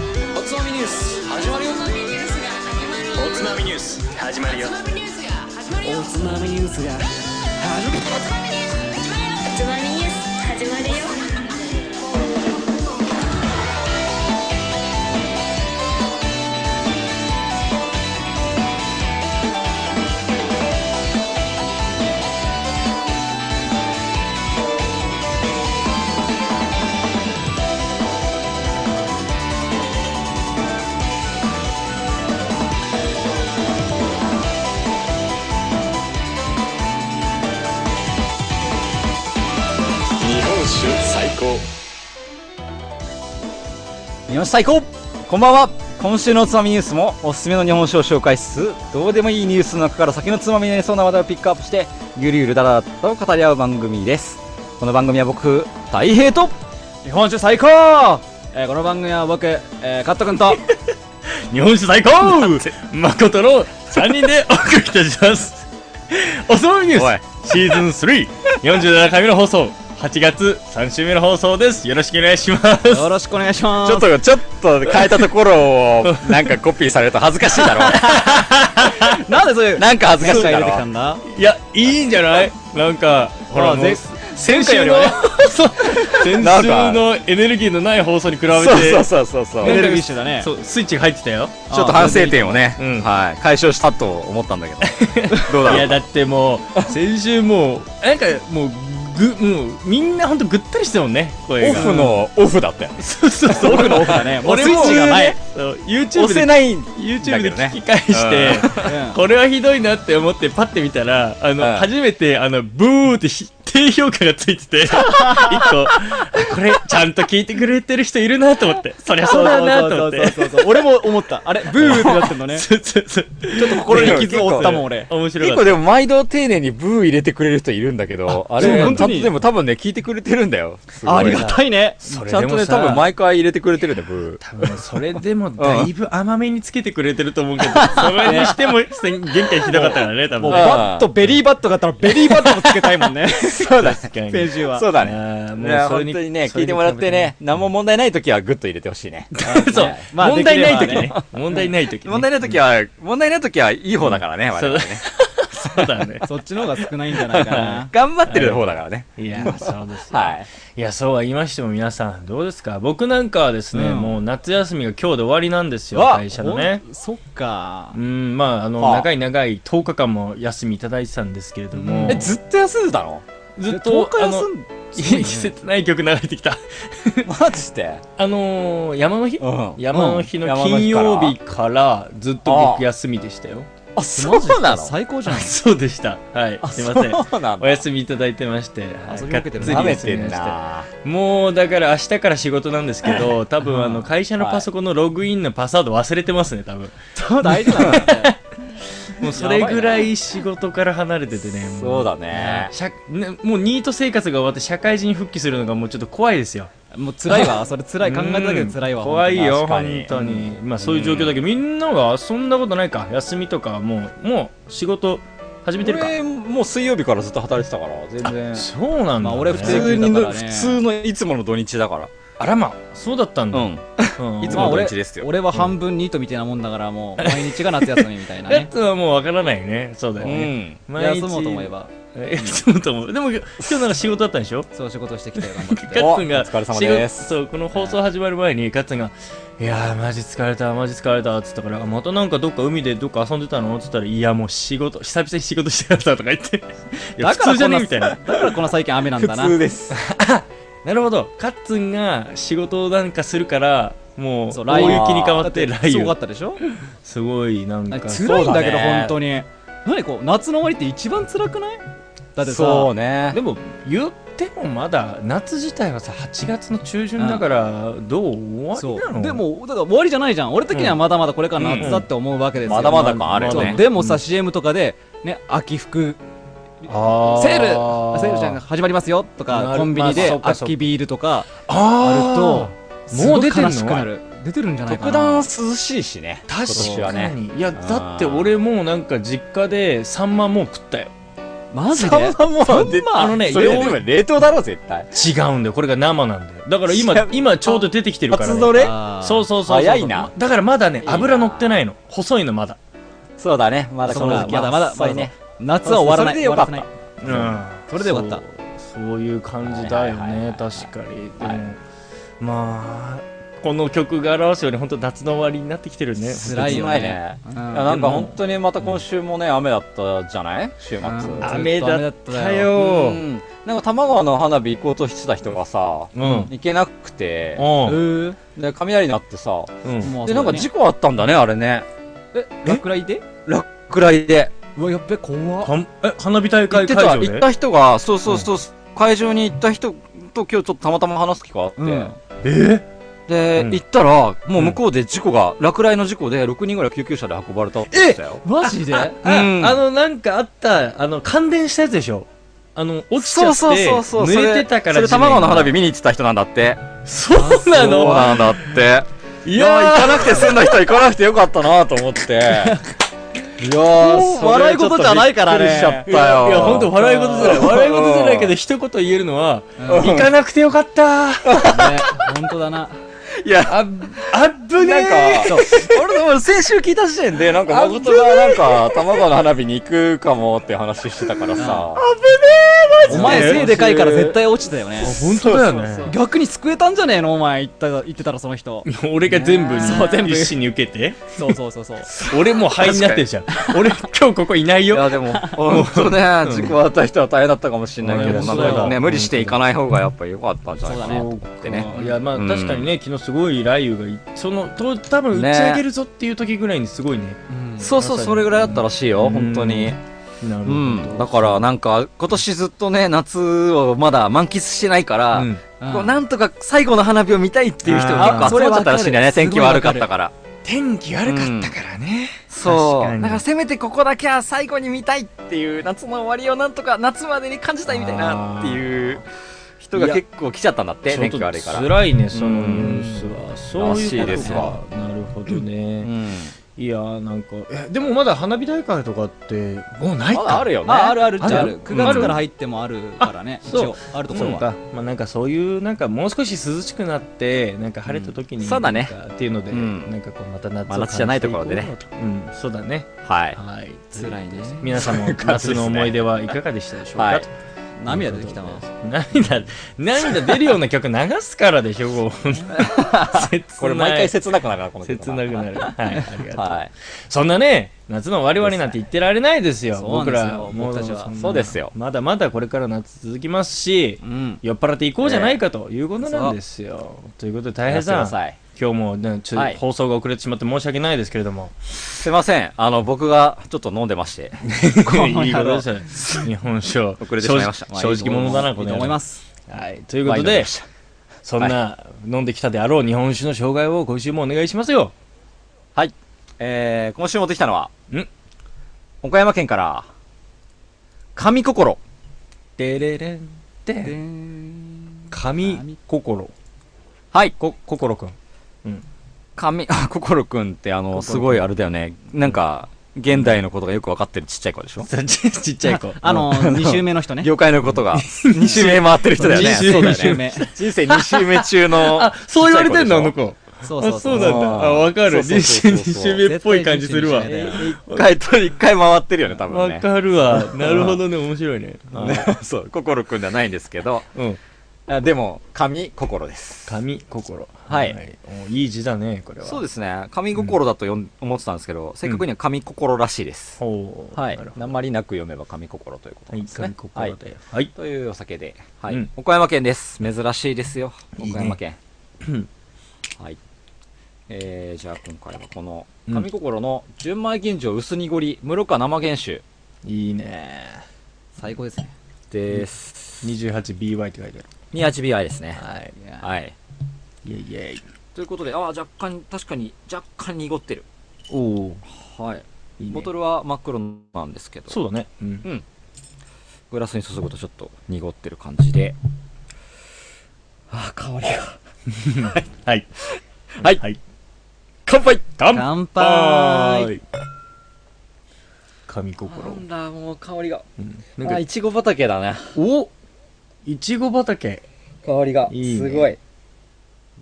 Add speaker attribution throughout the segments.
Speaker 1: ュース始まるよおつまみニュース始まるよ
Speaker 2: おつまみニュースが始まる
Speaker 3: つまみニュース始まるよ
Speaker 1: 日本酒最高
Speaker 4: 日本酒最高こんばんは今週のおつまみニュースもおすすめの日本酒を紹介しつつどうでもいいニュースの中から先のつまみになりそうな話題をピックアップしてゆるゆるだらだらと語り合う番組ですこの番組は僕大平と
Speaker 5: 日本酒最高、えーこの番組は僕、えー、カット君 と
Speaker 6: 日本酒最高誠の3人でお送りいたしますおつまみニュースシーズン347回目の放送8月3週目の放送ですよろしくお願いします
Speaker 5: よろしくお願いします
Speaker 1: ちょっとちょっと変えたところをなんかコピーされると恥ずかしいだろ
Speaker 5: なんでそういう
Speaker 1: なんか恥ずかしい
Speaker 5: が
Speaker 1: だ
Speaker 5: 入れてき
Speaker 1: ろ
Speaker 5: たんだ
Speaker 6: いやいいんじゃないなんかほ
Speaker 5: ま
Speaker 6: ら
Speaker 5: あ
Speaker 6: も
Speaker 5: ぜ
Speaker 6: う先週のそう先
Speaker 1: なん
Speaker 6: 週
Speaker 1: か
Speaker 6: のエネルギーのない放送に比べて
Speaker 1: そうそう そうそうそう
Speaker 5: エ
Speaker 1: ち
Speaker 5: ネルギッシュだね
Speaker 6: そうスイッチが入ってたよ
Speaker 1: ょっと反省点をね、
Speaker 6: うん
Speaker 1: はい、解消したと思ったんだけど どうだ
Speaker 6: い
Speaker 1: ろ
Speaker 6: や
Speaker 1: う
Speaker 6: だってもう先週もうなんかもうぐもうみんなほんとぐったりしてたもんね声
Speaker 1: オ
Speaker 6: が
Speaker 1: フのオフだったよね
Speaker 6: そうそうそう
Speaker 5: 僕のオフだねもうス
Speaker 6: 俺
Speaker 5: イ
Speaker 6: も
Speaker 5: ッチがない、
Speaker 6: そう YouTube
Speaker 1: 押
Speaker 6: で
Speaker 1: せないん
Speaker 6: YouTube で
Speaker 1: だ
Speaker 6: 聞
Speaker 1: け
Speaker 6: き返して、
Speaker 5: うん
Speaker 6: これはひどいなって思ってパッて見たらあの、
Speaker 1: うん
Speaker 6: 初めてあのブーってひ低評価がついて て一個これちゃんと聞いてくれてる人いるなと思ってそりゃそうだよなと思 っ
Speaker 5: そう
Speaker 6: て
Speaker 5: そうそうそう俺も思ったあれブーってなってんのね
Speaker 6: そうそうそう
Speaker 5: ちょっと心に傷を負ったもん
Speaker 6: 結
Speaker 5: 俺
Speaker 6: 構面白
Speaker 1: 結
Speaker 6: か
Speaker 1: 構
Speaker 6: っ
Speaker 1: でも毎度丁寧にブー入れてくれる人いるんだけどあ
Speaker 5: そう
Speaker 1: れ
Speaker 5: 本当に
Speaker 1: たでも多分ね聞いた聞いてくれてるんだよすご
Speaker 5: ありがたいね
Speaker 1: それ
Speaker 5: ちゃ
Speaker 1: で
Speaker 5: んと
Speaker 1: も
Speaker 5: ね
Speaker 1: ね多
Speaker 5: 多
Speaker 1: 分
Speaker 5: 分
Speaker 1: 毎回入れてくれてるんだよブー
Speaker 6: た多分それでもだいぶ甘めにつけてくれてると思うけどそれにして も限界ひどかったからね多
Speaker 5: もう
Speaker 6: 分 ね
Speaker 5: バットベリーバットがあったらベリーバットもつけたいもんね
Speaker 1: そうだ
Speaker 6: 確かに
Speaker 5: ページは
Speaker 1: そうだね
Speaker 6: あー
Speaker 1: い
Speaker 6: もう
Speaker 1: や
Speaker 6: そ
Speaker 1: 本
Speaker 6: れに
Speaker 1: 当にね
Speaker 6: そ
Speaker 1: 聞
Speaker 6: れ
Speaker 1: い
Speaker 6: に
Speaker 1: てもらってね何も問題ない時はグッと入れてほしいね
Speaker 6: そう、
Speaker 5: まあ
Speaker 6: 問題ない
Speaker 5: で
Speaker 6: 時
Speaker 5: きれ
Speaker 6: ね。問題ない時、ね。
Speaker 1: 問題ない時は問題ない時はいい方だからね我
Speaker 6: そう
Speaker 1: 々
Speaker 6: だ
Speaker 1: ね
Speaker 6: ね。そうだね。
Speaker 5: そっちの方が少ないんじゃないかな
Speaker 1: 頑張ってる方だからね
Speaker 6: いや、そうです。
Speaker 1: はい
Speaker 6: いや、そうは言いましても皆さん、どうですか僕なんかはですね、
Speaker 5: うん
Speaker 6: もう夏休みが今日で終わりなんですよ、
Speaker 5: わ
Speaker 6: 会社のね。
Speaker 5: ほんそっか
Speaker 6: うん、まあ、あの、
Speaker 1: はあ
Speaker 6: 長い長い10日間も休みいただいてたんですけれども、
Speaker 5: うん
Speaker 1: えずっと休んでたの
Speaker 6: ずっと、
Speaker 1: 10日
Speaker 6: あの
Speaker 1: 休、
Speaker 6: 季
Speaker 1: ん
Speaker 6: 節ない曲流れてきた。
Speaker 1: マジで
Speaker 6: あのー、山の日、
Speaker 1: うん
Speaker 6: 山の日
Speaker 1: うん
Speaker 6: の
Speaker 1: 山の
Speaker 6: 金
Speaker 1: 日から
Speaker 6: 曜日からずっと僕休みでしたよ。
Speaker 1: あそうなの
Speaker 5: 最高じゃん
Speaker 6: そうでした。はい。すいません。
Speaker 1: そうなん
Speaker 6: お
Speaker 1: だ
Speaker 6: 休みいただいてまして、はい
Speaker 5: 遊びまくってる
Speaker 6: が
Speaker 1: 舐
Speaker 6: っつり休
Speaker 1: めて
Speaker 6: み
Speaker 1: ん
Speaker 6: まして
Speaker 1: な
Speaker 6: もうだから明日から仕事なんですけど多分あの会社の
Speaker 1: はい
Speaker 6: パソコンのログインのパスワード忘れてますね多分
Speaker 5: 大事なんだね
Speaker 6: もうそれぐらい仕事から離れててねも
Speaker 1: そうだね
Speaker 6: 社ねもうニート生活が終わって社会人復帰するのがもうちょっと怖いですよ
Speaker 5: もう辛いわ、それ辛い、考えただけで辛いわ。
Speaker 6: うん怖いよ
Speaker 1: 本当に
Speaker 6: 本当にまあそういう状況だけどみんなはそんなことないか休みとかもうもう仕事始めてるか
Speaker 1: 俺もう水曜日からずっと働いてたから全然
Speaker 6: そうなんだね、
Speaker 5: まあ俺普
Speaker 1: 普
Speaker 5: 通
Speaker 1: 通
Speaker 5: に
Speaker 1: に
Speaker 5: の
Speaker 1: の
Speaker 5: 普
Speaker 1: 普
Speaker 5: 通
Speaker 1: 通のいつもの土日だから
Speaker 6: あらまそうだったんだ、
Speaker 1: ん
Speaker 6: うん
Speaker 1: いつ
Speaker 5: まあ
Speaker 1: も
Speaker 5: 俺
Speaker 1: 土日ですよ
Speaker 5: 俺は半分ニートみたいなもんだからもう毎日が夏休みみたいな
Speaker 6: や
Speaker 5: ね
Speaker 6: つはもうわからないねそうだよ
Speaker 1: う
Speaker 6: ね、
Speaker 1: ん
Speaker 6: 毎 日
Speaker 5: 休もうと思えば
Speaker 6: え 休むと思うでも今日なんか仕事だったんでしょ
Speaker 5: そう仕事してきたよ頑張っ
Speaker 6: カ
Speaker 5: て
Speaker 6: ッツンが
Speaker 1: お疲れ様です
Speaker 6: 仕事そうこの放送始まる前にカッツンが「いやーマジ疲れたマジ疲れた」っつったからあ「またなんかどっか海でどっか遊んでたの?」っつったら「いやもう仕事久々に仕事してた」とか言って「いや
Speaker 5: だ
Speaker 6: 普
Speaker 5: から
Speaker 6: 通じゃ
Speaker 5: こ
Speaker 6: ね
Speaker 5: の
Speaker 6: え」みたいな
Speaker 5: だからこの最近雨なんだ
Speaker 1: 普
Speaker 5: な
Speaker 1: 通です
Speaker 6: なるほどカッツンが仕事なんかするからもう
Speaker 5: そう
Speaker 6: 大
Speaker 5: 雷雨
Speaker 6: 雪に変わって
Speaker 5: だって
Speaker 6: 雷
Speaker 5: すごか
Speaker 6: 雨
Speaker 5: ったでしょ
Speaker 6: すごいなん
Speaker 5: なん
Speaker 6: か
Speaker 5: か辛いんだけ
Speaker 1: そ
Speaker 5: ど
Speaker 1: うだね
Speaker 5: 本当に何こう夏の終わりって一番辛くないだって
Speaker 1: そ
Speaker 5: さ
Speaker 1: うね
Speaker 6: でも言ってもまだ夏自体はさ8月の中旬だからどう終
Speaker 5: そ
Speaker 6: わりな
Speaker 5: う
Speaker 6: の
Speaker 5: でもだから終わりじゃないじゃん俺的にはまだまだこれから夏だって思うわけですよ
Speaker 1: まだまだ感あるよ
Speaker 5: そう
Speaker 1: ね
Speaker 5: でもさ CM とかでね秋服
Speaker 6: あー
Speaker 5: セールセールじゃなくて始まりますよと
Speaker 6: な
Speaker 5: か
Speaker 6: る
Speaker 5: コンビニ
Speaker 6: まあ
Speaker 5: で
Speaker 6: そうかそうか
Speaker 5: 秋ビールとかある
Speaker 6: あ
Speaker 5: と
Speaker 6: ーもう出てんの
Speaker 5: すごい悲しくなる出てるんじゃないか
Speaker 1: 特
Speaker 5: な
Speaker 1: 段涼しいしね
Speaker 6: 確
Speaker 1: 今年は
Speaker 6: か
Speaker 1: ね
Speaker 6: にいやだって俺もうなんか実家でサンマもう食ったよ
Speaker 7: マジ
Speaker 1: そん
Speaker 7: で
Speaker 1: なもんは出て
Speaker 6: あのね
Speaker 1: それ
Speaker 6: よう
Speaker 1: でも冷凍だろ、絶対。
Speaker 6: 違うんだよこれが生なんだよだから今
Speaker 1: 違う
Speaker 6: 今ちょうど出てきてるから、
Speaker 1: 初
Speaker 6: ね、
Speaker 1: どれ
Speaker 7: あー
Speaker 6: そうそうそうそう
Speaker 1: 早いな
Speaker 6: だからまだね油乗ってないの細いのまだ
Speaker 1: そうだね、まだこの時期は
Speaker 7: そうだまだまだ
Speaker 1: そうね。
Speaker 7: 夏は終わらない
Speaker 1: それでよかった
Speaker 7: 終わら
Speaker 6: うん
Speaker 7: それでよかった
Speaker 6: そうそういう感じだよ
Speaker 1: はいはいはいは
Speaker 6: ね
Speaker 1: い
Speaker 6: 確かにでも、まあこの曲が表すように本当夏の終わりになってきてるね
Speaker 7: 辛いよ
Speaker 1: 切ない
Speaker 7: ね
Speaker 1: ね
Speaker 7: うん
Speaker 1: いやなんか
Speaker 6: でも
Speaker 1: 本当にまた今週もね、雨だったじゃない週末。
Speaker 7: うん
Speaker 1: う
Speaker 6: 雨だったよ
Speaker 1: ん。なんか多摩川の花火行こうとしてた人がさ、
Speaker 6: うんうん
Speaker 1: 行けなくて、
Speaker 7: う
Speaker 1: で、雷鳴ってさ、
Speaker 6: うん
Speaker 7: ー
Speaker 1: で、なんか事
Speaker 7: じ
Speaker 1: 故あったんだね、あれね。
Speaker 7: え落雷で
Speaker 1: 落雷で。
Speaker 7: うわやっべ怖っ
Speaker 6: はんえ花火大
Speaker 1: 行っ
Speaker 6: 会
Speaker 1: て
Speaker 6: 会
Speaker 1: た、
Speaker 6: 場
Speaker 1: 行っ
Speaker 6: で
Speaker 1: た人が、そうそうそう、会場に行った人と今日ちょっとたまたま話す機会あって、
Speaker 7: うん
Speaker 6: え
Speaker 1: で、
Speaker 6: うん
Speaker 1: 行ったら、もう向こうで事故が、落雷の事故で6人ぐらい救急車で運ばれたって言ってたよ。
Speaker 7: マジで
Speaker 6: あ,、
Speaker 1: うん
Speaker 6: あのなんかあったあの感電したやつでしょあの落ちちゃって
Speaker 1: そ
Speaker 6: 濡れてたから
Speaker 1: それ、
Speaker 6: 地面
Speaker 1: 卵の花火
Speaker 6: が
Speaker 1: 見に行ってた人なんだって。
Speaker 6: そうな
Speaker 1: そう
Speaker 6: の
Speaker 1: なんだって。
Speaker 6: い
Speaker 1: いや
Speaker 6: や
Speaker 1: 行かなくて済んだ人は行かなくてよかったなと 思って。いやー、
Speaker 7: 笑い事じゃないからね
Speaker 1: それちょっとびっくりしちゃったよ。
Speaker 6: いや、ほんと笑い事じゃない。笑い事じゃないけど、一言言えるのは、行かなくてよかった
Speaker 7: ね本当だない
Speaker 1: や、
Speaker 6: あ、あっぶね
Speaker 1: なん
Speaker 6: え
Speaker 1: か、俺でも先週聞いた時点で、なんか誠がなんか、玉川の花火に行くかもって話してたからさ。
Speaker 7: お前
Speaker 6: えー
Speaker 7: 背でかいから絶対落ちてたよね
Speaker 6: ほんとだよ
Speaker 1: そう
Speaker 6: ね。
Speaker 7: 逆に救えたんじゃねえのお前言った言ってたらその人
Speaker 6: 俺が全部に、
Speaker 7: そう全部
Speaker 6: 一心に受けて。
Speaker 7: そうそうそうそう
Speaker 6: 俺もう灰になってるじゃん。俺、今日ここいない
Speaker 1: い
Speaker 6: よ。
Speaker 1: や、でも、ほんとね、事故あった人は大変だったかもしれないけど、
Speaker 6: うん
Speaker 1: なん
Speaker 6: そうだ
Speaker 1: かね、無理して行かない方がやっぱ良かったんじゃないかな
Speaker 7: そ
Speaker 1: ってね。
Speaker 6: いや、まあ、
Speaker 1: うん
Speaker 6: 確かにね、昨日すごい雷雨がい、その、と多分打ち上げるぞっていう時ぐらいにすごいね。
Speaker 1: そうそう、それぐらいだったらしいよ、本当に。
Speaker 6: なる
Speaker 1: う
Speaker 6: ほど
Speaker 1: ん。だから、なんか、今年ずっとね、夏をまだ満喫してないから、
Speaker 6: うん
Speaker 1: こうなんとか最後の花火を見たいっていう人
Speaker 6: あー
Speaker 1: が結構集まっちゃったらしいんだよね、
Speaker 7: それ
Speaker 1: 天
Speaker 7: わかる
Speaker 1: 気悪かったから。
Speaker 6: 天気悪かったからね。
Speaker 1: そ
Speaker 6: 確か
Speaker 1: う。
Speaker 6: に
Speaker 1: だからせめてここだけは最後に見たいっていう、夏の終わりをなんとか夏までに感じたいみたいなっていう人が結構来ちゃったんだって、
Speaker 6: ちょっ
Speaker 1: 天
Speaker 6: と
Speaker 1: 気悪いから。
Speaker 6: 辛いね、そのニュースは。そういうこと
Speaker 1: らしいですわ
Speaker 6: かなるほどね。
Speaker 1: うん。
Speaker 6: いやーなんかえでもまだ花火大会とかってもうないか
Speaker 1: まだあるよね。
Speaker 7: ああるあるっちゃあ
Speaker 6: あ
Speaker 7: る
Speaker 6: る
Speaker 7: 9月から入ってもあるからね
Speaker 6: あ
Speaker 7: 一
Speaker 6: そう
Speaker 7: 応あるとこ
Speaker 6: そう
Speaker 7: ろは
Speaker 6: か、まあ、なんかそういうなんかもう少し涼しくなってなんか晴れた時に、
Speaker 1: うんそうだね
Speaker 6: なんかっていうので、
Speaker 1: うん
Speaker 6: なんかこうまた夏を
Speaker 1: まあ夏じゃないところでね
Speaker 6: 感じていこうかなとうんそうだね
Speaker 1: はい。
Speaker 6: はい
Speaker 7: 辛いね
Speaker 6: 皆さんも夏の思い出はいかがでしたでしょうか、
Speaker 1: はい
Speaker 6: と
Speaker 7: 涙出てきたわ
Speaker 6: 涙涙出るような曲流すからでしょもう切
Speaker 1: これ毎回切なくなるな、この曲
Speaker 6: 切なくなるはいありがとう、
Speaker 1: はい。
Speaker 6: そんなね、夏の終わり終わりなんて言ってられないですよ、
Speaker 7: そうなん
Speaker 6: 僕
Speaker 7: ですよ
Speaker 6: ら、も
Speaker 7: 僕たちは
Speaker 6: んな
Speaker 1: そうですよ
Speaker 6: まだまだこれから夏続きますし、
Speaker 7: うん
Speaker 6: 酔っ払っていこうじゃないかということなんですよ。ということで、大
Speaker 1: や
Speaker 6: 平
Speaker 1: らせてく
Speaker 6: さん、
Speaker 1: ださい。
Speaker 6: 今日もね、ちょ
Speaker 1: はい
Speaker 6: 放送が遅れてしまって申し訳ないですけれども、
Speaker 1: すいません。あの、僕がちょっと飲んでまして。
Speaker 7: 野郎
Speaker 6: いいことですよね。日本酒を
Speaker 1: 遅れてしまいました
Speaker 6: 正直正直者だな、
Speaker 7: い
Speaker 6: こ
Speaker 7: いと
Speaker 6: の野郎
Speaker 7: 思います
Speaker 6: はい、というこ
Speaker 1: ワイ
Speaker 6: と
Speaker 1: ン
Speaker 6: で
Speaker 1: 飲んでま、した
Speaker 6: そんな飲んできたであろう日本酒の紹介を今週もお願いしますよ。
Speaker 1: はい。えー、今週持ってきたのは、
Speaker 6: ん
Speaker 1: 岡山県から、神心。
Speaker 6: でれれんって、神心、
Speaker 1: はい。
Speaker 6: こ、心くん。
Speaker 1: 神、あ、心くんってあの、すごいあれだよね。なんか、現代のことがよくわかってるちっちゃい子でしょ
Speaker 6: ちちっちゃ い子。
Speaker 7: あの2週目の人ね
Speaker 1: 業界のこ とが、2周目回ってる人だよね。
Speaker 6: 二周目
Speaker 1: そうだよ
Speaker 7: 二周目
Speaker 1: ね。人生2周目 中の。
Speaker 6: あ、そう言われてんのあ
Speaker 1: ち
Speaker 6: の
Speaker 1: っち
Speaker 6: 子。
Speaker 7: そう
Speaker 6: あ
Speaker 7: そう
Speaker 6: そう
Speaker 7: そう
Speaker 6: なんだ。あ、わかる。
Speaker 1: そう
Speaker 6: 二
Speaker 1: そ
Speaker 6: 週、
Speaker 1: うそう
Speaker 6: 二
Speaker 1: そう
Speaker 6: 週目っぽい感じするわ。
Speaker 7: 絶対人生
Speaker 1: 一回と一回回ってるよね、多分
Speaker 6: わ
Speaker 1: ね。
Speaker 6: かるわ。なるほどね、面白いね。
Speaker 1: ね そう、心くんじゃないんですけど。
Speaker 6: うん。
Speaker 1: あでも、神心です。
Speaker 6: 神、心。
Speaker 1: はい
Speaker 6: おいい字だね、これは。
Speaker 1: そう
Speaker 6: で
Speaker 1: ですね。神心だとよん思ってたんですけど、正確には神心らしいです。
Speaker 6: す。ほう。
Speaker 1: はい
Speaker 6: なる。ほど
Speaker 1: なまりなく読めば神心ということ
Speaker 6: は
Speaker 1: なん
Speaker 6: い、
Speaker 1: ですね
Speaker 6: 神。心で。はい。
Speaker 1: というお酒で、はい
Speaker 6: うん
Speaker 1: 岡山県です珍しいですよ
Speaker 6: いいね
Speaker 1: 岡山県
Speaker 6: うん
Speaker 1: はいえー、じゃあ今回はこの
Speaker 6: うん
Speaker 1: 上心の純米吟醸薄濁り室賀生原酒
Speaker 6: いいね。
Speaker 7: 最高ですね
Speaker 1: です、
Speaker 6: 28BY って書いてある。
Speaker 1: に HBI ですね
Speaker 6: はい。
Speaker 7: いや
Speaker 1: はい
Speaker 6: イェイイェイ。
Speaker 1: ということでああ若干確かに若干濁ってる
Speaker 6: おお。
Speaker 1: はい
Speaker 6: いいね
Speaker 1: ボトルは真っ黒なんですけど
Speaker 6: そうだね。うん。
Speaker 1: グラスに注ぐとちょっと濁ってる感じでああ香りが
Speaker 6: はい。
Speaker 1: はい
Speaker 6: はい。
Speaker 1: 乾杯
Speaker 6: 乾
Speaker 7: 乾杯
Speaker 6: 杯神心
Speaker 8: なんだもう香りが
Speaker 6: なん
Speaker 7: あ、
Speaker 6: か
Speaker 7: いちご畑だね。
Speaker 6: おいちご畑
Speaker 8: 香りが
Speaker 6: いいね
Speaker 8: すごい
Speaker 6: い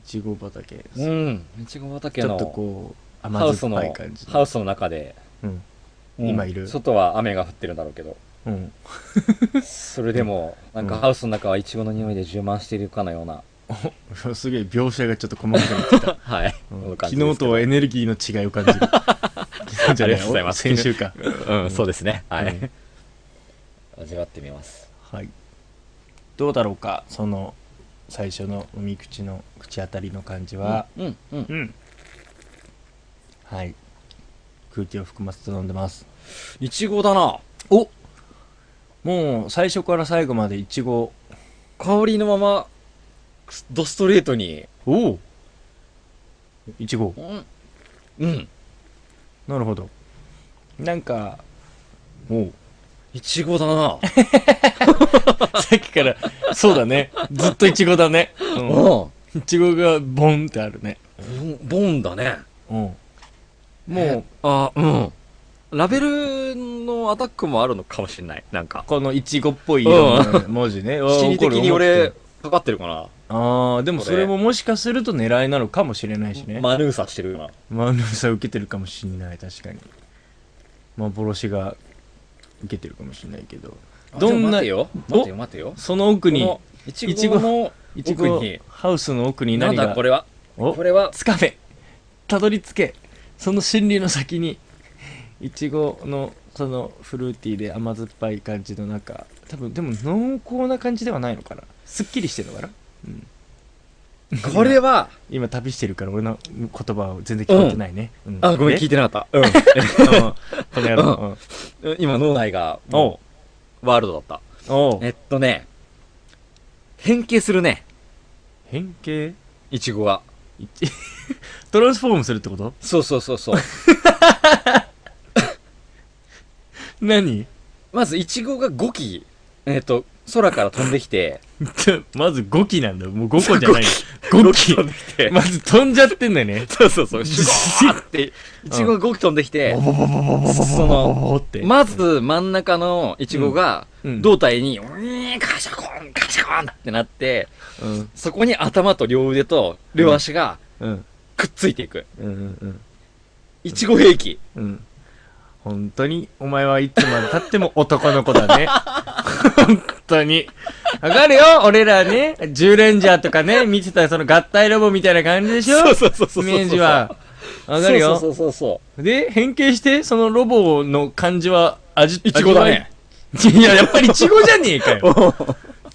Speaker 6: ちご畑です
Speaker 7: うん。いちご畑
Speaker 6: ちょ
Speaker 7: の
Speaker 6: っとこ
Speaker 7: ハ
Speaker 6: う
Speaker 7: ウ
Speaker 6: 甘
Speaker 7: ス
Speaker 6: 酸っ
Speaker 7: の
Speaker 6: ぱい感じ、
Speaker 7: ハウスの中で、
Speaker 6: うん
Speaker 7: うん
Speaker 6: 今いる
Speaker 7: 外は雨が降ってるんだろうけど、
Speaker 6: うん、
Speaker 7: それでも、なん
Speaker 6: う
Speaker 7: か
Speaker 6: ん
Speaker 7: ハウスの中はイチゴの匂いで充満しているかのような、
Speaker 6: すげえ描写がちょっと細かくなってきた
Speaker 7: はい。
Speaker 6: うん
Speaker 7: この感じ
Speaker 6: 昨
Speaker 7: です
Speaker 6: 日とはエネルギーの違い を感じる昨日じゃな
Speaker 7: ありがとうございます
Speaker 6: 先週か
Speaker 7: うん、そうですね。は
Speaker 6: うん
Speaker 7: い。味わってみます。
Speaker 6: はいどうだろうかその最初の海口の口当たりの感じは
Speaker 7: うん、うん。
Speaker 6: うん、はい空気を含ませて飲んでます
Speaker 7: いちごだな。
Speaker 6: おもう最初から最後までいちご
Speaker 7: 香りのまま、ドストレートに。
Speaker 6: おおいちご
Speaker 7: うん。うん。
Speaker 6: なるほどなんかおう
Speaker 7: いちごだな。
Speaker 6: さっきから、そうだね。ずっとイチゴだね。
Speaker 7: うん。
Speaker 6: イチゴがボンってあるね。
Speaker 7: ボンだね。
Speaker 6: うん。もう、
Speaker 7: あ、うん。ラベルのアタックもあるのかもしれない。なんか。
Speaker 6: このイチゴっぽい色の文字 ね。
Speaker 7: 心理的に俺
Speaker 6: 怒る思って、
Speaker 7: かかってるかな。
Speaker 6: ああ、でもそれももしかすると狙いなのかもしれないしね。
Speaker 7: マヌーサしてる今。
Speaker 6: マウナさん受けてるかもしんない、確かに。幻が受けてるかもしんないけど。どんな
Speaker 7: あでも待てよ。待てよ、待てよ。
Speaker 6: その奥に
Speaker 7: こ、のいちごの
Speaker 6: イチゴ
Speaker 7: 奥に、
Speaker 6: ハウスの奥に
Speaker 7: な
Speaker 6: 何
Speaker 7: ん
Speaker 6: が。
Speaker 7: だこれは。
Speaker 6: お
Speaker 7: これは、
Speaker 6: つかめたどり着けその心理の先にいちごのそのフルーティーで甘酸っぱい感じの中多分でも濃厚な感じではないのかなすっきりしてるのかな
Speaker 7: これは、
Speaker 6: 今旅してるから俺の言葉を全然聞こえてないね、うん
Speaker 7: あ、ごめん、聞い
Speaker 6: い
Speaker 7: てなかった
Speaker 6: うんうんこの野郎、 うん、
Speaker 7: うん。今、脳内が、もう、ワールドだっ
Speaker 6: おう
Speaker 7: た。えっとね、変形するね、
Speaker 6: 変形
Speaker 7: いちごが。
Speaker 6: いちトランスフォームするってこと
Speaker 7: そうそうそうそう。
Speaker 6: 何
Speaker 7: まず、いちごが5機、えっと、空から飛んできて、
Speaker 6: ちょまず5機なんだもう5個じゃない5機
Speaker 7: 飛んできて、
Speaker 6: まず飛んじゃってんだよね
Speaker 7: そうそうそう、シュワーって、いちごが5機飛んできて、その、
Speaker 6: おーって
Speaker 7: まず真ん中のイチゴが
Speaker 6: うん
Speaker 7: 胴体に、うーん、カシャコン、カシャコンってなって、
Speaker 6: うん
Speaker 7: そこに頭と両腕と両足が
Speaker 6: うん
Speaker 7: くっついていく。
Speaker 6: うんうんうん
Speaker 7: いちご兵器。
Speaker 6: うん。本当に、お前はいつまで経っても男の子だね。 本当に。わかるよ俺らね、10レンジャーとかね、見てたその合体ロボみたいな感じでしょ
Speaker 7: そうそうそうそうそう
Speaker 6: イメージは。わかるよ
Speaker 7: そうそうそうそ
Speaker 6: で、変形して、そのロボの感じは味、
Speaker 7: う。いちごだね。
Speaker 6: 味わい。いや、やっぱりイチゴじゃねえか よ。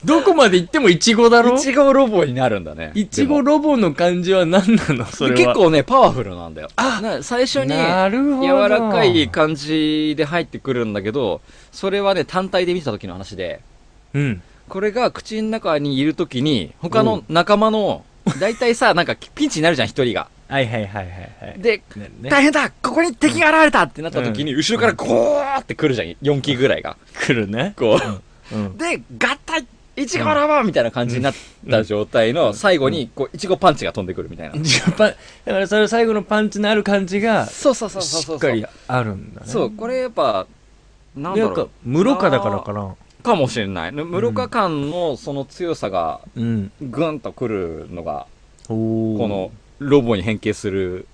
Speaker 6: どこまで行ってもイチゴだろ
Speaker 7: いちごロボになるんだね。
Speaker 6: イチゴ
Speaker 7: で
Speaker 6: ロボの感じは何なのそ
Speaker 7: も
Speaker 6: れは。
Speaker 7: 結構ね、パワフルなんだよ。あ最初に、
Speaker 6: なるほど。
Speaker 7: 柔らかい感じで入ってくるんだけど、それはね、単体で見てた時の話で、
Speaker 6: うん。
Speaker 7: これが口の中にいる時に、他の仲間の、大体さ、なんかピンチになるじゃん、一人が。
Speaker 6: はいはいはいはいはい。
Speaker 7: で、
Speaker 6: なるね
Speaker 7: 大変だここに敵が現れたってなった時に、後ろからゴーって来るじゃん、4機ぐらいが。
Speaker 6: 来るね。
Speaker 7: こ
Speaker 6: うん
Speaker 7: う。。で、合体いちごラボみたいな感じになった状態の最後に、こう、いちごパンチが飛んでくるみたいな。
Speaker 6: ジャパン、だからそれ最後のパンチのある感じが、
Speaker 7: そうそうそうそう
Speaker 6: し
Speaker 7: そう。
Speaker 6: っかりあるんだね。
Speaker 7: そう、これやっぱ、なん
Speaker 6: で
Speaker 7: だ
Speaker 6: な
Speaker 7: ろ
Speaker 6: ん
Speaker 7: う。
Speaker 6: か、室岡だからかな。
Speaker 7: かもしれない。ね室岡間のその強さが
Speaker 6: うん。
Speaker 7: ぐんとくるのが、
Speaker 6: お
Speaker 7: この、ロボに変形する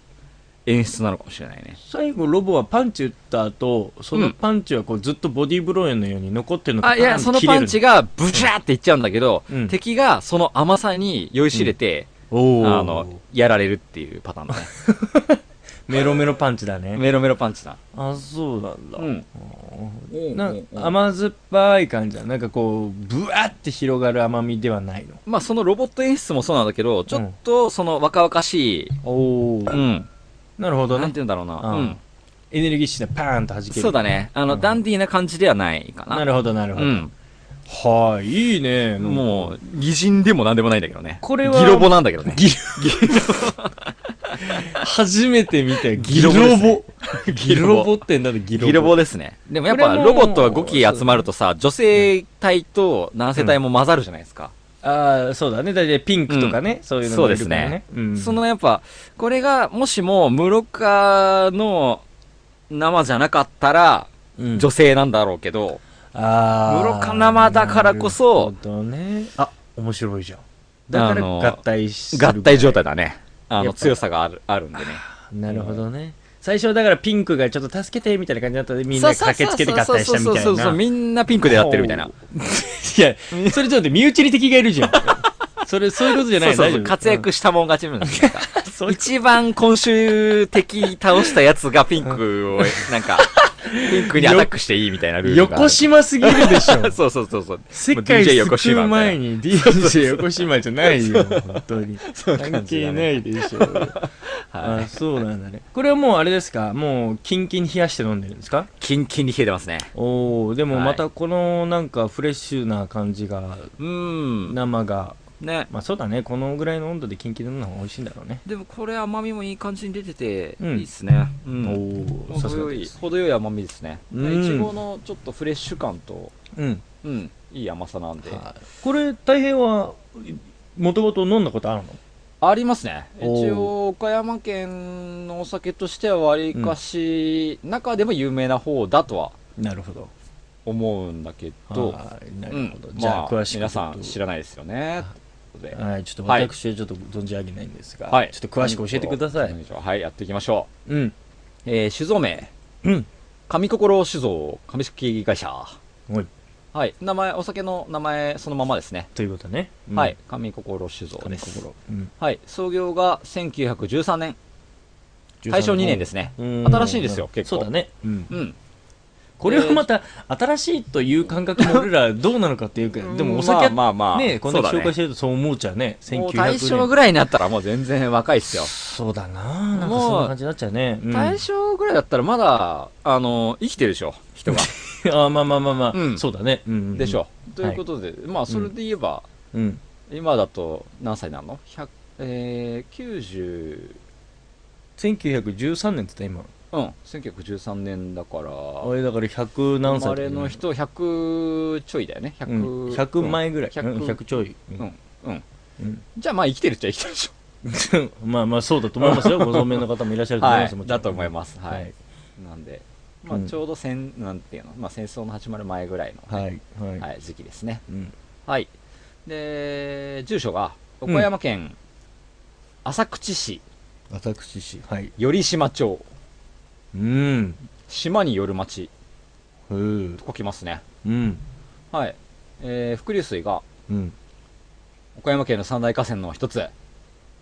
Speaker 7: 演出なのかもしれないね。
Speaker 6: 最後ロボはパンチ打った後、そのパンチはこうずっとボディーブローのように残ってるのか
Speaker 7: あ、いや、そのパンチ
Speaker 6: が、
Speaker 7: がブシャーっていっちゃうんだけど、
Speaker 6: うん
Speaker 7: 敵がその甘さに酔いしれて、
Speaker 6: おー
Speaker 7: あの、やられるっていうパターンだね。
Speaker 6: メロメロパンチだ ね。
Speaker 7: メロメロパンチだ。
Speaker 6: あ、そうなんだ。
Speaker 7: うん。
Speaker 6: な
Speaker 7: あま
Speaker 6: 甘酸っぱい感じだ。なんかこう、ブワって広がる甘みではないの。
Speaker 7: まあ、そのロボット演出もそうなんだけど、ちょっとその若々しい、
Speaker 6: おお、
Speaker 7: うん。
Speaker 6: なるほど
Speaker 7: なん
Speaker 6: ね
Speaker 7: て。言うんだろうな。
Speaker 6: あ
Speaker 7: うん。
Speaker 6: エネルギッシュなパーンと弾ける。
Speaker 7: そうだね。あの、
Speaker 6: うん
Speaker 7: ダンディーな感じではないかな。
Speaker 6: なるほど、なるほど。
Speaker 7: うん。
Speaker 6: はい、いいね。
Speaker 7: もう、擬人でもなんでもないんだけどね。
Speaker 6: これは
Speaker 7: ギロボなんだけどね。
Speaker 6: ギロ、初めて見たよギ
Speaker 7: ギ
Speaker 6: ロ
Speaker 7: ロ
Speaker 6: ボ
Speaker 7: ボですね。
Speaker 6: ギロボってなんだギロボ。
Speaker 7: ギロボですね。でもやっ
Speaker 6: こ
Speaker 7: ぱ
Speaker 6: れも
Speaker 7: ロボットが5機集まるとさ、女性体と男性体も混ざるじゃないですか。
Speaker 6: ああ、そうだね。だいたいピンクとかね、そういうのがいるからね。うん
Speaker 7: そのやっぱ、これがもしも室カの生じゃなかったら、
Speaker 6: うん
Speaker 7: 女性なんだろうけど、室
Speaker 6: あ
Speaker 7: 賀生だからこそ
Speaker 6: なるほどね。あ、面白いじゃん。だか
Speaker 7: あ
Speaker 6: ら
Speaker 7: の
Speaker 6: 合体する
Speaker 7: 合体状態だね。あ
Speaker 6: や
Speaker 7: の、
Speaker 6: っぱ
Speaker 7: 強さがある、あるんでね。
Speaker 6: なるほどね。最初だからピンクがちょっと助けてみたいな感じだったのでみんな駆けつけて合体したみた
Speaker 7: そうそうそ
Speaker 6: いな。
Speaker 7: うそうそうそう、みんなピンクでやってるみたいな。
Speaker 6: いや、それちょっと身内に敵がいるじゃん。それ、 そういうことじゃ
Speaker 7: そ
Speaker 6: な
Speaker 7: う
Speaker 6: い
Speaker 7: そうそう、活躍したもん勝ちなんですよなんか一番今週敵倒したやつがピンクを、なん か、ピンクにアタックしていいみたいなルールがある。
Speaker 6: 横島すぎるでしょ。
Speaker 7: そうそうそうそう。
Speaker 6: 世界
Speaker 7: もう DJ
Speaker 6: 救
Speaker 7: 横島
Speaker 6: う
Speaker 7: みたい
Speaker 6: 前
Speaker 7: な
Speaker 6: に DJ 横島じゃないよ、本当に。関係ないで しょ。あ、そうなんだね。これはもうあれですかもうキンキンに冷やして飲んでるんですか
Speaker 7: キンキンに冷えてますね。
Speaker 6: おおでも
Speaker 7: はい
Speaker 6: またこのなんかフレッシュな感じが、
Speaker 7: うーん。
Speaker 6: 生が、
Speaker 7: ね。
Speaker 6: まあそうだね、このぐらいの温度でキンキンで飲むのが美味しいんだろうね。
Speaker 7: でもこれ甘みもいい感じに出てて、
Speaker 6: うん
Speaker 7: いいっすね。う
Speaker 6: お
Speaker 7: ん。
Speaker 6: おさす
Speaker 7: 程よ
Speaker 6: がで
Speaker 7: い、
Speaker 6: す。
Speaker 7: 程よい甘みですね。い
Speaker 6: うん
Speaker 7: ちごのちょっとフレッシュ感と、
Speaker 6: うん。
Speaker 7: うん、いい甘さなんで。
Speaker 6: これ、大平は、もともと飲んだことあるの
Speaker 7: ありますね
Speaker 6: おー
Speaker 7: 一応岡山県のお酒としてはわりかし、中でも有名な方だとは
Speaker 6: なるほど。
Speaker 7: 思うんだけど、
Speaker 6: はい、な
Speaker 7: う
Speaker 6: る
Speaker 7: ん
Speaker 6: ほど。、じ
Speaker 7: ま
Speaker 6: ゃ
Speaker 7: あ
Speaker 6: あ、詳しく。
Speaker 7: 皆さん知らないですよねということで
Speaker 6: はい、ちょっと
Speaker 7: はい
Speaker 6: 私はちょっと存じ上げないんですが、
Speaker 7: はい
Speaker 6: ちょっと詳しく教えてください。
Speaker 7: はいやっていきましょ
Speaker 6: うん。
Speaker 7: う、えー、酒造名
Speaker 6: うん。
Speaker 7: 上心酒造上式会社
Speaker 6: はい。
Speaker 7: はい名前お酒の名前そのままですね、
Speaker 6: ということね。うん
Speaker 7: はい。上心酒造です
Speaker 6: うん。。
Speaker 7: はい創業が1913年大正2年ですすね
Speaker 6: うん
Speaker 7: 新しいですよ結構
Speaker 6: そうだね。うん。
Speaker 7: うん
Speaker 6: これはまた、新しいという感覚も俺らどうなのかっていうか、でもお酒は、
Speaker 7: まあまあまあ
Speaker 6: ね、こんだけ
Speaker 7: そうだ
Speaker 6: 紹介してるとそう思うちゃうね。
Speaker 7: もう
Speaker 6: 1900
Speaker 7: 大
Speaker 6: 年。
Speaker 7: 正ぐらいになったらもう全然若いっすよ。
Speaker 6: そうだななんかそんな感じになっちゃうね。うん
Speaker 7: 大正ぐらいだったらまだ、あの、生きてるでしょ、人 が。
Speaker 6: あーまあまあまあまあ、
Speaker 7: うん
Speaker 6: そうだね。うんうんうん
Speaker 7: でしょ。ということで、まあそれで言えば、
Speaker 6: うん。
Speaker 7: 今だと何歳なの ?100、えー、
Speaker 6: 1913年って言った今。
Speaker 7: 90、うん、1913年だから、
Speaker 6: あれだから100何
Speaker 7: 生
Speaker 6: 歳
Speaker 7: まれの人100ちょいだよね。100、
Speaker 6: うん、100前ぐらい、
Speaker 7: 100
Speaker 6: 100, ちょい、
Speaker 7: うん。うん。
Speaker 6: うん
Speaker 7: じゃあまあ生きてるっちゃ生きてるでし
Speaker 6: まあまあそうだと思いますよご存命の方もいらっしゃ
Speaker 7: ょ。
Speaker 6: ると思い
Speaker 7: は
Speaker 6: ます、
Speaker 7: い。
Speaker 6: もちろん
Speaker 7: だと思います。は
Speaker 6: はいい。
Speaker 7: なんで、まあ
Speaker 6: うん
Speaker 7: ちょうど戦、なんていうの、まあ戦争の始まる前ぐらいの、
Speaker 6: はいはい、
Speaker 7: はい、時期ですね。
Speaker 6: うん、
Speaker 7: はい。で、住所が、岡山県浅口市
Speaker 6: 私氏はい
Speaker 7: 寄島町。
Speaker 6: うん
Speaker 7: 島による町。
Speaker 6: うん
Speaker 7: とこきますね。
Speaker 6: うん
Speaker 7: はい。えー伏流水が、
Speaker 6: うん
Speaker 7: 岡山県の三大河川の一つ。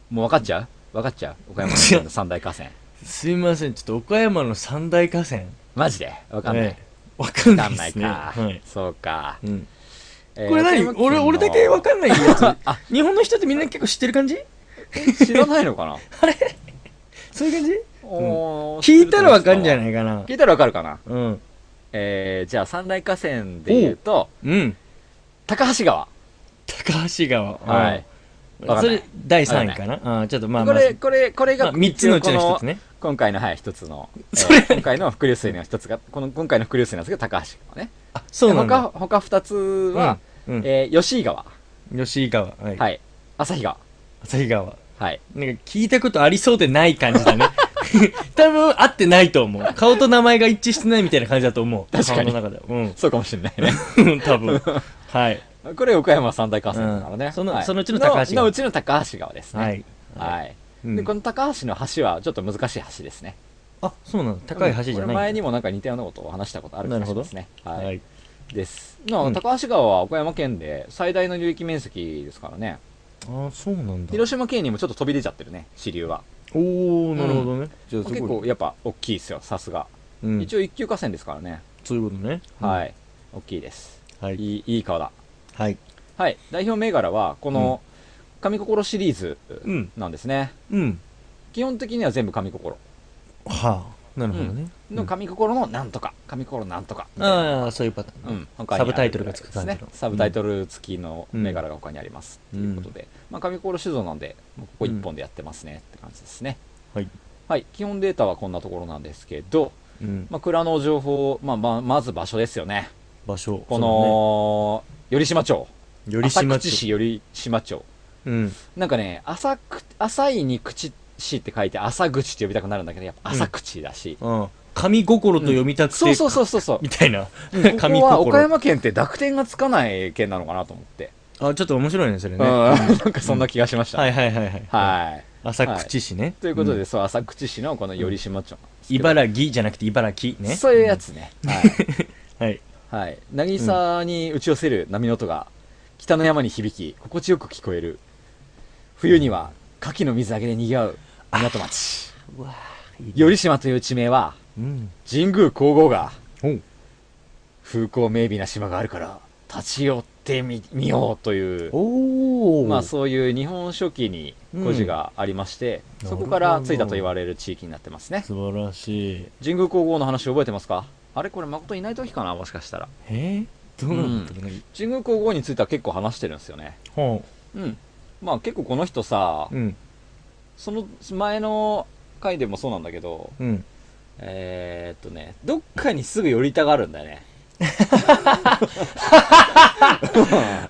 Speaker 7: もう分かっちゃう分かっちゃう岡山県の三大 河川。
Speaker 6: すいませんちょっと岡山の三大河川
Speaker 7: マジで分かんない
Speaker 6: え。えわか
Speaker 7: 分
Speaker 6: んな
Speaker 7: か
Speaker 6: い
Speaker 7: ん
Speaker 6: で
Speaker 7: ない
Speaker 6: すね
Speaker 7: か。
Speaker 6: はい
Speaker 7: そうか。
Speaker 6: うん、
Speaker 7: えー
Speaker 6: これ
Speaker 7: 岡
Speaker 6: 何
Speaker 7: 山県の
Speaker 6: 俺俺だけわかんない やつ日本の人ってみんな結構知ってる感じ
Speaker 7: 知らないの かな
Speaker 6: そういう感じ
Speaker 7: おー
Speaker 6: 聞いたらわかんじゃ
Speaker 7: い
Speaker 6: ないかな
Speaker 7: 聞いたら分かるかな
Speaker 6: うん
Speaker 7: えー、じゃあ三大河川で言うと、
Speaker 6: うん
Speaker 7: 高橋川。
Speaker 6: 高橋川
Speaker 7: はい。わかん
Speaker 6: そ
Speaker 7: ない
Speaker 6: れ第3位かなあーちょっとまあまあ
Speaker 7: これ、これ、これ
Speaker 6: ま
Speaker 7: が、
Speaker 6: あ、3つのうちの一つ
Speaker 7: ね。
Speaker 6: ね
Speaker 7: 今回の、はい、一つの。えー
Speaker 6: それ
Speaker 7: 今回の伏流水の一つが、この、今回の伏流水なんですけど、高橋川ね。
Speaker 6: あそうなんだ
Speaker 7: 他、他二つは、
Speaker 6: うんうん
Speaker 7: えー吉井川。
Speaker 6: 吉井川はい、
Speaker 7: はい。旭川。
Speaker 6: 旭川
Speaker 7: はい。
Speaker 6: なんか聞いたことありそうでない感じ だね多分合ってないと思う顔と名前が一致してないみたいな感じだと思う
Speaker 7: 確かに
Speaker 6: 顔の中では
Speaker 7: そうかもしれないね。
Speaker 6: うん 多分はい
Speaker 7: これ、岡山三大河川だからね。
Speaker 6: うんその
Speaker 7: はい
Speaker 6: そのうちの高橋川
Speaker 7: ののうちの高橋川ですね。
Speaker 6: は
Speaker 7: はい。
Speaker 6: いうん
Speaker 7: で、この高橋の橋は、ちょっと難しい橋ですね。
Speaker 6: あそうなんだ高い橋じゃ
Speaker 7: こ
Speaker 6: ないん
Speaker 7: れ
Speaker 6: だ
Speaker 7: 前にもなんか似たようなことを話したことある気がしますね。
Speaker 6: はい、
Speaker 7: はい。です。な
Speaker 6: う
Speaker 7: あ
Speaker 6: ん
Speaker 7: 高橋川は岡山県で最大の流域面積ですからね。
Speaker 6: あそうなんだ
Speaker 7: 広島県にもちょっと飛び出ちゃってるね、支流は。
Speaker 6: おおなるほどね、じゃあ
Speaker 7: 結構、やっぱ大きいですよ、さすが。
Speaker 6: うん、
Speaker 7: 一応一級河川ですからね。
Speaker 6: そういうことね、
Speaker 7: はいい。大きいです。
Speaker 6: はい
Speaker 7: いい、いい川だ。
Speaker 6: はい
Speaker 7: はい。代表銘柄は、この、神心シリーズ
Speaker 6: うん
Speaker 7: なんですね。
Speaker 6: うん
Speaker 7: 基本的には全部神心。
Speaker 6: はあなるほどね、
Speaker 7: の神心のなんとか、神心なんとか。
Speaker 6: ああそういうパターン、
Speaker 7: うん、
Speaker 6: サブタイトルがつく
Speaker 7: ですね
Speaker 6: 感じの。
Speaker 7: サブタイトル付きの銘柄が他にあります。ということで、まあ、神心酒造なんで、もうここ一本でやってますねって感じですね。
Speaker 6: はい、
Speaker 7: はい。基本データはこんなところなんですけど、
Speaker 6: うん、
Speaker 7: まあ、蔵の情報、まあ、まあ、まず場所ですよね。
Speaker 6: 場所
Speaker 7: この、寄島町。
Speaker 6: そうだね寄島
Speaker 7: 浅口市寄島町。
Speaker 6: うん
Speaker 7: なんかね、浅く、浅いに口市って書いて、浅口って呼びたくなるんだけど、やっぱ浅口だし、
Speaker 6: うん神心と読みたくて、
Speaker 7: そうそうそうそうそう
Speaker 6: みたいな。
Speaker 7: うんここ
Speaker 6: 神
Speaker 7: は岡
Speaker 6: 心。
Speaker 7: 山県って濁点がつかない県なのかなと思って、
Speaker 6: あ、ちょっと面白いね、それ
Speaker 7: う
Speaker 6: ね。
Speaker 7: ん、
Speaker 6: は
Speaker 7: なんかそんな気がしまし
Speaker 6: い
Speaker 7: た、
Speaker 6: はいはいはい。
Speaker 7: はい
Speaker 6: 浅口市ね。
Speaker 7: ということで、
Speaker 6: ん、
Speaker 7: そう浅口市のこの頼島町、
Speaker 6: 茨城じゃなくて茨城ね。
Speaker 7: そういうやつね、
Speaker 6: うん。は
Speaker 7: は
Speaker 6: い。
Speaker 7: い、はい、渚に打ち寄せる波の音が北の山に響き心地よく聞こえる冬には牡蠣の水揚げで賑わう港町頼島という地名は
Speaker 6: うん。
Speaker 7: 神宮皇后が
Speaker 6: おう
Speaker 7: 風光明媚な島があるから立ち寄ってみみようという
Speaker 6: おー。
Speaker 7: まあ、そういう日本書紀に故事がありまして、
Speaker 6: うん
Speaker 7: そこ
Speaker 6: な
Speaker 7: か
Speaker 6: るほど
Speaker 7: らついたと言われる地域になってますね
Speaker 6: 素晴らしい。
Speaker 7: 神宮皇后の話覚えてますかあれこれ誠いない時かなもしかしたら
Speaker 6: えー、どうなったの、
Speaker 7: 神宮皇后については結構話してるんですよね
Speaker 6: ほ
Speaker 7: うんまあ結構この人さ、
Speaker 6: う。うん。
Speaker 7: その前の回でもそうなんだけど
Speaker 6: うん。
Speaker 7: えー、っとねどっかにすぐ寄りたがるんだよね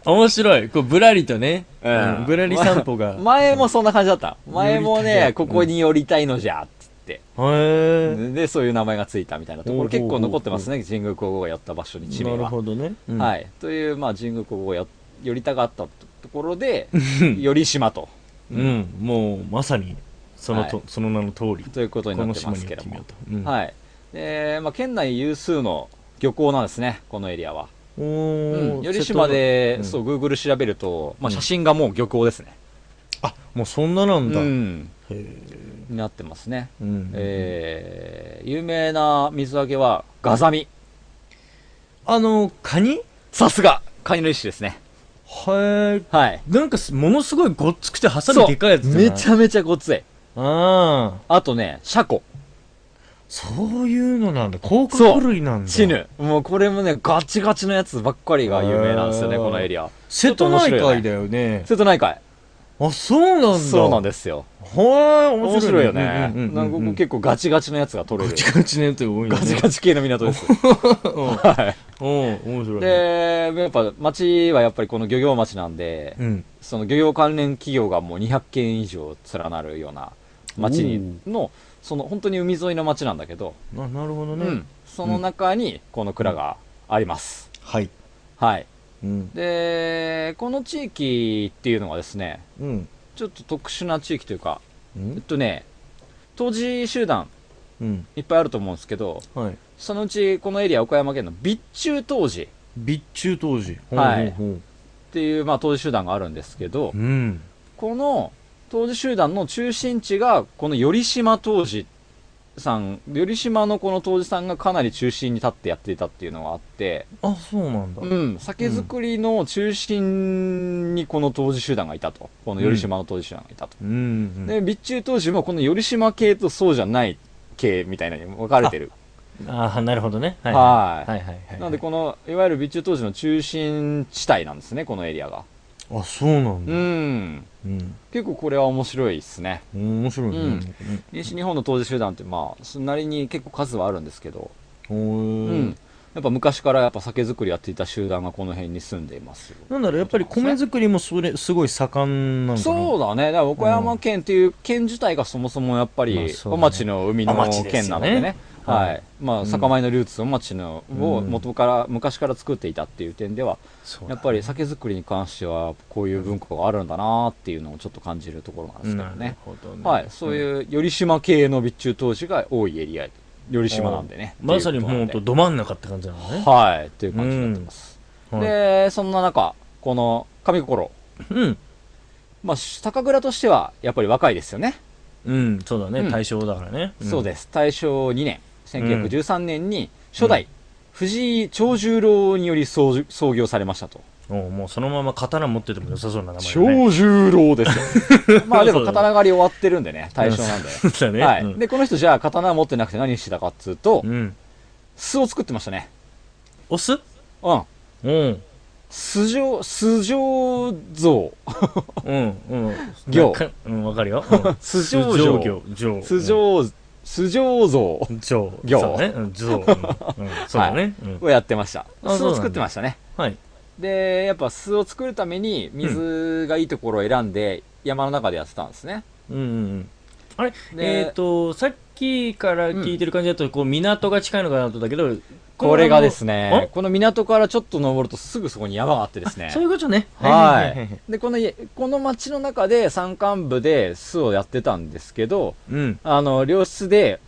Speaker 6: 面白い。こう、ぶらりとね。
Speaker 7: うん
Speaker 6: ぶらり散歩が。
Speaker 7: 前もそんな感じだった前も
Speaker 6: 寄りたが
Speaker 7: ね
Speaker 6: る
Speaker 7: ここに寄りたいのじゃっつって
Speaker 6: へー。
Speaker 7: でそういう名前がついたみたいなとこ
Speaker 6: おうお
Speaker 7: ろ
Speaker 6: うおう
Speaker 7: 結構残ってますね神宮皇后がやった場所に地名は
Speaker 6: なるほどね。うん
Speaker 7: はい、という、まあ、神宮皇后をや寄りたかったとところ で頼島と
Speaker 6: うん、もうまさにそのと、
Speaker 7: はい
Speaker 6: その名の通り
Speaker 7: ということにな
Speaker 6: この
Speaker 7: って
Speaker 6: 島
Speaker 7: ま
Speaker 6: に
Speaker 7: す
Speaker 6: や
Speaker 7: け
Speaker 6: っ
Speaker 7: ど
Speaker 6: てみよ
Speaker 7: も
Speaker 6: う、と、うん
Speaker 7: はいでまあ、県内有数の漁港なんですねこのエリアは、
Speaker 6: お
Speaker 7: うん、
Speaker 6: ー
Speaker 7: 頼島で、
Speaker 6: 瀬戸
Speaker 7: そうう Google 調べると、まあ、
Speaker 6: うん
Speaker 7: 写真がもう漁港ですね、
Speaker 6: あもうそんなな
Speaker 7: うん
Speaker 6: だ、
Speaker 7: ん、
Speaker 6: へー
Speaker 7: になってますね、
Speaker 6: うん
Speaker 7: えー有名な水揚げはガザミ
Speaker 6: あのカニ
Speaker 7: さすがカニの一種ですね
Speaker 6: はい
Speaker 7: はい
Speaker 6: なんかすものすごいごっつくてハサミでかいやつ
Speaker 7: そうめち
Speaker 6: ゃ
Speaker 7: ゃめちゃごつい
Speaker 6: ああ
Speaker 7: あとねシャコ
Speaker 6: そういうのなんだ甲殻類なんだ
Speaker 7: チヌもうこれもねガチガチのやつばっかりが有名なんですよね
Speaker 6: へー
Speaker 7: このエリア
Speaker 6: 瀬戸内海だよね
Speaker 7: 瀬戸内海
Speaker 6: あそうなんだ
Speaker 7: そうなん
Speaker 6: だ
Speaker 7: ですよ
Speaker 6: はい面
Speaker 7: 面白
Speaker 6: 白
Speaker 7: い
Speaker 6: い
Speaker 7: よね
Speaker 6: うんうんうん
Speaker 7: なんか
Speaker 6: う
Speaker 7: ここ
Speaker 6: ん
Speaker 7: 結構ガチガチのやつが取れ
Speaker 6: ガ
Speaker 7: る
Speaker 6: チガチのやつが多いよ
Speaker 7: ガ
Speaker 6: ね
Speaker 7: チガチ系の港ですは
Speaker 6: うん面白い
Speaker 7: い
Speaker 6: ね
Speaker 7: でやっぱ町はやっぱりこの漁業町なんで
Speaker 6: うん
Speaker 7: その漁業関連企業がもう200軒以上連なるような町にのその本当に海沿いの町なんだけど
Speaker 6: ななるほどね、
Speaker 7: うんその中にこの蔵があります
Speaker 6: はい
Speaker 7: はい
Speaker 6: うん
Speaker 7: でこの地域っていうのはですね
Speaker 6: うん
Speaker 7: ちょっと特殊な地域というか、
Speaker 6: う
Speaker 7: えっ
Speaker 6: ん
Speaker 7: とね、当時集団
Speaker 6: うん
Speaker 7: いっぱいあると思うんですけど、
Speaker 6: はい
Speaker 7: そのうちこのエリア、岡山県の備中当時っ
Speaker 6: 備中当時
Speaker 7: はい
Speaker 6: ほうほう
Speaker 7: ていう、まあ、当時集団があるんですけど
Speaker 6: ほう、うん
Speaker 7: この当時集団の中心地が、この頼島当時さん、頼島のこの当時さんがかなり中心に立ってやっていたっていうのがあって、
Speaker 6: あそうなんだ
Speaker 7: うん、酒造りの中心にこの当時集団がいたと、この頼島の当時集団がいたと。
Speaker 6: うんうん
Speaker 7: で、備中当時もこの頼島系とそうじゃない系みたいなのに分かれてる。
Speaker 6: ああなるほどねはい
Speaker 7: はい
Speaker 6: はいはいはい
Speaker 7: なんでこの、いわゆる備中当時の中心地帯なんですね、このエリアが。
Speaker 6: あそうなん
Speaker 7: う
Speaker 6: だ
Speaker 7: ん。
Speaker 6: うん
Speaker 7: 結構これは面白いですね。
Speaker 6: 面白いね
Speaker 7: うん西日本の当時集団って、まあ、それなりに結構数はあるんですけど、
Speaker 6: うん
Speaker 7: う
Speaker 6: おー
Speaker 7: ん。やっぱ昔からやっぱ酒造りやっていた集団がこの辺に住んでいますよ。
Speaker 6: なんだろうやっぱり米作りもそれすごい盛んなのかな
Speaker 7: そううだね。だから岡山県っていう県自体がそもそもやっぱり、
Speaker 6: まあそう
Speaker 7: 小
Speaker 6: だね
Speaker 7: 町の海の
Speaker 6: 小町ですよね
Speaker 7: 県なのでね。
Speaker 6: はい
Speaker 7: はい。ま
Speaker 6: う
Speaker 7: あ、
Speaker 6: ん
Speaker 7: 酒米のルーツ、小町のを
Speaker 6: うん
Speaker 7: 元から、昔から作っていたっていう点では、
Speaker 6: そうだ
Speaker 7: やっぱり酒造りに関してはこういう文化があるんだなっていうのをちょっと感じるところなんですけど
Speaker 6: なる
Speaker 7: ね、
Speaker 6: ほどね
Speaker 7: はい、そういう頼島系の備中当時が多いエリア頼島なんでね
Speaker 6: まさにもうほん
Speaker 7: と
Speaker 6: と
Speaker 7: いうこ
Speaker 6: ど真ん中って感じなの
Speaker 7: となん
Speaker 6: ね
Speaker 7: ではいという感じになってます、
Speaker 6: はい
Speaker 7: でそんな中この上心
Speaker 6: うん
Speaker 7: まあ酒蔵としてはやっぱり若いですよね、
Speaker 6: うんそうだ
Speaker 7: う
Speaker 6: ね
Speaker 7: ん
Speaker 6: 大正だからね
Speaker 7: そう
Speaker 6: す
Speaker 7: です大正2年1913年に初代、藤井長十郎により創じ創業されましたと。
Speaker 6: おうもうそのまま刀持ってても良さそうな名前だね
Speaker 7: 長十郎ですよ。 まあでも刀狩り終わってるんでね、対象なんで。
Speaker 6: そうだね
Speaker 7: はい、
Speaker 6: うん
Speaker 7: でこの人じゃあ刀持ってなくて何してたかっつうと
Speaker 6: うん
Speaker 7: 酢を作ってましたね
Speaker 6: お酢
Speaker 7: うん
Speaker 6: うん
Speaker 7: 酢上酢醸造
Speaker 6: うんうん。
Speaker 7: 行
Speaker 6: なんかうん、わかるよ。うん
Speaker 7: 酢
Speaker 6: 酢
Speaker 7: 醸
Speaker 6: 上
Speaker 7: 造
Speaker 6: 行。上。
Speaker 7: 酢醸酢醸造
Speaker 6: うん。上。
Speaker 7: 行
Speaker 6: そうね。うん上。うんうんそうだね。うん
Speaker 7: をやってました
Speaker 6: あ
Speaker 7: 酢を作ってましたね
Speaker 6: はい。
Speaker 7: でやっぱ酢を作るために水がいいところを選んで山の中でやってたんですね、
Speaker 6: うんうんうん。あれ
Speaker 7: で
Speaker 6: えっと、さっきいから聞いてる感じだと、こう、港が近いのかなと思ったけど、
Speaker 7: これがです
Speaker 6: あ
Speaker 7: ね、この港からちょっと登るとすぐそこに山があってですね。
Speaker 6: そういうことね。
Speaker 7: はい
Speaker 6: いい。
Speaker 7: で、この家、この町の中で山間部で巣をやってたんですけど、
Speaker 6: うん。
Speaker 7: あの、良質で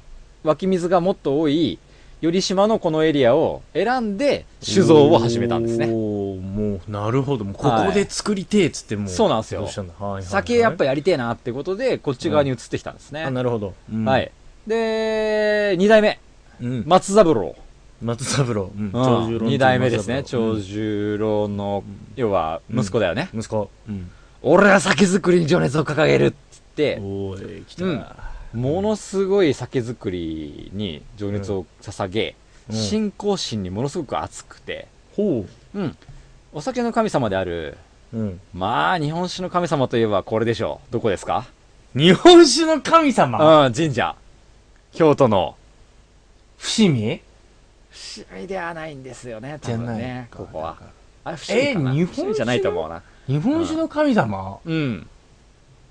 Speaker 7: 湧き水がもっと多い、寄島のこのエリアを選んで酒造を始めたんですね。
Speaker 6: おーもう、なるほど。もうここで作りてえっつってもう。
Speaker 7: そうなんですよ
Speaker 6: どしたんだはいはいはい
Speaker 7: 酒やっぱやりてえなってことで、こっち側に移ってきたんですね
Speaker 6: あ、。なるほど。うん
Speaker 7: は。い。で、二代目、
Speaker 6: うん。
Speaker 7: 松三郎。
Speaker 6: 松三郎。う
Speaker 7: う
Speaker 6: ん
Speaker 7: ん
Speaker 6: 長十郎の
Speaker 7: 二代目ですね。
Speaker 6: 松三郎
Speaker 7: 長十郎の、要は、息子だよね。
Speaker 6: うん息子。うん。
Speaker 7: 俺は酒造りに情熱を掲げるって言って、
Speaker 6: おーい、来
Speaker 7: うん
Speaker 6: た。
Speaker 7: ものすごい酒造りに情熱を捧げ、
Speaker 6: うん
Speaker 7: 信仰心にものすごく熱くて、
Speaker 6: ほ
Speaker 7: うん。お酒の神様である、
Speaker 6: う。うん。
Speaker 7: まあ、日本酒の神様といえばこれでしょう。どこですか
Speaker 6: 日本酒の神様
Speaker 7: うん、神社。京都の。
Speaker 6: 伏見
Speaker 9: 趣味ではないんですよね、
Speaker 6: じゃない
Speaker 9: ね、ここは。あれ、不
Speaker 6: え
Speaker 9: かな
Speaker 6: 日本酒
Speaker 7: 伏見じゃないと思うな。
Speaker 6: 日本酒の神様
Speaker 7: うん。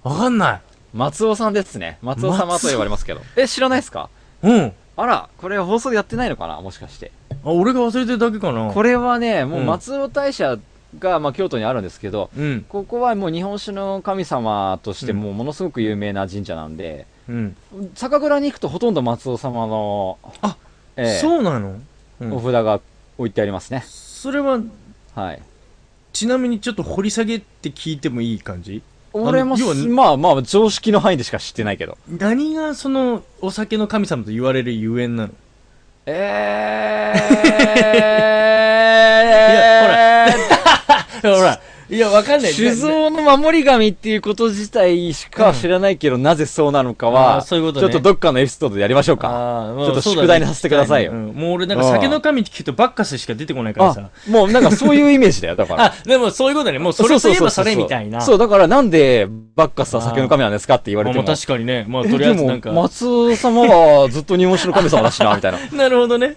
Speaker 6: わかんな
Speaker 7: 松尾さんですね。松尾様と呼ばれますけど。え、知らないですか
Speaker 6: い。うん。
Speaker 7: あら、これ放送でやってないのかなもしかして。
Speaker 6: あ、俺が忘れてるだけかな
Speaker 7: こ
Speaker 6: れ。
Speaker 7: れはね、もううん松尾大社が、まあ、京都にあるんですけど、
Speaker 6: うん。
Speaker 7: ここはもう日本酒の神様として
Speaker 6: うん
Speaker 7: もうものすごく有名な神社なんで、
Speaker 6: うん。
Speaker 7: 酒蔵に行くとほとんど松尾様の、
Speaker 6: あ
Speaker 7: ええ
Speaker 6: そうなのう
Speaker 7: お
Speaker 6: ん。
Speaker 7: 札が置いてありますね。
Speaker 6: それは、
Speaker 7: はい。
Speaker 6: ちなみにちょっと掘り下げって聞いてもいい感じの
Speaker 7: 俺もす
Speaker 6: 要はね
Speaker 7: まあまあ常識の範囲でしか知ってないけど。
Speaker 6: 何がそのお酒の神様と言われるゆえんなの
Speaker 7: えー、
Speaker 6: やほら、いや、わかんない。
Speaker 7: 酒造の守り神っていうこと自体しか知らないけど、なぜそうなのか
Speaker 6: あー
Speaker 7: は、
Speaker 6: そういうことね
Speaker 7: ちょっとどっかのエピソードでやりましょうか。
Speaker 6: あーまあ
Speaker 7: ちょっと
Speaker 6: そうだね
Speaker 7: 宿題にさせてくださいよ
Speaker 6: うんもう俺なんか酒の神って聞くとバッカスしか出てこないからさ。
Speaker 7: もうなんかそういうイメージだよ、だから。
Speaker 6: あ、でもそういうことだね。もうそれといえばそれみたいな。
Speaker 7: そう、だからなんでバッカスは酒の神なんですかって言わ
Speaker 6: ま
Speaker 7: れて
Speaker 6: あまあ
Speaker 7: も。
Speaker 6: 確かにね。まあ
Speaker 7: え
Speaker 6: とりあえずなんか。
Speaker 7: でも松尾様はずっと日本酒の神様だしな、みたい な。
Speaker 6: なるほどね。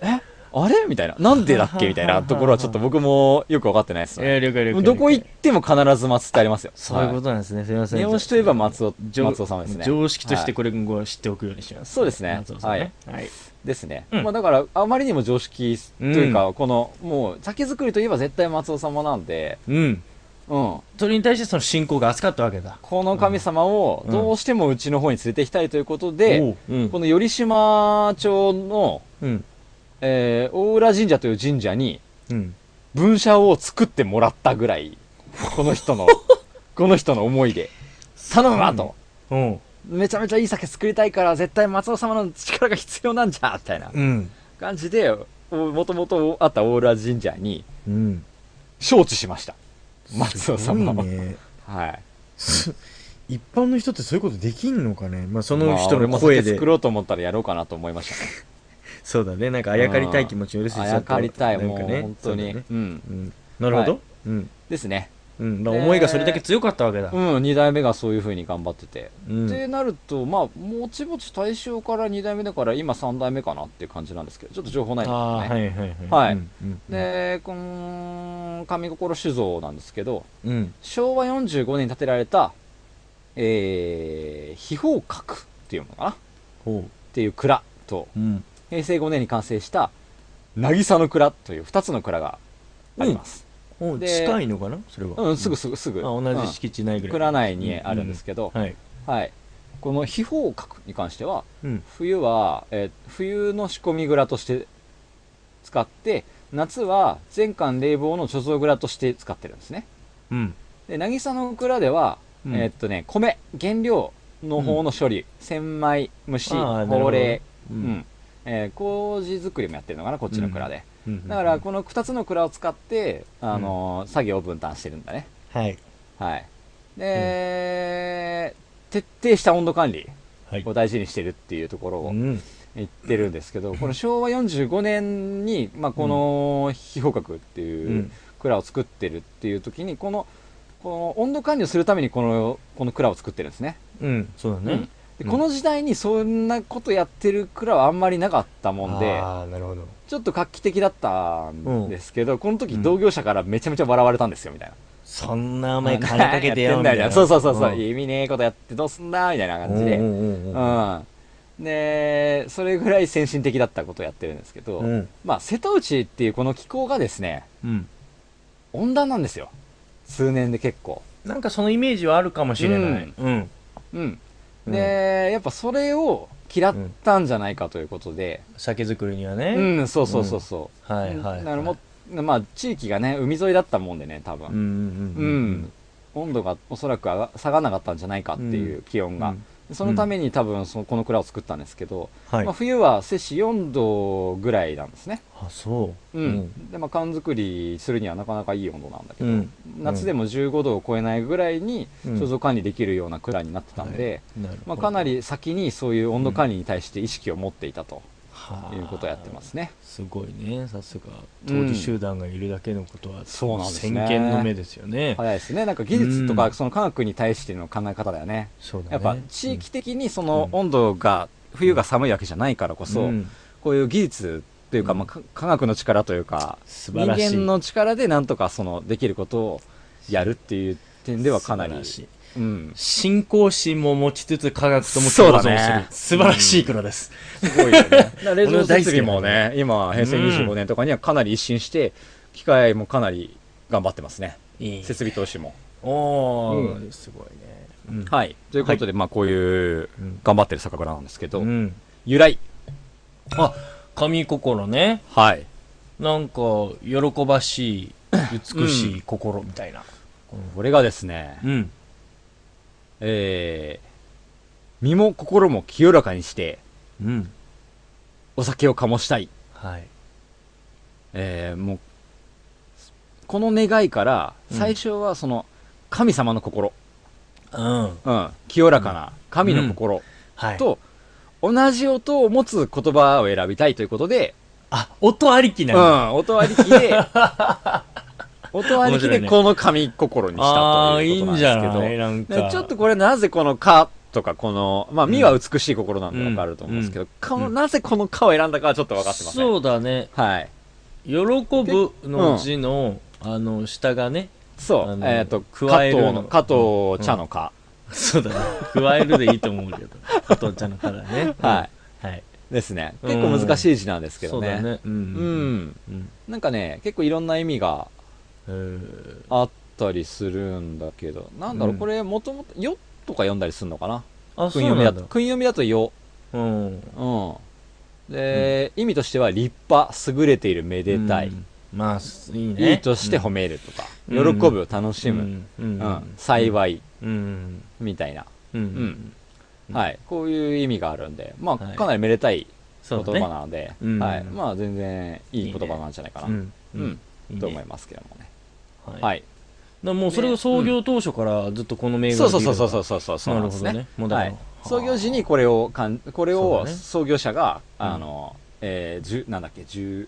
Speaker 7: あれみたいな。なんでだっけみた いなところはちょっと僕もよくわかってないですね。
Speaker 6: えー、了解了解。
Speaker 7: どこ行っても必ず松ってありますよ。
Speaker 6: そういうことなんですね。すみません。
Speaker 7: 日本酒といえば松尾、
Speaker 6: 常
Speaker 7: 松尾様ですね。
Speaker 6: 常識として
Speaker 7: はい
Speaker 6: これ今後は知っておくようにします。
Speaker 7: そうですね
Speaker 6: 松尾さんねはい。
Speaker 7: ですね。
Speaker 6: うん
Speaker 7: まあだから、あまりにも常識というか、この、もう、酒造りといえば絶対松尾様なんで、
Speaker 6: うん。
Speaker 7: うん。
Speaker 6: それに対してその信仰が厚かったわけだ。
Speaker 7: この神様を
Speaker 6: うん
Speaker 7: どうしてもうちの方に連れて行きたいということで、
Speaker 6: おううん
Speaker 7: この頼島町の、
Speaker 6: うん。
Speaker 7: えー大浦神社という神社に
Speaker 6: うん。
Speaker 7: 文社を作ってもらったぐらい、この人の、 この人の思いで、頼むわと、
Speaker 6: おう
Speaker 7: めちゃめちゃいい酒作りたいから絶対松尾様の力が必要なんじゃみたいな
Speaker 6: うん。
Speaker 7: 感じで、もともとあった大浦神社に
Speaker 6: うん。
Speaker 7: 招致しました。松尾
Speaker 6: すご
Speaker 7: 様を。
Speaker 6: いね。
Speaker 7: はい。
Speaker 6: 一般の人ってそういうことできんのかねまあそ
Speaker 7: こ
Speaker 6: の人の声
Speaker 7: 酒
Speaker 6: で
Speaker 7: 作。ろうと思ったらやろうかなと思いま した。
Speaker 6: そうだね。なんかあやかりたい気持ちを許す
Speaker 7: あやかりたい、もう本当に、
Speaker 6: ね。
Speaker 7: うん。
Speaker 6: うん。なるほ
Speaker 7: は
Speaker 6: ど。うん。
Speaker 7: ですね。
Speaker 6: うん。まあ
Speaker 7: えー
Speaker 6: 思いがそれだけ強かったわけだ。
Speaker 7: うん、二代目がそういう風に頑張ってて。
Speaker 6: うん
Speaker 7: ってなると、まあ、もちもち大正から二代目だから、今三代目かなっていう感じなんですけど、ちょっと情報ないん
Speaker 6: あ
Speaker 7: です
Speaker 6: あ、
Speaker 7: よね。
Speaker 6: はいはいは。
Speaker 7: はいい
Speaker 6: うんうん
Speaker 7: で、この、上心酒造なんですけど、
Speaker 6: うん。
Speaker 7: 昭和45年に建てられた、えー、秘宝閣っていうのかなっ
Speaker 6: ほ
Speaker 7: ていう蔵と、
Speaker 6: う。うん。
Speaker 7: 平成5年に完成した、渚の蔵という二つの蔵があります。
Speaker 6: ほう
Speaker 7: で
Speaker 6: 近いのかなそれは。
Speaker 7: うん、すぐすぐすぐ。
Speaker 6: あ同
Speaker 7: うん
Speaker 6: じ敷地内ぐらい。
Speaker 7: 蔵内にあるんですけど、
Speaker 6: はい。
Speaker 7: はい、この秘宝閣に関しては
Speaker 6: うん。
Speaker 7: 冬は、えー冬の仕込み蔵として使って夏は全館冷房の貯蔵蔵として使ってるんですね
Speaker 6: うん。
Speaker 7: で渚の蔵では、
Speaker 6: うん
Speaker 7: えーっとね米原料の方の処理、千枚蒸し
Speaker 6: あーなる
Speaker 7: ほ
Speaker 6: ほど
Speaker 7: うれ
Speaker 6: う
Speaker 7: い、うん。えー麹作りもやってるのかなこっちの蔵で、
Speaker 6: うん
Speaker 7: だから、この2つの蔵を使って、あのー作業を分担してるんだね
Speaker 6: はい。
Speaker 7: はい。で、徹底した温度管理
Speaker 6: はい
Speaker 7: を。大事にしてるっていうところ
Speaker 6: う
Speaker 7: を
Speaker 6: ん。
Speaker 7: 言ってるんですけど、この昭和45年に、まあ、この非表格って
Speaker 6: う
Speaker 7: いうん蔵を作ってるっていう時に、この、この温度管理をするためにこの、この蔵を作ってるんですね。
Speaker 6: うん。そうだね。
Speaker 7: で
Speaker 6: うん
Speaker 7: この時代にそんなことやってる蔵はあんまりなかったもんで、
Speaker 6: ああ、なるほど。
Speaker 7: ちょっと画期的だったんですけど、この
Speaker 6: う
Speaker 7: 時
Speaker 6: ん
Speaker 7: 同業者からめちゃめちゃ笑われたんですよ、みたいな。
Speaker 6: そんなお前金かけてよ。
Speaker 7: やってん
Speaker 6: み
Speaker 7: だ
Speaker 6: た
Speaker 7: よ
Speaker 6: いな
Speaker 7: そうそうそうそう、
Speaker 6: ん
Speaker 7: 意味ねえことやってどうすんだみたいな感じで、
Speaker 6: う
Speaker 7: うん
Speaker 6: うんうんうん
Speaker 7: んで、それぐらい先進的だったことをやってるんですけど、
Speaker 6: うん。
Speaker 7: まあ、瀬戸内っていうこの気候がですね、
Speaker 6: うん。
Speaker 7: 温暖なんですよ。数年で結構。
Speaker 6: なんかそのイメージはあるかもしれない。うん。
Speaker 7: うん。で、やっぱそれを嫌ったんじゃないかということで、
Speaker 6: 酒造りには
Speaker 7: う
Speaker 6: ね。
Speaker 7: ん、そうそうそうそう。
Speaker 6: はいはい。
Speaker 7: なるもまあ、地域がね、海沿いだったもんでね、多
Speaker 6: うん
Speaker 7: 分。
Speaker 6: う
Speaker 7: うん。
Speaker 6: ん
Speaker 7: 温度がおそらく上が下がらなかったんじゃないかっていう気
Speaker 6: う
Speaker 7: 温
Speaker 6: ん。
Speaker 7: が。そのために多分そのこの蔵を作ったんですけど、
Speaker 6: はい
Speaker 7: まあ、。冬は摂氏4度ぐらいなんですね。
Speaker 6: あ、そうう。
Speaker 7: ん。で、まあ、缶作りするにはなかなかいい温度なんだけ
Speaker 6: う
Speaker 7: ど、
Speaker 6: ん。
Speaker 7: 夏でも15度を超えないぐらいに
Speaker 6: うん
Speaker 7: 貯蔵管理できるような蔵になってたんで、
Speaker 6: なるほど
Speaker 7: まあ、かなり先にそういう温度管理に対して意識を持っていたということをやってますね。
Speaker 6: すごいねさすが当
Speaker 7: うん
Speaker 6: 時集団がいるだけのことは、
Speaker 7: そうなんです
Speaker 6: 先
Speaker 7: ね
Speaker 6: 見の目ですよね、
Speaker 7: 早いですね。なんか技術と
Speaker 6: う
Speaker 7: か
Speaker 6: ん
Speaker 7: その科学に対しての考え方だよね。
Speaker 6: そうだね
Speaker 7: やっぱ地域的にその温度が冬が寒いわけじゃないからこそ、
Speaker 6: ん
Speaker 7: こういう技術というか、まあ、か科学の力というか、
Speaker 6: 素
Speaker 7: 人
Speaker 6: 晴らしい
Speaker 7: 間の力でなんとかそのできることをやるっていう点ではかなり、
Speaker 6: 素晴らしい
Speaker 7: うん、
Speaker 6: 信仰心も持ちつつ科学とも
Speaker 7: そうだ
Speaker 6: する、
Speaker 7: ね
Speaker 6: 素晴らしい黒です、
Speaker 7: すごいよね。冷
Speaker 6: 俺
Speaker 7: 蔵
Speaker 6: の大
Speaker 7: 設
Speaker 6: 好きな
Speaker 7: 備もね、今、平成25年とかにはかなり一新して、機械もかなり頑張ってますね。
Speaker 6: いい
Speaker 7: 設備投資も。
Speaker 6: おお、すごいね、
Speaker 7: はい。ということで、まあ、こういう
Speaker 6: うん
Speaker 7: 頑張ってる酒蔵なんですけ
Speaker 6: う
Speaker 7: ど、
Speaker 6: ん、
Speaker 7: 由来。
Speaker 6: あ神心ね
Speaker 7: はい。
Speaker 6: なんか喜ばしい美しい心みたいな
Speaker 7: これがですね、
Speaker 6: うん、
Speaker 7: えー、身も心も清らかにして、
Speaker 6: うん
Speaker 7: お酒を醸したい。
Speaker 6: はい
Speaker 7: えー、もう、この願いから、
Speaker 6: うん
Speaker 7: 最初はその、神様の心、
Speaker 6: うん
Speaker 7: うん、清らかな神の心、
Speaker 6: はい
Speaker 7: と同じ音を持つ言葉を選びたいということで、
Speaker 6: あ音ありき
Speaker 7: う
Speaker 6: なん
Speaker 7: ん、
Speaker 6: だ、
Speaker 7: 音ありきで、 音ありき
Speaker 6: 面白い
Speaker 7: で
Speaker 6: ね
Speaker 7: この神心にした
Speaker 6: ああ
Speaker 7: と
Speaker 6: ーい
Speaker 7: い
Speaker 6: いう
Speaker 7: ことなんで
Speaker 6: んじ
Speaker 7: す
Speaker 6: ゃ
Speaker 7: けど、
Speaker 6: ないなん
Speaker 7: で
Speaker 6: か
Speaker 7: ちょっとこれなぜこの「か」とかこの、まあ、みは美しい心なんでわかると思うんですけど、このなぜこの「か」を選んだかはちょっと分かってません。
Speaker 6: そうだね
Speaker 7: はい。
Speaker 6: 喜ぶの字の、あの下がね
Speaker 7: そ
Speaker 6: あ
Speaker 7: う、
Speaker 6: の
Speaker 7: えっ、と、加
Speaker 6: 加える
Speaker 7: 藤
Speaker 6: の
Speaker 7: の、加藤茶のか、
Speaker 6: そうだね加えるでいいと思うけ ど加藤ちゃんのからね、
Speaker 7: はい
Speaker 6: はい、
Speaker 7: ですね。結構難しい字なんですけど
Speaker 6: そう
Speaker 7: ね。
Speaker 6: だねう
Speaker 7: う
Speaker 6: んうん
Speaker 7: ん。
Speaker 6: うん
Speaker 7: なんかね、結構いろんな意味が
Speaker 6: えー
Speaker 7: あったりするんだけど、なんだろう、
Speaker 6: うん
Speaker 7: これ、もともと、よとか読んだりするのかな
Speaker 6: あそ
Speaker 7: 訓
Speaker 6: う
Speaker 7: 読み
Speaker 6: な
Speaker 7: だ
Speaker 6: んだ
Speaker 7: と。訓読みだとよ。
Speaker 6: うん
Speaker 7: うん。で、意味としては、立派、優れている、めでたい。
Speaker 6: うんまあすいいね
Speaker 7: いいとして褒めるとか、
Speaker 6: うん
Speaker 7: 喜ぶ、楽しむ、
Speaker 6: う
Speaker 7: うんん、幸い、
Speaker 6: うん
Speaker 7: みたいな。
Speaker 6: うん、
Speaker 7: うんはい。こういう意味があるんで、まあ、
Speaker 6: はい
Speaker 7: かなりめでたい
Speaker 6: そ
Speaker 7: 言
Speaker 6: うだ
Speaker 7: 葉
Speaker 6: ね
Speaker 7: なので、
Speaker 6: うん
Speaker 7: はい。まあ、全然いい言葉なんじゃないかな。
Speaker 6: うん
Speaker 7: うん、
Speaker 6: ね
Speaker 7: と思いますけどもね。
Speaker 6: は
Speaker 7: は
Speaker 6: い、
Speaker 7: い。
Speaker 6: だからもうそれが創業当初からずっとこの銘柄
Speaker 7: そうそうそう
Speaker 6: で
Speaker 7: そうそうそうそうなんです
Speaker 6: なる
Speaker 7: ね。
Speaker 6: ほどねもうだか
Speaker 7: は
Speaker 6: ら
Speaker 7: い、創業時にこれをかんこれ
Speaker 6: そう
Speaker 7: を
Speaker 6: だね
Speaker 7: 創業者が、
Speaker 6: うん
Speaker 7: あの、えー、じゅなんだっけ十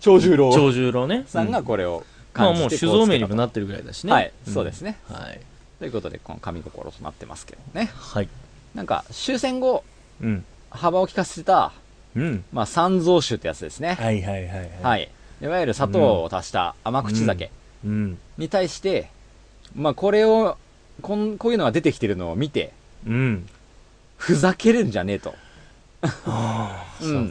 Speaker 7: 長十郎
Speaker 6: いる長十郎ね
Speaker 7: さんがこれを
Speaker 6: まあ
Speaker 7: 感じて
Speaker 6: もう
Speaker 7: こ
Speaker 6: 酒造
Speaker 7: つ
Speaker 6: 名
Speaker 7: け
Speaker 6: に
Speaker 7: た
Speaker 6: もなってるぐらいだしね
Speaker 7: はい、そうですね。
Speaker 6: はい
Speaker 7: ということでこの神心となってますけどね。
Speaker 6: はい
Speaker 7: なんか終戦後
Speaker 6: うん
Speaker 7: 幅を利かせた
Speaker 6: うん
Speaker 7: まあ三蔵酒ってやつですね。
Speaker 6: はいはいはい、
Speaker 7: はいい。いわゆる砂糖を足した甘口酒
Speaker 6: うん
Speaker 7: に対して、まあこれをこんこういうのが出てきてるのを見て
Speaker 6: うん
Speaker 7: ふざけるんじゃねえと。うん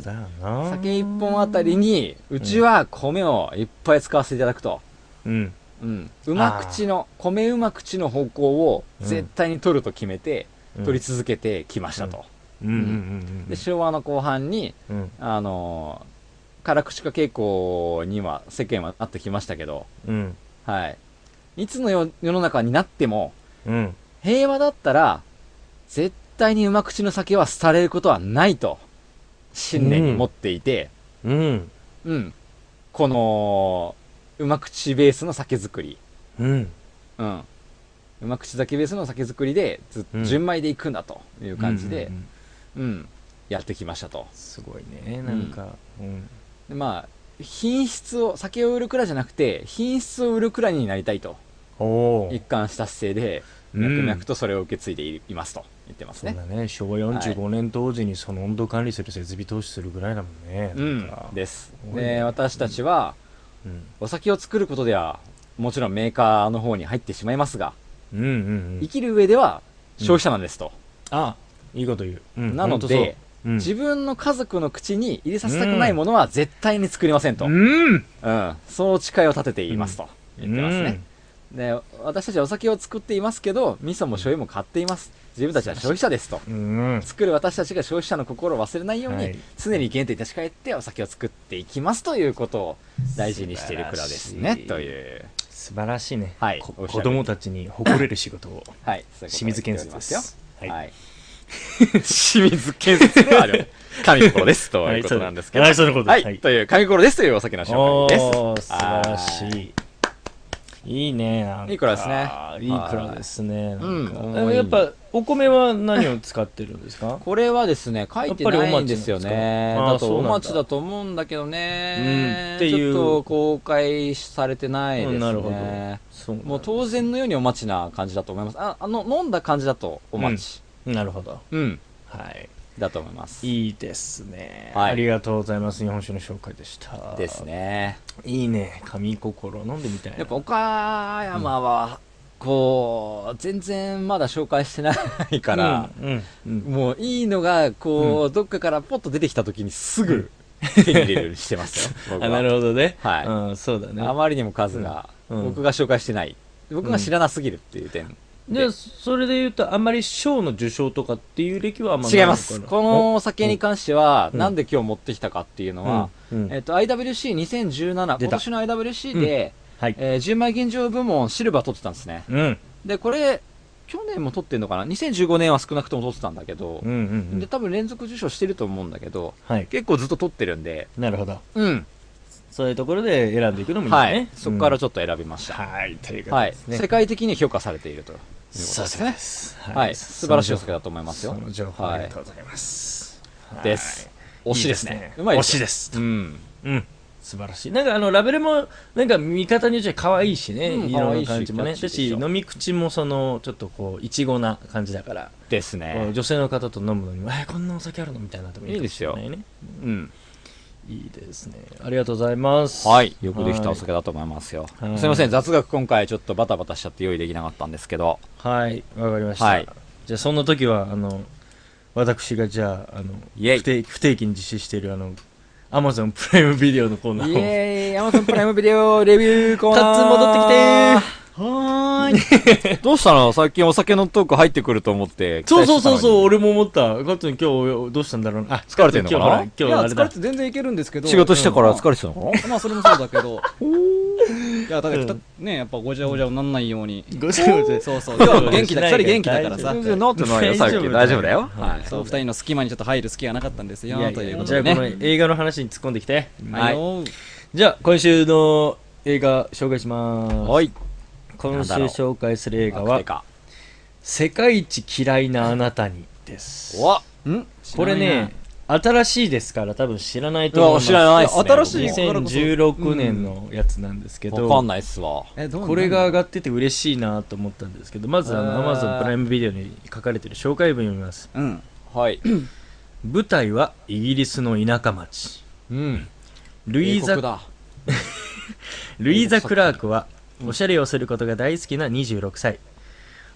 Speaker 6: そうだよな
Speaker 7: 酒一本あたりにうちは米をいっぱい使わせていただくと、
Speaker 6: うん
Speaker 7: うん、うま口の米うま口の方向を絶対に取ると決めて、
Speaker 6: うん
Speaker 7: 取り続けてきましたと、
Speaker 6: うんうんうん
Speaker 7: で昭和の後半に
Speaker 6: うんうん
Speaker 7: あのー辛口化傾向には世間はあってきましたけど、
Speaker 6: うん
Speaker 7: はい、いつの世世の中になっても
Speaker 6: うん
Speaker 7: 平和だったら絶対にうま口の酒は廃れることはないと信念に持っていて、
Speaker 6: うん
Speaker 7: うん。この、うま口ベースの酒造り。
Speaker 6: うん
Speaker 7: うん。うま口酒ベースの酒造りで、ずっ
Speaker 6: うん
Speaker 7: と純米でいくんだという感じで
Speaker 6: うんう、ん
Speaker 7: うん、やってきましたと。
Speaker 6: すごいねなんかうん
Speaker 7: でまあ、品質を、酒を売る蔵じゃなくて、品質を売る蔵になりたいと、
Speaker 6: おお
Speaker 7: 一貫した姿勢で、
Speaker 6: うん
Speaker 7: 脈々とそれを受け継いでいいますと言ってます
Speaker 6: そう
Speaker 7: ね。
Speaker 6: だね昭和45年当時にその温度管理する設備投資するぐらいだもんね
Speaker 7: う
Speaker 6: なん
Speaker 7: ん
Speaker 6: か。
Speaker 7: です
Speaker 6: す。ごいね
Speaker 7: で、私たちは、
Speaker 6: うん
Speaker 7: お酒を作ることでは、もちろんメーカーの方に入ってしまいますが、
Speaker 6: うんうんう
Speaker 7: 生
Speaker 6: ん
Speaker 7: きる上では消費者なんですと。
Speaker 6: あいいこと言ううん
Speaker 7: なの
Speaker 6: ほんとそう
Speaker 7: で、
Speaker 6: うん
Speaker 7: 自分の家族の口に入れさせたくないものは絶対に作りませんと。
Speaker 6: うん
Speaker 7: うん、その誓いを立てていますと言ってます
Speaker 6: うん
Speaker 7: ね、で私たちはお酒を作っていますけど味噌も醤油も買っています自分たちは消費者ですと
Speaker 6: うん
Speaker 7: 作る私たちが消費者の心を忘れないように、
Speaker 6: はい
Speaker 7: 常に原点に立ち返ってお酒を作っていきますということを大事にしている蔵ですね
Speaker 6: 素晴らしい
Speaker 7: という
Speaker 6: 素晴らしいね、
Speaker 7: はい
Speaker 6: こ
Speaker 7: おっしゃ
Speaker 6: 子
Speaker 7: る
Speaker 6: 供たちに誇れる仕事を
Speaker 7: はいそういうことを
Speaker 6: 清水建設
Speaker 7: 言っ
Speaker 6: で
Speaker 7: ておりますよ
Speaker 6: はい
Speaker 7: はい、 清水建設ではある神心ですということなんですけど
Speaker 6: は、
Speaker 7: はいい、
Speaker 6: そういうことです。はい
Speaker 7: という神心ですというお酒の紹
Speaker 6: お
Speaker 7: 介です
Speaker 6: ー、素晴らしい。いいね、なんか
Speaker 7: いい蔵ですね
Speaker 6: いい蔵ですね。なんか
Speaker 7: うん
Speaker 6: でもやっぱ、お米は何を使ってるんですか
Speaker 7: これはですね、書いてないんですよね。
Speaker 6: やっぱりお待
Speaker 7: だと
Speaker 6: ちなんですかあーそ
Speaker 7: お
Speaker 6: うなんだ
Speaker 7: 待ちだと思うんだけどね。
Speaker 6: うんっていう
Speaker 7: ちょっと公開されてないですね。
Speaker 6: うんなるほどそうなんだ
Speaker 7: もう当然のようにお待ちな感じだと思います。あ、あの、飲んだ感じだとお待ち。
Speaker 6: なるほど。
Speaker 7: うん。
Speaker 6: はい。
Speaker 7: だと思います。
Speaker 6: いいですね、
Speaker 7: はい
Speaker 6: ありがとうございます。日本酒の紹介でした。
Speaker 7: です。ね。
Speaker 6: いいね。神心飲んでみたいな。
Speaker 7: やっぱ岡山は、こう、全然まだ紹介してないから、
Speaker 6: うん、うんうん
Speaker 7: もういいのが、こう、どっかからポッと出てきた時にすぐ手に入れるようにしてます よ。僕は
Speaker 6: あなるほどね。
Speaker 7: はい
Speaker 6: うん、そうだね。
Speaker 7: あまりにも数が、
Speaker 6: うんうん
Speaker 7: 僕が紹介してない僕が知らなすぎるっていう点で、
Speaker 6: で、それで言うと、あんまり賞の受賞とかっていう歴はあんま
Speaker 7: 違います
Speaker 6: ないのかな
Speaker 7: このお酒に関しては、
Speaker 6: うん
Speaker 7: なんで今日持ってきたかっていうのは、
Speaker 6: うんうん
Speaker 7: えっと IWC2017
Speaker 6: 出
Speaker 7: 今
Speaker 6: た
Speaker 7: 年の IWC で、
Speaker 6: はい。
Speaker 7: えー10枚現状部門シルバー取ってたんですね
Speaker 6: うん。
Speaker 7: でこれ去年も取ってんのかな2015年は少なくとも取ってたんだけど
Speaker 6: うん、うんうん。
Speaker 7: で多分連続受賞してると思うんだけど
Speaker 6: はい。
Speaker 7: 結構ずっと取ってるんで
Speaker 6: なるほど。
Speaker 7: うん
Speaker 6: そういうところで選んでいくのもいいね。
Speaker 7: はい、そこから
Speaker 6: うん
Speaker 7: ちょっと選びました、
Speaker 6: はい、ということ
Speaker 7: はい
Speaker 6: ですね。
Speaker 7: 世界的に評価されているということです
Speaker 6: そう
Speaker 7: ね
Speaker 6: です。
Speaker 7: はい、素晴らしいお酒だと思いますよ
Speaker 6: そ。の情報あ
Speaker 7: は
Speaker 6: り
Speaker 7: い
Speaker 6: がとうございます。はい
Speaker 7: です。。推しですね。うまい
Speaker 6: 推
Speaker 7: です
Speaker 6: し
Speaker 7: よ。う。
Speaker 6: です
Speaker 7: ん。
Speaker 6: うん。素晴らしい。なんかあの、ラベルも、なんか見方によっちゃ可愛いしね。
Speaker 7: うん
Speaker 6: 色の感じも
Speaker 7: 可愛
Speaker 6: ね。
Speaker 7: いしキャ
Speaker 6: だ
Speaker 7: ッチーで
Speaker 6: し、
Speaker 7: しょ
Speaker 6: 飲み口もその、ちょっとこう、いちごな感じだから。
Speaker 7: です
Speaker 6: こう
Speaker 7: ね。
Speaker 6: 女性の方と飲むのにも、えーこんなお酒あるのみたいなともいいかもしれないね。
Speaker 7: うん。
Speaker 6: いいですね。ありがとうございます。
Speaker 7: はい。よくできたお
Speaker 6: は
Speaker 7: 酒だと思いますよ。す
Speaker 6: はい
Speaker 7: みません。雑学今回ちょっとバタバタしちゃって用意できなかったんですけど。
Speaker 6: い。はい、わかりました。
Speaker 7: はい
Speaker 6: じゃあ、そんな時は、あの、私がじゃあ、あの、
Speaker 7: イェイ
Speaker 6: 不定不定期に実施している、あの、アマゾンプライムビデオのコー
Speaker 7: イ
Speaker 6: ナーを。
Speaker 7: ェーイ。アマゾンプライムビデオレビューコーナー。
Speaker 6: タッツン戻ってきてはーい。
Speaker 7: てどうしたの最近お酒のトーク入ってくると思って。
Speaker 6: そうそうそうそう、
Speaker 7: う。
Speaker 6: 俺も思った。ガッツン今日どうしたんだろうな。あ、
Speaker 7: 疲れてんのかな
Speaker 6: 今日ほら今日あれ
Speaker 5: 疲れ
Speaker 6: だ
Speaker 5: て。全然いけるんですけど
Speaker 7: 仕事したから疲れてたのかな
Speaker 5: まあそれもそうだけ どいやだからふた
Speaker 6: うん
Speaker 5: ねやっぱごじゃごじゃになんないよう に
Speaker 6: ごめんなさい
Speaker 5: そうそう今日元気だ二人元気だからさ
Speaker 6: 大丈夫
Speaker 7: 全然治ってないよ、さっき。大丈夫だよ。はい。
Speaker 5: そう二人の隙間にちょっと入る隙がなかったんですよ
Speaker 6: いやいや
Speaker 5: ということ
Speaker 6: じゃあ
Speaker 5: で
Speaker 6: この
Speaker 5: ね
Speaker 6: 映画の話に突っ込んできて。
Speaker 5: はいよ
Speaker 6: じゃあ今週の映画紹介します。
Speaker 7: はい。
Speaker 6: 今週紹介する映画
Speaker 7: 確定
Speaker 6: は
Speaker 7: か。
Speaker 6: 「世界一嫌いなあなたに」です。
Speaker 7: お
Speaker 6: これ
Speaker 5: 知らない
Speaker 6: ね新しいですから多分知らないと思います。
Speaker 7: うわ知らないっすね
Speaker 6: 新しい
Speaker 7: 僕
Speaker 5: も
Speaker 6: 2016年のやつなんですけど、
Speaker 7: わかんないっすわ。
Speaker 5: えどうなんだ
Speaker 6: これが上がってて嬉しいなと思ったんですけどまずあの
Speaker 7: あー
Speaker 6: Amazon プライムビデオに書かれてる紹介文読みます
Speaker 5: うん
Speaker 7: はい。
Speaker 6: 舞台はイギリスの田舎町
Speaker 7: うん。
Speaker 6: ルイー
Speaker 7: 英
Speaker 6: ザ
Speaker 7: 国だ。
Speaker 6: ルイーザ・クラークはおしゃれをすることが大好きな26歳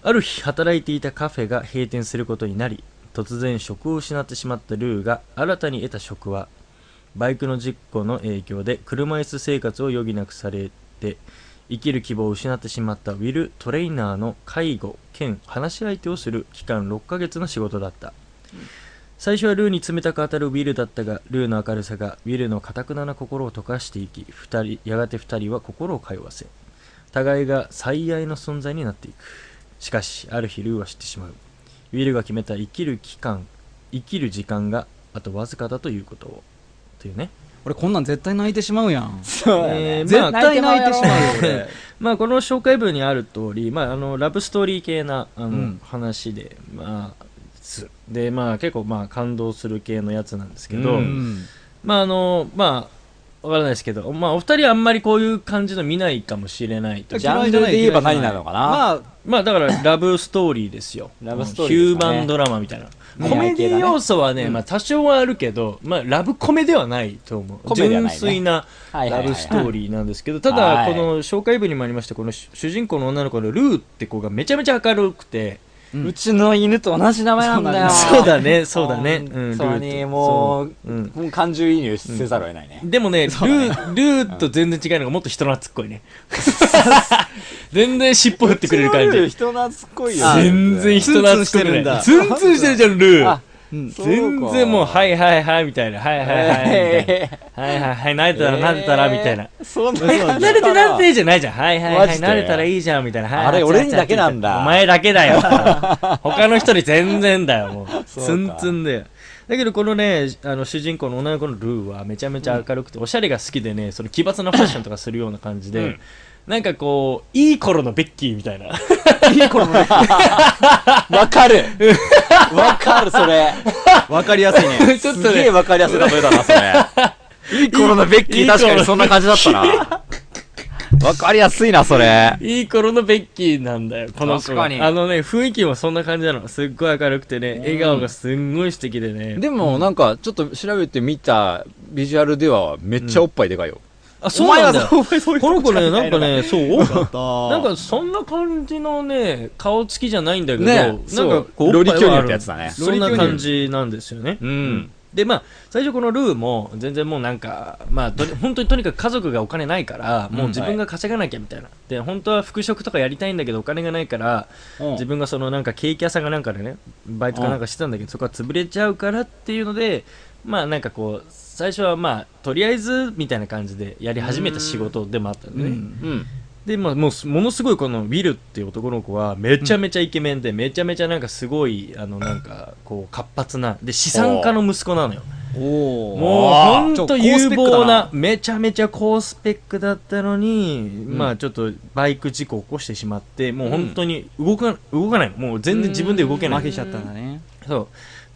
Speaker 6: ある日働いていたカフェが閉店することになり突然職を失ってしまったルーが新たに得た職はバイクの事故の影響で車椅子生活を余儀なくされて生きる希望を失ってしまったウィル・トレイナーの介護兼話し相手をする期間6ヶ月の仕事だった最初はルーに冷たく当たるウィルだったがルーの明るさがウィルの堅くなな心を溶かしていき二人やがて2人は心を通わせ互いが最愛の存在になっていくしかしある日ルーは知ってしまうウィルが決めた生きる期間生きる時間があとわずかだということをというね
Speaker 5: 俺こんなん絶対泣いてしまうやん
Speaker 6: えーま
Speaker 5: 絶
Speaker 6: あ
Speaker 5: 対泣いてしまうよ俺
Speaker 6: まあこの紹介文にある通り、まああのラブストーリー系なあの、
Speaker 5: ん
Speaker 6: 話で、まあすでまあ結構まあ感動する系のやつなんですけど、
Speaker 5: う
Speaker 6: うんまああのまあわからないですけど、まあお二人はあんまりこういう感じの見ないかもしれないと。
Speaker 7: ジャンルで言えば何なのかな
Speaker 5: まあ
Speaker 6: まあ だからラブストーリーですよ。
Speaker 7: ラブストーリーです
Speaker 6: ヒュー
Speaker 7: かね
Speaker 6: マンドラマみたいな。
Speaker 7: ね
Speaker 6: コメディ要素はね、まあ多少はあるけど、まあラブコメではないと思う。
Speaker 7: コメではない
Speaker 6: 純
Speaker 7: ね
Speaker 6: 粋な。
Speaker 7: はいはい
Speaker 6: ラ
Speaker 7: はいはい
Speaker 6: ブストーリーなんですけど、
Speaker 7: は
Speaker 6: ただ
Speaker 7: い
Speaker 6: この紹介文にもありましたこの主主人公の女の子のルーって子がめちゃめちゃ明るくて
Speaker 5: うん
Speaker 7: うちの犬と同じ名前なんだよ。
Speaker 6: そうだね、そうだね。うん、
Speaker 7: 本当
Speaker 6: ルー
Speaker 7: に
Speaker 6: ト
Speaker 7: もう、
Speaker 6: そううん。
Speaker 7: もう感情移入せざるを得ないね。
Speaker 6: でもね、ルー、ルーと全然違うのがもっと人懐っこい ね。全然尻尾振ってくれる感じ。
Speaker 7: 人懐っこいよ。
Speaker 6: 全然人懐っこくない。ツンツンしてるじゃん、ルー
Speaker 7: あ。
Speaker 5: うん
Speaker 6: 全然もう、はいはいはい、みたいな。はいはいはい、みたい
Speaker 7: え
Speaker 6: な。はいはいはい、慣れたら
Speaker 7: えー
Speaker 6: 慣れたら、みたいな。
Speaker 7: ーそんな感じ
Speaker 6: 慣れて慣れてじゃないじゃん。はいはい
Speaker 7: マ
Speaker 6: はい、
Speaker 7: ジで
Speaker 6: 慣れたらいいじゃん、みたいな。はい
Speaker 7: あれ
Speaker 6: はい
Speaker 7: 俺にだけなんだ
Speaker 6: お前だけだ よ。他の人に全然だよ、もう。ツンツンで。だけどこのね、あの主人公の女の子のルーはめちゃめちゃ明るくて、おしゃれが好きでね、その奇抜なファッションとかするような感じで、なんかこう、いい頃のベッキーみたいな。
Speaker 7: わかるわかる、それ。
Speaker 4: わかりやすいね。
Speaker 6: ちょっ
Speaker 7: す
Speaker 6: と
Speaker 7: げえ
Speaker 6: ね、
Speaker 7: わかりやすい例えだな、それ。 いい頃のベッキー、
Speaker 6: いい頃
Speaker 7: 確かにそんな感じ だったな。わかりやすいな、それ。
Speaker 6: いい頃のベッキーなんだよ、この子
Speaker 7: 確
Speaker 6: は
Speaker 7: かに
Speaker 6: あのね、雰囲気もそんな感じなの。すっごい明るくてね、笑顔がすんごい素敵でね。
Speaker 7: でも、なんか、ちょっと調べてみたビジュアルでは、めっちゃおっぱいでかいよ。
Speaker 6: あ、そうなんだよ。
Speaker 4: お前そういう
Speaker 6: この子ね、なんかね、そう、 な
Speaker 4: なん
Speaker 6: かそんな感じのね、顔つきじゃないんだけど、
Speaker 7: ね
Speaker 6: なん
Speaker 7: そう
Speaker 6: かこう、
Speaker 7: ロリ
Speaker 6: おぱいは
Speaker 7: 巨乳
Speaker 6: ある
Speaker 7: ってやつだね
Speaker 6: そんな感じなんですよね。
Speaker 7: うん。
Speaker 6: で、まあ、最初このルーも、全然もうなんか、まあ、とり本当にとにかく家族がお金ないから、もう自分が稼がなきゃみたいな。で、本当は服飾とかやりたいんだけど、お金がないから、自分がそのなんかケーキ屋さんがなんかでね、バイトかなんかしてたんだけど、そこは潰れちゃうからっていうので、まあなんかこう、最初はまあ、とりあえずみたいな感じでやり始めた仕事でもあったんで
Speaker 7: う
Speaker 6: ね。
Speaker 7: ん。
Speaker 6: で、まあ、もうすものすごいこのウィルっていう男の子はめちゃめちゃイケメンで、めちゃめちゃなんかすごいあのなんかこう活発なで資産家の息子なのよ
Speaker 5: おー
Speaker 6: もうほんと有
Speaker 5: ちょっと高スペック
Speaker 6: 望
Speaker 5: だ
Speaker 6: な
Speaker 5: な
Speaker 6: めちゃめちゃ高スペックだったのに、まあちょっとバイク事故を起こしてしまってもう本当に動か,、動かないもう全然自分で動けない
Speaker 5: 負けちゃったんだね
Speaker 6: そう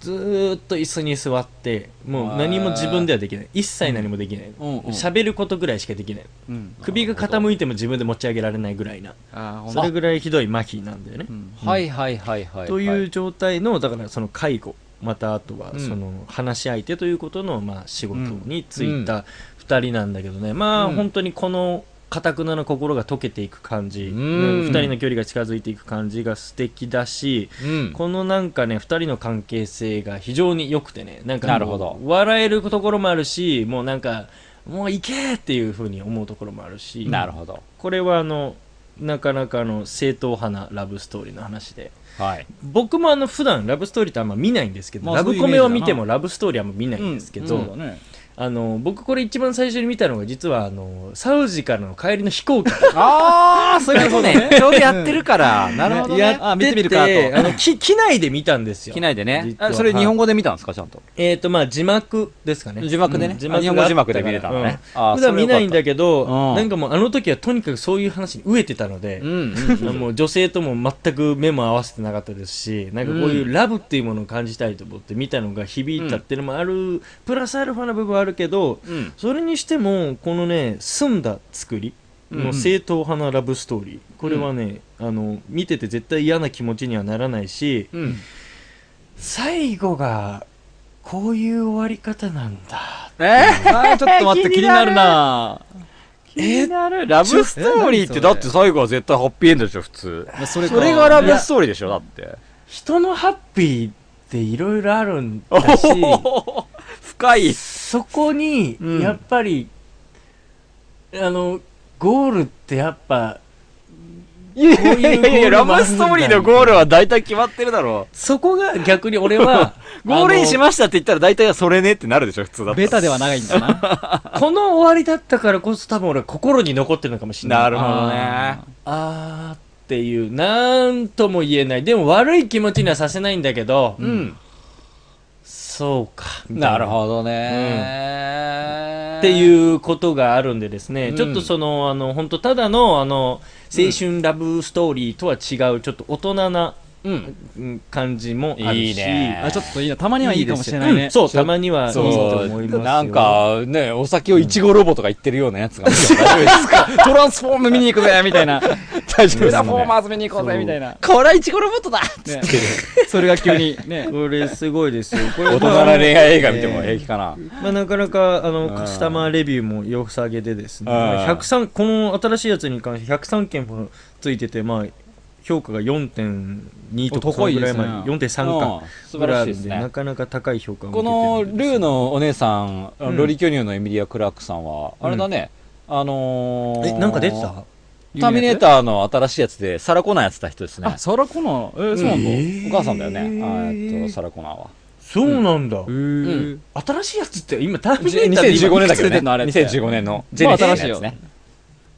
Speaker 6: ずーっと椅子に座ってもう何も自分ではできない一切何もできない
Speaker 5: うんうん
Speaker 6: 喋、ることぐらいしかできない
Speaker 5: うん
Speaker 6: 首が傾いても自分で持ち上げられないぐらいな
Speaker 5: ああほん
Speaker 6: そ
Speaker 5: と
Speaker 6: れぐらいひどい麻痺なんだよね。
Speaker 5: うん
Speaker 7: はいはいはいはい。
Speaker 6: という状態のだからその介護またあとは
Speaker 7: うん
Speaker 6: その話し相手ということのまあ仕事に就いうた2人なんだけどね、まあ
Speaker 7: うん
Speaker 6: 本当にこのかたくなな心が溶けていく感じ、
Speaker 7: う
Speaker 6: ね
Speaker 7: ん
Speaker 6: 2人の距離が近づいていく感じが素敵だし、
Speaker 7: うん。
Speaker 6: このなんかね2人の関係性が非常に良くてねなんかもう
Speaker 7: なるほど
Speaker 6: 笑えるところもあるしもうなんかもう行けっていうふうに思うところもあるし
Speaker 7: なるほど。
Speaker 6: これはあのなかなかあの正統派なラブストーリーの話で
Speaker 7: はい。
Speaker 6: 僕もあの普段ラブストーリーってあんま見ないんですけど、
Speaker 5: まあ
Speaker 6: ラブコ
Speaker 5: そういうイメージ
Speaker 6: メ
Speaker 5: だ
Speaker 6: を
Speaker 5: な
Speaker 6: 見てもラブストーリーはあんま見ないんですけど、
Speaker 5: そうだね
Speaker 6: あの僕これ一番最初に見たのが実はあのサウジからの帰りの飛行機
Speaker 7: あー、そう いうこと ね。ちょうどやってるから。なるほどね。
Speaker 5: あ見てみるか
Speaker 6: 出て
Speaker 5: と
Speaker 6: あのき機内で見たんですよ
Speaker 7: 機内でね
Speaker 6: 実。は
Speaker 7: あそれ日本語で見たんですか、ちゃんと。
Speaker 6: えっ、とまあ字幕ですかね
Speaker 7: 字幕でね
Speaker 6: うん
Speaker 7: あ日本語字幕で見れたのね
Speaker 6: うん
Speaker 7: あー
Speaker 6: 普段見ないんだけど、
Speaker 7: それはよかったうん
Speaker 6: なんかもうあの時はとにかくそういう話に飢えてたので、
Speaker 7: ん。
Speaker 6: もう女性とも全く目も合わせてなかったですしなんかこういうラブっていうものを感じたいと思って見たのが響いたっていうのもある、プラスアルファな部分はあるけど、
Speaker 7: ん
Speaker 6: それにしてもこのね澄んだ作りの正統派なラブストーリー、これはねあの見てて絶対嫌な気持ちにはならないし、
Speaker 7: うん。
Speaker 6: 最後がこういう終わり方なんだ
Speaker 5: あーちょっと待 って気になるな
Speaker 7: えラブストーリーってだって最後は絶対ハッピーエンドでしょ普通
Speaker 5: まあそ
Speaker 7: そ
Speaker 5: れ
Speaker 7: れ
Speaker 5: か
Speaker 7: がラブストーリーでしょだって
Speaker 6: 人のハッピーっていろいろあるん
Speaker 7: お
Speaker 6: だし
Speaker 7: お深い
Speaker 6: そこに
Speaker 7: うん
Speaker 6: やっぱり、あのゴールってやっぱ
Speaker 7: いやいやいやいや
Speaker 6: こういうゴール
Speaker 7: ラ
Speaker 6: もあるんだ
Speaker 7: ブストーリーのゴールは大体決まってるだろ
Speaker 6: そこが逆に 俺は
Speaker 7: うゴールインし
Speaker 6: す
Speaker 7: ましたって言ったら大体はそれねってなるでしょ普通だった
Speaker 5: ベ
Speaker 7: ら
Speaker 5: タでは長いんだな
Speaker 6: この終わりだったからこそ多分俺は心に残ってるのかもしれない
Speaker 7: なるほどね
Speaker 5: あ
Speaker 6: あーっていうなんとも言えないでも悪い気持ちにはさせないんだけど、
Speaker 7: うん
Speaker 6: そうかみたい
Speaker 7: なるほど
Speaker 6: っ
Speaker 7: ね
Speaker 6: て
Speaker 7: う
Speaker 6: いうことがあるんでですね、
Speaker 7: うん
Speaker 6: ちょっとその、あの、本当ただの、あの、青春ラブストーリーとは違う、ちょっと大人な、
Speaker 7: うん
Speaker 6: うん感じもあるし、
Speaker 7: いいね
Speaker 5: あちょっといいなたまにはいいかもしれない
Speaker 6: うん
Speaker 5: ね
Speaker 6: そう、たまにはいいと
Speaker 7: そ
Speaker 6: 思います
Speaker 7: う
Speaker 6: よ。
Speaker 7: なん、かねお酒をいちごロボとか言ってるようなやつが見て も大丈夫ですか トランスフォーム見に行くぜみたいな 大丈夫ですかね
Speaker 5: ーズ見に行こうぜみたいな
Speaker 7: これはいちごロボットだ
Speaker 5: ねそれが急にね
Speaker 6: これすごいですよ。これ
Speaker 7: 大人
Speaker 6: まあ
Speaker 7: の恋愛映画見ても平気かな、
Speaker 6: まあ、なかなかあの
Speaker 7: ん
Speaker 6: カスタマーレビューも良さげでですね、
Speaker 7: うん
Speaker 6: まあ103この新しいやつに関して103件もついてて、まあ、評価が4.2とか
Speaker 7: お高い
Speaker 6: ぐ
Speaker 7: で
Speaker 6: ら
Speaker 7: す
Speaker 6: い
Speaker 7: ね
Speaker 6: まで4.3か
Speaker 7: うん素
Speaker 6: ぐ
Speaker 7: 晴ら
Speaker 6: ら
Speaker 7: しいで
Speaker 6: い
Speaker 7: す
Speaker 6: で
Speaker 7: ね
Speaker 6: なかなか高い評価を
Speaker 7: こ
Speaker 6: 受けて
Speaker 7: の
Speaker 6: る
Speaker 7: ル
Speaker 6: んです
Speaker 7: ーのお姉さん、
Speaker 6: うん
Speaker 7: ロリ巨乳のエミリア・クラークさんは、あれだね、あのー、
Speaker 6: えなんか出てた
Speaker 7: ターミネーターの新しいやつで、サラコナーやってた人ですね
Speaker 5: あ、。サラコナーえー、そうなんだ。え
Speaker 7: お母さんだよね、あーえっと、サラコナーは。
Speaker 6: そうなんだ、
Speaker 5: ー
Speaker 6: 新しいやつって今ターミネーターで
Speaker 7: 2015
Speaker 6: 今
Speaker 7: 年だけど
Speaker 5: いくつ出て
Speaker 7: ね。
Speaker 5: んのあれって
Speaker 7: 2015年のジェネシスのやつね。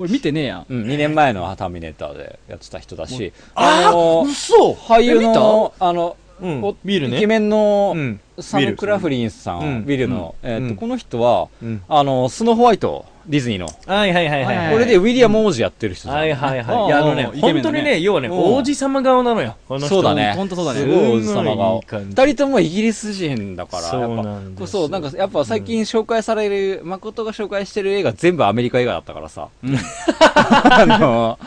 Speaker 5: 俺見てねえやん。
Speaker 7: うん、2年前のターミネーターでやってた人だし、
Speaker 6: あ
Speaker 7: の
Speaker 6: ー嘘
Speaker 7: 俳優
Speaker 5: え見
Speaker 7: の、あの、
Speaker 6: うん
Speaker 7: お
Speaker 6: 見るね
Speaker 7: イケメンの
Speaker 6: うん
Speaker 7: サ
Speaker 6: ウィ
Speaker 7: ム・
Speaker 6: ル
Speaker 7: クラフリンさん、
Speaker 6: うん
Speaker 7: ウィルの、えーっ
Speaker 6: う
Speaker 7: と、
Speaker 6: ん
Speaker 7: この人は、
Speaker 6: うん
Speaker 7: あの、スノーホワイト、ディズニーの。
Speaker 6: はいはいはいはい
Speaker 5: は
Speaker 6: はいい
Speaker 7: これでウィリアム王子やってる人じゃん
Speaker 6: はいはい
Speaker 5: あ
Speaker 6: は
Speaker 5: あ
Speaker 6: い。いや、あのね
Speaker 5: イケ、メンだね
Speaker 6: 本当にね、要はね、王子様顔なのよ。この人
Speaker 7: そうだね。
Speaker 5: 本当そうだね
Speaker 7: すごい王子様
Speaker 6: すごいい
Speaker 7: が
Speaker 6: い。感じ
Speaker 7: 二人ともイギリス人だから、
Speaker 6: そう
Speaker 7: や
Speaker 6: な
Speaker 7: っ
Speaker 6: んです
Speaker 7: ぱ、そ
Speaker 6: よ
Speaker 7: う、なんか、やっぱ最近紹介される、誠が紹介してる映画全部アメリカ映画だったからさ。 あの、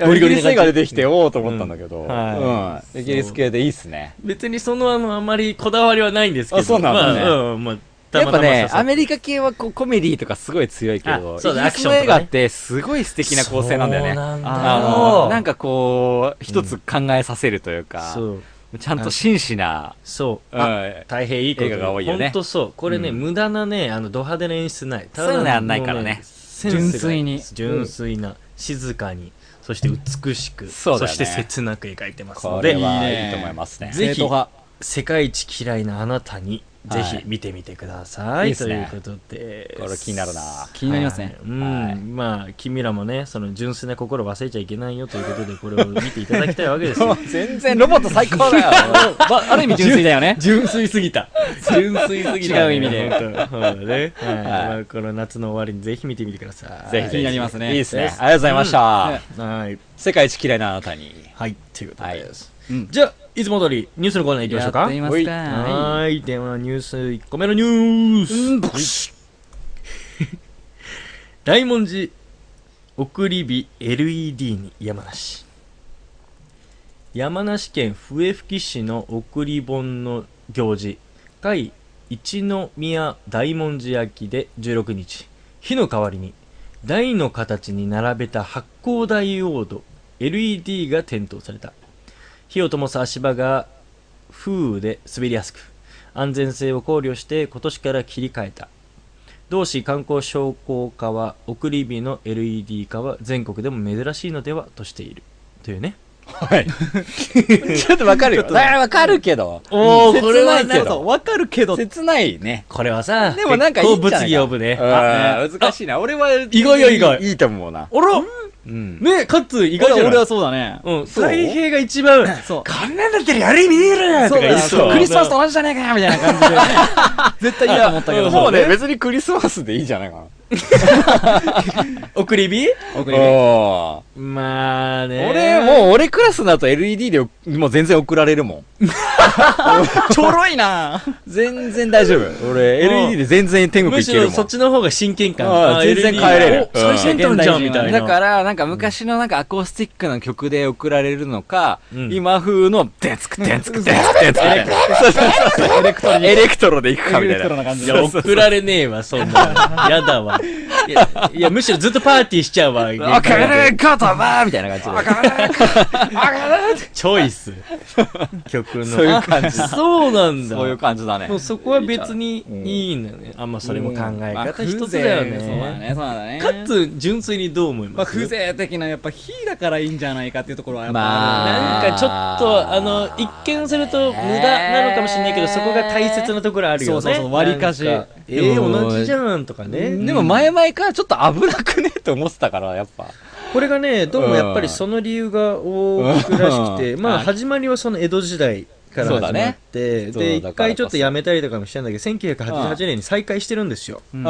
Speaker 6: うん
Speaker 7: ゴリゴリイギリス映画出てきて、おおと思ったんだけど、
Speaker 6: う
Speaker 7: うんん
Speaker 6: は。
Speaker 7: イギリス系でいいっすね。
Speaker 6: 別にその、あの、あまりこだわりはないんですけど。
Speaker 7: あそうなんだね
Speaker 6: まあうん、まあ、た
Speaker 7: やっ
Speaker 6: また
Speaker 7: ぱ
Speaker 6: ま
Speaker 7: ね
Speaker 6: 刺、さ
Speaker 7: ア
Speaker 6: っ
Speaker 7: メリカ系はこうコメディとかすごい強いけど、
Speaker 6: あ
Speaker 7: イ
Speaker 6: そう
Speaker 7: ギ
Speaker 6: だ
Speaker 7: リ
Speaker 6: アク
Speaker 7: ス
Speaker 6: ショ
Speaker 7: の
Speaker 6: ン
Speaker 7: 映
Speaker 6: とかね
Speaker 7: 画ってすごい素敵な構成なんだよ
Speaker 6: そう
Speaker 7: ね。
Speaker 6: なんだ
Speaker 7: あの、なん
Speaker 6: か、
Speaker 7: かこう、一つ考えさせるというか、
Speaker 6: そう、
Speaker 7: ちゃんと真摯な、
Speaker 6: そう。
Speaker 7: うん
Speaker 6: あ大変いいこと
Speaker 7: 映画が多いよね
Speaker 6: 本当そう。これね、
Speaker 7: うん
Speaker 6: 無駄なね、あの、ド派手な演出ない。ただ
Speaker 7: そういうのやんないからね
Speaker 6: もうセンスがい
Speaker 5: 純粋
Speaker 6: い
Speaker 5: に
Speaker 6: 純粋な、静かに、そして美しく、
Speaker 7: そうだよね
Speaker 6: して切なく描いてます
Speaker 7: こ
Speaker 6: の
Speaker 7: れ
Speaker 6: で、
Speaker 7: はいいと思いますね。
Speaker 6: ぜ
Speaker 5: 正
Speaker 6: ひ
Speaker 5: 統派。
Speaker 6: 世界一嫌いなあなたに、
Speaker 7: はい
Speaker 6: ぜひ見てみてください
Speaker 7: いいっす
Speaker 6: とい
Speaker 7: ね
Speaker 6: うことで
Speaker 7: これ気になるな
Speaker 5: 気になりますね
Speaker 6: はいうん、
Speaker 7: はい
Speaker 6: まあ君らもねその純粋な心忘れちゃいけないよということでこれを見ていただきたいわけで すよ
Speaker 7: 全然ロボット最高だよ。
Speaker 5: あある意味純粋だよ ね。
Speaker 6: 純粋すぎた純粋すぎ
Speaker 5: 違う意味で
Speaker 6: 本当そうだね、はいまあこの夏の終わりにぜひ見てみてください
Speaker 7: ぜひぜひ
Speaker 5: 気になりますね
Speaker 7: いいですね。あ
Speaker 6: で
Speaker 7: り
Speaker 6: す
Speaker 7: がとうございました。
Speaker 5: ね
Speaker 6: はい
Speaker 7: 世界一嫌いなあなたに。
Speaker 6: はいということです、
Speaker 5: はいうん
Speaker 6: じゃあいつも通りニュースのコーナー行きましょうか
Speaker 5: やってみますか。は
Speaker 6: はい、ではニュース1個目のニュース、大文字送り火 LED に山梨山梨県笛吹市の送り盆の行事甲一宮大文字焼きで16日火の代わりに台の形に並べた発光ダイオード LED が点灯された火を灯す足場が風雨で滑りやすく安全性を考慮して今年から切り替えた同市観光商工課は送り火の LED 化は全国でも珍しいのではとしているというね
Speaker 7: はい。ちょっとわかるよ。あ わかるけど。
Speaker 6: お
Speaker 7: ーこれはなるほど
Speaker 6: わかるけど
Speaker 7: 切ないね。
Speaker 6: これはさ
Speaker 7: でもなんかいいんじゃないか
Speaker 6: 結構物議を呼ぶね
Speaker 7: あ難しいな。俺は、意
Speaker 6: 外よ意外
Speaker 7: いいと思うな。
Speaker 6: あら
Speaker 7: うん。
Speaker 6: ねかつ意
Speaker 5: いこれ
Speaker 6: 外じゃ
Speaker 5: 俺
Speaker 6: ない
Speaker 5: はそうだね。
Speaker 6: うん
Speaker 7: そう
Speaker 6: 太平が一番
Speaker 5: そう。
Speaker 6: こんなんだったらやれ見えるやんとか言いそう
Speaker 5: クリスマスと同じじゃねえかよみたいな感じで。 絶対いいと思ったけど。
Speaker 7: もうね、別にクリスマスでいいんじゃないか
Speaker 6: 送り火
Speaker 5: 奥
Speaker 7: な。
Speaker 5: にね
Speaker 7: おー
Speaker 6: まあね
Speaker 7: 俺、もう俺クラスだと LED でもう全然送られるもん。
Speaker 5: ちょろいな
Speaker 7: 全然大丈夫。俺、LED で全然天国
Speaker 6: む
Speaker 7: 行
Speaker 6: し
Speaker 7: ける
Speaker 6: ろ
Speaker 7: も
Speaker 6: そ
Speaker 7: ん
Speaker 6: っ。ちの方が親近感
Speaker 7: ああ全然
Speaker 6: LED
Speaker 7: 帰れる
Speaker 6: お最先端じゃんみたいな
Speaker 7: だから、なんか昔のなんかアコースティックな曲で送られるのか、
Speaker 6: うん
Speaker 7: 今風のデツクデ ツクデツクデツクデツクエレクトロで行くかみたい
Speaker 5: エレクトロな
Speaker 7: な。
Speaker 5: 感じ
Speaker 6: い
Speaker 5: で。
Speaker 6: や、送られねえわ、そんな。やだわ。いや、いやむしろずっとパーティーしちゃうわ。
Speaker 7: わかる言葉みたいな感じで。
Speaker 6: チョイス。曲の。
Speaker 7: そういう感じ。
Speaker 6: あそうなんだ。
Speaker 7: そういう感じだね
Speaker 6: もう。そこは別にいいんだよね。あ、まあそれも考え
Speaker 5: まあ
Speaker 6: 方一つだよ
Speaker 5: 風情そうだ
Speaker 6: ね。
Speaker 5: ね、そうだね。
Speaker 6: かつ、純粋にどう思い
Speaker 5: ま
Speaker 6: ま
Speaker 5: あ、
Speaker 6: す
Speaker 5: 風情的な、やっぱ火だからいいんじゃないかっていうところはやっぱあるよね、
Speaker 7: ま
Speaker 6: な
Speaker 7: あ
Speaker 6: んかちょっと、あの、一見すると無駄なのかもしれないけど、そこが大切なところあるよね。
Speaker 5: そうそうそう割りかし
Speaker 6: なんえ
Speaker 7: でも
Speaker 6: ー、同じじゃんとかね。
Speaker 7: でも前々からちょっと危なくねって思ってたから、やっぱ。
Speaker 6: これがねどうもやっぱりその理由が大きくらしくて、
Speaker 7: うん
Speaker 6: まあ
Speaker 7: はい
Speaker 6: 始まりはその江戸時代から
Speaker 7: そう
Speaker 6: 始
Speaker 7: だ
Speaker 6: ま
Speaker 7: ね
Speaker 6: って、
Speaker 7: そう
Speaker 6: で
Speaker 7: だ
Speaker 6: 一
Speaker 7: からこそ
Speaker 6: 回ちょっとやめたりとかもしたんだけど1988年に再開してるんですよ、
Speaker 7: うん。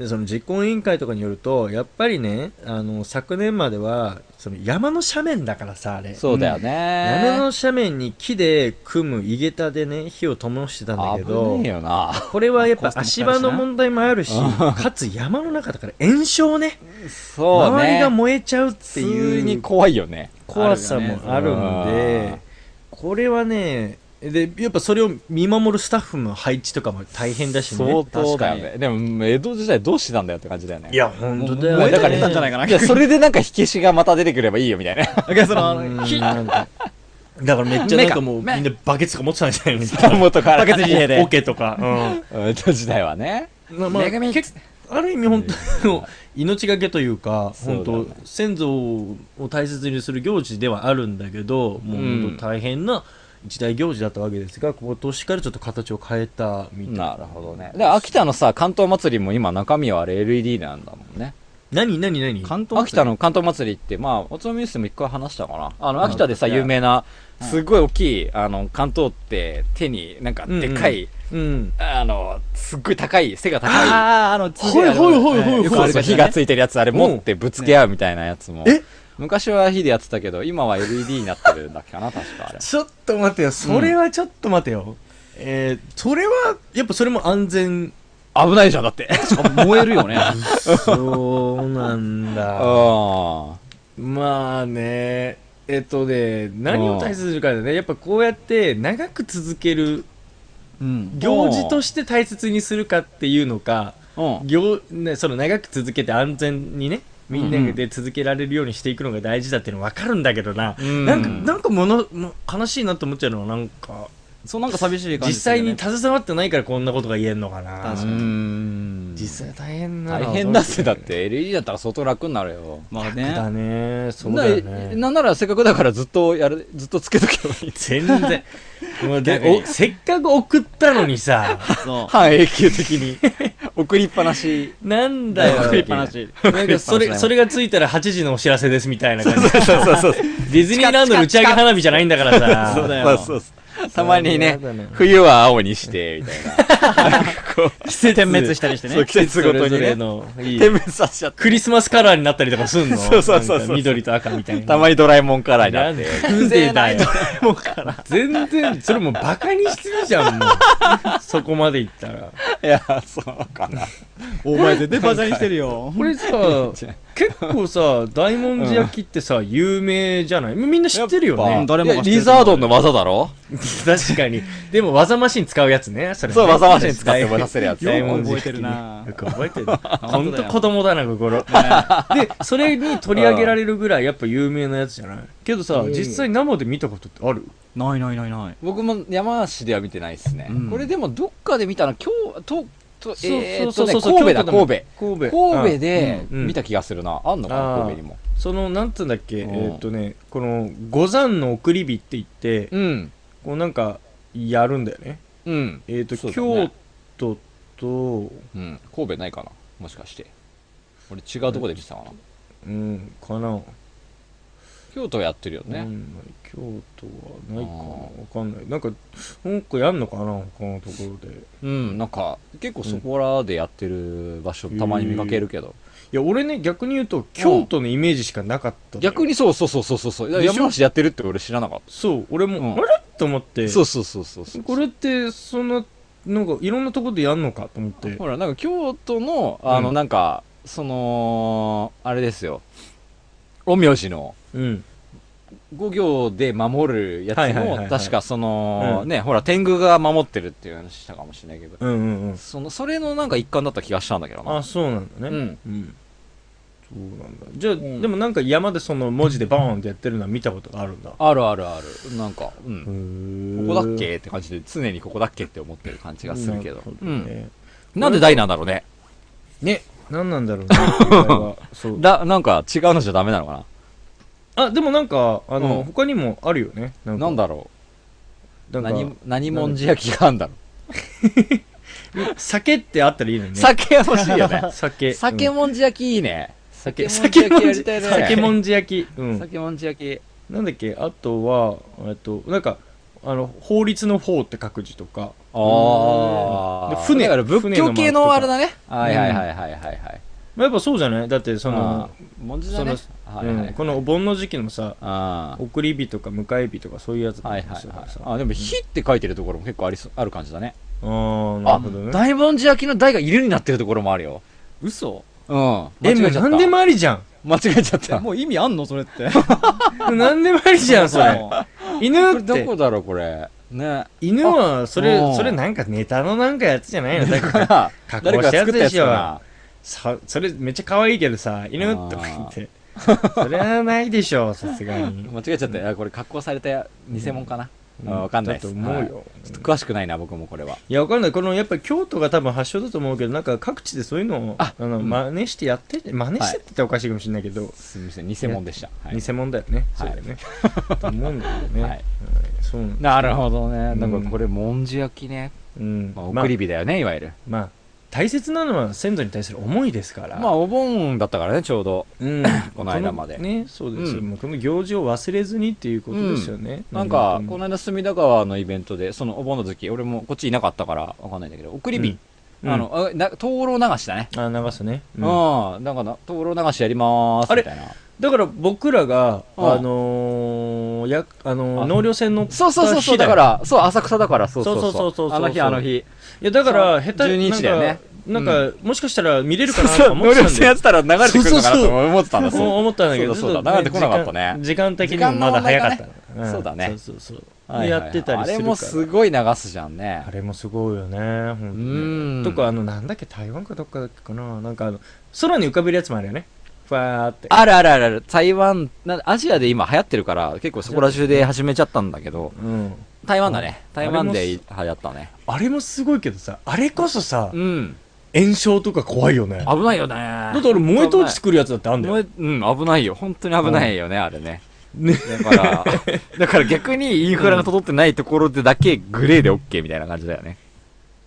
Speaker 6: でその実行委員会とかによるとやっぱりねあの昨年まではその山の斜面だからさあれ
Speaker 7: そうだよ
Speaker 6: 山
Speaker 7: ね。
Speaker 6: の斜面に木で組む井桁でね火を灯してたんだけど
Speaker 7: 危ねえよな。
Speaker 6: これはやっぱ足場の問題もあるしかつ山の中だから炎症ね
Speaker 7: そうね。
Speaker 6: 周りが燃えちゃうっ
Speaker 7: 普
Speaker 6: て
Speaker 7: 通
Speaker 6: いう
Speaker 7: に怖いよね。
Speaker 6: 怖さも
Speaker 7: あ
Speaker 6: あるん
Speaker 7: るよ
Speaker 6: で、
Speaker 7: ね
Speaker 6: これはねでやっぱそれを見守るスタッフの配置とかも大変だしね
Speaker 7: 相当だよね。でも、江戸時代どうしてたんだよって感じだよね。
Speaker 6: いや本当だ
Speaker 5: 燃
Speaker 6: よ
Speaker 5: え
Speaker 6: ね
Speaker 5: たりしたんじゃないかな。
Speaker 7: いや、それでなんか火消しがまた出てくればいいよみたいな。
Speaker 5: だからその、火、
Speaker 6: だからめっちゃなんかもうみんなバケツとか持ってたんじゃないの
Speaker 7: 元から。
Speaker 5: バケツリレーで
Speaker 6: オケとか、う
Speaker 7: 江戸時代はね。
Speaker 6: んなまあ、結ある意味本当の命がけというか本
Speaker 7: そう
Speaker 6: 当
Speaker 7: だね
Speaker 6: 先祖を大切にする行事ではあるんだけどもう本当大変な一大行事だったわけですが今年からちょっと形を変えたみたいな
Speaker 7: なるほどね。で、秋田のさ、関東祭りも今中身はあれ LED なんだもんね。
Speaker 6: 何何何
Speaker 7: 関東秋田の関東祭りって、まあ、おつまみニュースでも一回話したかな。あの、秋田でさ、有名な、すごい大きい、あの、関東って手になんかでかい、
Speaker 6: うん
Speaker 7: あの、すっごい高い、背が高い。
Speaker 5: あー、あの、
Speaker 6: ほいほいほいほい
Speaker 7: そうそう火が
Speaker 5: い
Speaker 7: ついてるやつあれ持ってぶつけ合うみたいなやつも、昔は火でやってたけど今は LED になってるんだっけかな確かあれ
Speaker 6: ちょっと待てよそれはちょっと待てよ、えー、それはやっぱそれも安 全
Speaker 7: 危ないじゃんだって
Speaker 5: 燃えるよね。
Speaker 6: そうなん だ
Speaker 7: あ
Speaker 6: まあねえっとね何を大切にするかだねやっぱこうやって長く続ける
Speaker 5: うん。
Speaker 6: 行事として大切にするかっていうのか
Speaker 7: うん
Speaker 6: 行、ね、その長く続けて安全にねみんなで続けられるようにしていくのが大事だっていうの分かるんだけどな、
Speaker 7: ん
Speaker 6: なんかなんかものも悲しいなと思っちゃうのはなんか
Speaker 5: そう、なんか寂しい感
Speaker 6: 実
Speaker 5: じする
Speaker 6: 際
Speaker 5: よね。
Speaker 6: に携わってないからこんなことが言えんのかな
Speaker 5: 確か
Speaker 7: う
Speaker 5: に
Speaker 7: ん
Speaker 6: 実際大変な
Speaker 7: 大
Speaker 6: のは
Speaker 7: 変だってだって LED だったら相当楽になるよ
Speaker 5: まあ
Speaker 6: だ
Speaker 5: ね。
Speaker 6: ねそうだよ
Speaker 7: な
Speaker 6: ね
Speaker 7: なんならせっかくだからずっとやるずっとつけとけばいい
Speaker 6: 全然もうでおせっかく送ったのにさ
Speaker 5: そ
Speaker 7: 半永久的に送りっぱ なし
Speaker 6: なんだよ
Speaker 5: う。食いっぱなし。
Speaker 6: なんかそれ、それがついたら8時のお知らせですみたいな感じ。
Speaker 7: そうそうそう
Speaker 6: ディズニーランドの打ち上げ花火じゃないんだからさ。
Speaker 5: そうだよ。
Speaker 7: そうそうたまにね
Speaker 6: そうだね
Speaker 7: 冬は青にしてみたいな
Speaker 5: 点滅したりして
Speaker 7: そう
Speaker 5: ね。
Speaker 7: 季節ごと
Speaker 6: そ
Speaker 7: に
Speaker 6: れぞれ
Speaker 7: ね
Speaker 6: のいい
Speaker 7: 点滅させちゃって
Speaker 6: クリスマスカラーになったりとかすんの
Speaker 7: そうそうそうそう
Speaker 6: なんか緑と赤みたいな。
Speaker 7: たまにドラえもんカラーにな
Speaker 6: な
Speaker 7: っ
Speaker 6: ん
Speaker 7: て
Speaker 6: でだよ。もうから。全然、それもうバカにしすぎじゃん、もう。そこまでいったら。
Speaker 7: いや、そうかな。
Speaker 5: お前絶対バカにしてるよ。
Speaker 6: これさ、結構さ、大文字焼きってさ、有名じゃないみんな知ってるよね。
Speaker 5: 誰もが知ってる
Speaker 7: リザードンの技だろ
Speaker 6: 確かに。でも、技マシン使うやつね。それね
Speaker 7: そう、技マシン使って技せるやつ。
Speaker 6: よ
Speaker 5: く覚えてるな
Speaker 6: よく覚えてる。ほ
Speaker 5: 本当
Speaker 6: んと
Speaker 5: だよ
Speaker 6: 子供だな、心。で、それに取り上げられるぐらいやっぱ有名なやつじゃないけどさ、実際生で見たことってある
Speaker 5: ないないないない。
Speaker 7: 僕も山梨では見てないですね
Speaker 5: うん。
Speaker 7: これでも、どっかで見たの、京、と、と、えーっと
Speaker 6: そう
Speaker 7: ね、
Speaker 6: そうそう
Speaker 7: 神戸だ、
Speaker 6: 京都
Speaker 7: 神戸。
Speaker 6: も
Speaker 7: 神
Speaker 6: 神戸。
Speaker 7: 戸
Speaker 6: で。
Speaker 7: で
Speaker 6: うん
Speaker 7: 見た気がするな。あんのか
Speaker 6: あ
Speaker 7: な、
Speaker 6: ー
Speaker 7: 神戸にも。
Speaker 6: その、なんつうんだっけ、え
Speaker 7: うん
Speaker 6: ーっとね、この、五山の送り火って言って、
Speaker 7: うん。
Speaker 6: こうなんか、やるんだよね。
Speaker 7: うん。
Speaker 6: えーっと、
Speaker 7: そうだ
Speaker 6: 京
Speaker 7: ね
Speaker 6: 都と、
Speaker 7: うん。神戸ないかなもしかして。俺、違うとこで見てたかな。
Speaker 6: うん、かな。
Speaker 7: 京都やってるよ
Speaker 6: う
Speaker 7: ね。
Speaker 6: ん京都はないかなわかんないなんかなんかやんのかな他のところでい
Speaker 7: うん。なんか、結構そこらでやってる場所、たまに見かけるけど。
Speaker 6: や俺ね逆に言うと京都のイメージしかなかったのよ
Speaker 7: 逆にそうそうそうそうそうそう。
Speaker 6: でしょ
Speaker 7: 山梨でやってるって俺知らなかっ
Speaker 6: そう俺も、
Speaker 7: うん
Speaker 6: あれと思って
Speaker 7: た。そうそうそうそうそう。
Speaker 6: これってそんななんかいろんなところでやんのかと思って
Speaker 7: ほら、なんか京都の、あの、
Speaker 6: うん
Speaker 7: なんか、その、あれですよ。陰陽師の
Speaker 6: うん
Speaker 7: 五行で守るやつ
Speaker 6: はいはいはいは
Speaker 7: も、
Speaker 6: い
Speaker 7: 確かその、
Speaker 6: うん
Speaker 7: ね、ほら、天狗が守ってるっていう話したかもしれないけど、
Speaker 6: うんうんうん
Speaker 7: その、それのなんか一環だった気がしたんだけどな。
Speaker 6: あそうなんだ
Speaker 7: う
Speaker 6: ね
Speaker 7: ん。
Speaker 6: うんそうなんだじゃあ、でもなんか山でその文字でバーンってやってるのは見たことがあるんだ
Speaker 7: あるあるある。なんか、う
Speaker 6: こ
Speaker 7: ん。ここだっけって感じで、常にここだっけって思ってる感じがするけど。うん。
Speaker 6: ね
Speaker 7: なんで大なんだろうね。
Speaker 6: ね何なん だろうねこれはそう
Speaker 7: だ、なんか違うのじゃダメなのか
Speaker 6: あでもなんかあ
Speaker 7: う
Speaker 6: の、
Speaker 7: ん
Speaker 6: 他にもあるよねな
Speaker 7: なん
Speaker 6: か
Speaker 7: なんだろ
Speaker 6: な
Speaker 7: うん
Speaker 6: か
Speaker 7: 何、何もんじ焼きがあんだろう。
Speaker 6: 酒ってあったらいいのにね
Speaker 7: 酒欲しいよね。
Speaker 6: 酒
Speaker 7: 酒
Speaker 6: うん
Speaker 7: もんじ焼きいいね。
Speaker 6: 酒
Speaker 7: 酒
Speaker 6: 酒
Speaker 7: もんじ焼きや
Speaker 6: もん
Speaker 7: り
Speaker 6: じ
Speaker 7: たいね
Speaker 6: 酒もんじ焼き、うん、
Speaker 7: 酒もんじ焼き。
Speaker 6: なんだっけあとはえっとなんかあの法律の法って書く字とか
Speaker 7: あ
Speaker 6: で
Speaker 7: あ。
Speaker 6: 船
Speaker 7: だから仏教系のあれだね。はいい
Speaker 6: は
Speaker 7: はいい
Speaker 6: は
Speaker 7: はいいはいはいはい。
Speaker 6: まあやっぱそうじゃないだってそ
Speaker 7: あ、
Speaker 6: の
Speaker 7: ーもんじだね。はいは
Speaker 6: うん
Speaker 7: い。
Speaker 6: このお盆の時期のさ
Speaker 7: あー
Speaker 6: 送り火とか迎え火とかそういうやつ
Speaker 7: はいはい
Speaker 6: だ
Speaker 7: はい
Speaker 6: ったりするからさ
Speaker 7: あでも「火」って書いてるところも結構ありそある感じだね
Speaker 6: あーなるほどね
Speaker 7: 大文字焼きの台がいるになってるところもあるよ
Speaker 5: 嘘
Speaker 7: うん間
Speaker 6: えも
Speaker 7: 違
Speaker 6: う
Speaker 7: えちゃっ
Speaker 6: な
Speaker 7: た
Speaker 6: んでもありじゃ
Speaker 7: 間違えちゃった
Speaker 5: もう意味あんのそれって。
Speaker 6: んなんでもありじゃんそれ犬
Speaker 7: これ
Speaker 6: って
Speaker 7: どこだろうこれ ね
Speaker 6: 犬はそれ
Speaker 7: うん
Speaker 6: それなんかネタのなんかやつじゃないのだか
Speaker 7: だ
Speaker 6: ら
Speaker 7: から誰
Speaker 6: 加工し
Speaker 7: か
Speaker 6: たや
Speaker 7: 作
Speaker 6: つ
Speaker 7: ったや
Speaker 6: で
Speaker 7: つ
Speaker 6: しょ
Speaker 7: かな
Speaker 6: さそれめっちゃ可愛いけどさ犬とか言ってそれはないでしょさすがに
Speaker 7: 間違えちゃったあこれ加工されたや偽物かな わかんない
Speaker 6: だ
Speaker 7: で
Speaker 6: と
Speaker 7: す
Speaker 6: 思うよ、
Speaker 7: はいちょっと詳しくないな僕もこれはい
Speaker 6: やわかんないこのやっぱ京都が多分発祥だと思うけどなんか各地でそういうのをあの真似してやってて真似してって言ったらおかしいかもしれないけど、
Speaker 7: すみません偽物でしたはい
Speaker 6: 偽物だよね、
Speaker 7: はい
Speaker 6: そうだよね と思うんだけどね、
Speaker 7: はい
Speaker 6: そうなんですよ
Speaker 7: なるほどね
Speaker 6: ん
Speaker 7: なんかこれもんじ焼きね
Speaker 6: うん
Speaker 7: まあ
Speaker 6: まあ
Speaker 7: 送り火だよねいわゆる
Speaker 6: まあ大切なのは先祖に対する思いですから
Speaker 7: まあお盆だったからねちょうど
Speaker 6: うん、
Speaker 7: この間まで
Speaker 6: ねそうですよ、
Speaker 7: うん
Speaker 6: もうこの行事を忘れずにっていうことですよね、
Speaker 7: なんか
Speaker 6: う
Speaker 7: この間隅田川のイベントでそのお盆の時俺もこっちいなかったからわかんないんだけど送り火
Speaker 6: うん
Speaker 7: あのあな灯籠流しだね
Speaker 6: あ流すね、
Speaker 7: う
Speaker 6: うんん
Speaker 7: なんかな灯籠流しやりまーすみたいな
Speaker 6: だから僕らが
Speaker 7: うん
Speaker 6: あのーやあのー
Speaker 7: あ
Speaker 6: 納涼船乗った日だ
Speaker 7: そう
Speaker 6: よ
Speaker 7: そうそうそうだからそう浅草だからそうそう
Speaker 6: そうそうそうそうそう
Speaker 7: あの日あの日
Speaker 6: いやだから下手
Speaker 7: 12日だよね
Speaker 6: なんか、なんかもしかしたら見れるかなと
Speaker 7: そ
Speaker 6: か
Speaker 7: う
Speaker 6: 思
Speaker 7: 能
Speaker 6: ってたん
Speaker 7: 力
Speaker 6: だよ
Speaker 7: 戦やってたら流れてくるのかなと思ってたんだ
Speaker 6: そう
Speaker 7: そう
Speaker 6: 思ったんだけど、
Speaker 7: そうだそうだ
Speaker 6: ちょっ
Speaker 7: 流れて
Speaker 6: と
Speaker 7: こなかったね
Speaker 6: 時間時間的にもまだ早かったか
Speaker 7: 間の問題がね
Speaker 6: ら、ん
Speaker 7: そうだね
Speaker 6: そうそうそう、
Speaker 7: はいはいはい
Speaker 6: やってたりするから
Speaker 7: あれもすごい流すじゃんね
Speaker 6: あれもすごいよね本当
Speaker 7: う
Speaker 6: に
Speaker 7: ん
Speaker 6: とかあのなんだっけ台湾かどっかだっけかななんかあの空に浮かべるやつもあるよねふわーって
Speaker 7: あるあるあるある台湾なアジアで今流行ってるから結構そこら中で始めちゃったんだけど
Speaker 6: うん
Speaker 7: 台湾だね台湾で
Speaker 6: あれ
Speaker 7: 流行ったね
Speaker 6: あれもすごいけどさあれこそさ
Speaker 7: うん
Speaker 6: 炎症とか怖いよねだ
Speaker 7: 危ないよね
Speaker 6: って俺燃えと落ちてくるやつだってあんだよ
Speaker 7: 燃えうん危ないよ本当に危ないよね、あれねだから だから逆にインフラが整ってないところでだけグレーで OK みたいな感じだよね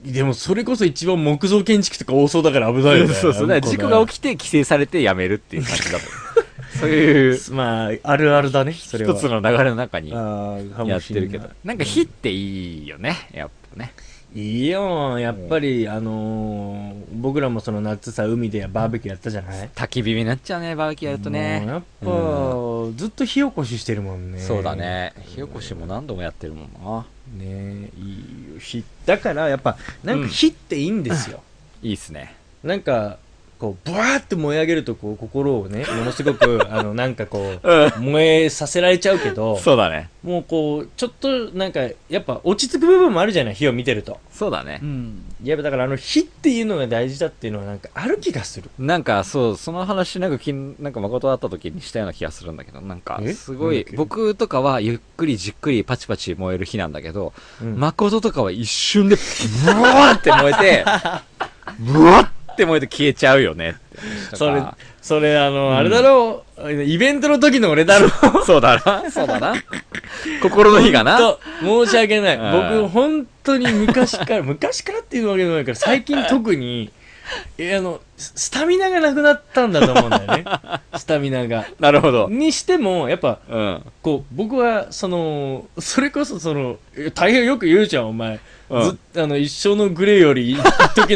Speaker 6: でもそれこそ一番木造建築とか多そうだから危ないよね
Speaker 7: そうそうだから事故が起きて規制されてやめるっていう感じだとそういう
Speaker 6: きまああるあるだねそれは
Speaker 7: 一つの流れの中に
Speaker 6: あーかもしんない
Speaker 7: やってるけどなんか火っていいよねやっぱね
Speaker 6: いいよやっぱり、あのー僕らもその夏さ海でバーベキューやったじゃない
Speaker 7: 焚き火になっちゃうねバーベキューやると
Speaker 6: もう
Speaker 7: ね
Speaker 6: やっぱ、ずっと火起こししてるもんね
Speaker 7: そうだね火起こしも何度もやってるもんな
Speaker 6: ねいいよ火だからやっぱなんか火っていいんですよ、
Speaker 7: いいっすね
Speaker 6: なんかこうブワーって燃え上げるとこう心を ねものすごくあのなんかこう、燃えさせられちゃうけど
Speaker 7: そうだね
Speaker 6: もうこうちょっとなんかやっぱ落ち着く部分もあるじゃない火を見てると
Speaker 7: そうだね
Speaker 5: うん
Speaker 6: やっぱだからあの火っていうのが大事だっていうのはなんかある気がする
Speaker 7: なんかそうその話なんかきんなんか誠と会った時にしたような気がするんだけどなんか
Speaker 6: え
Speaker 7: すご
Speaker 6: なん
Speaker 7: い
Speaker 6: だっけ
Speaker 7: 僕とかはゆっくりじっくりパチパチ燃える火なんだけど、
Speaker 6: うん
Speaker 7: 誠とかは一瞬でブワーって燃えて ブワーって燃えて消えちゃうよねって
Speaker 6: それ
Speaker 7: だか、
Speaker 6: それ、あの、あれだろう、イベントの時の俺だろう。
Speaker 7: らそうだなそうだな心の火がな
Speaker 6: と、申し訳ない。
Speaker 7: うん
Speaker 6: 僕、本当に 昔から、昔からっていうわけじゃないから、最近特に、え、あの、ススタミナがなくなったんだと思うんだ よね。スタミナが。
Speaker 7: なるほど
Speaker 6: にしても、やっぱ、
Speaker 7: うん
Speaker 6: こう、僕は、その、それこそ、その、え大変よく言うじゃん、お前。
Speaker 7: うん
Speaker 6: ずっあの、一生のグレーより、一 時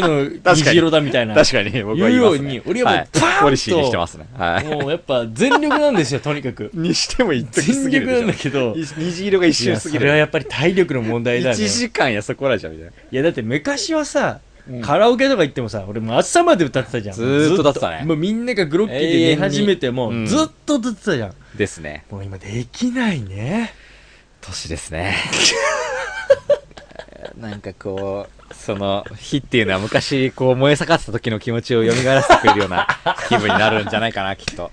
Speaker 6: の虹色だみたいな。
Speaker 7: 確かに僕は
Speaker 6: 言う
Speaker 7: 言い
Speaker 6: よ
Speaker 7: ま
Speaker 6: う
Speaker 7: すね
Speaker 6: に、俺はもう、
Speaker 7: はい
Speaker 6: パーンと、
Speaker 7: ポリシーにしてますねはい
Speaker 6: もう、やっぱ、全力なんですよ、とに かく。
Speaker 7: にしても一時
Speaker 6: 全
Speaker 7: すぎ
Speaker 6: 力
Speaker 7: るでし
Speaker 6: な
Speaker 7: ょ
Speaker 6: んだけど、
Speaker 7: い虹色が一
Speaker 6: いや
Speaker 7: 瞬すぎ
Speaker 6: それは
Speaker 7: る
Speaker 6: やっぱり体力の問題だよね。
Speaker 7: 1時間やそこらじゃみたいない
Speaker 6: や、だって昔はさ、カラオケとか行ってもさ、俺もう朝まで歌ってたじゃん。
Speaker 7: ずーっと歌ってたね
Speaker 6: ずもうみんながグロッキー
Speaker 7: 永
Speaker 6: で寝
Speaker 7: 遠に
Speaker 6: 始めても、
Speaker 7: うん
Speaker 6: ずっと歌ってたじゃん。
Speaker 7: ですね
Speaker 6: もう今できない ね。
Speaker 7: 年ですね なんかこうその火っていうのは昔こう燃え盛ってた時の気持ちを蘇らせてくれるよう な気分になるんじゃないかなきっと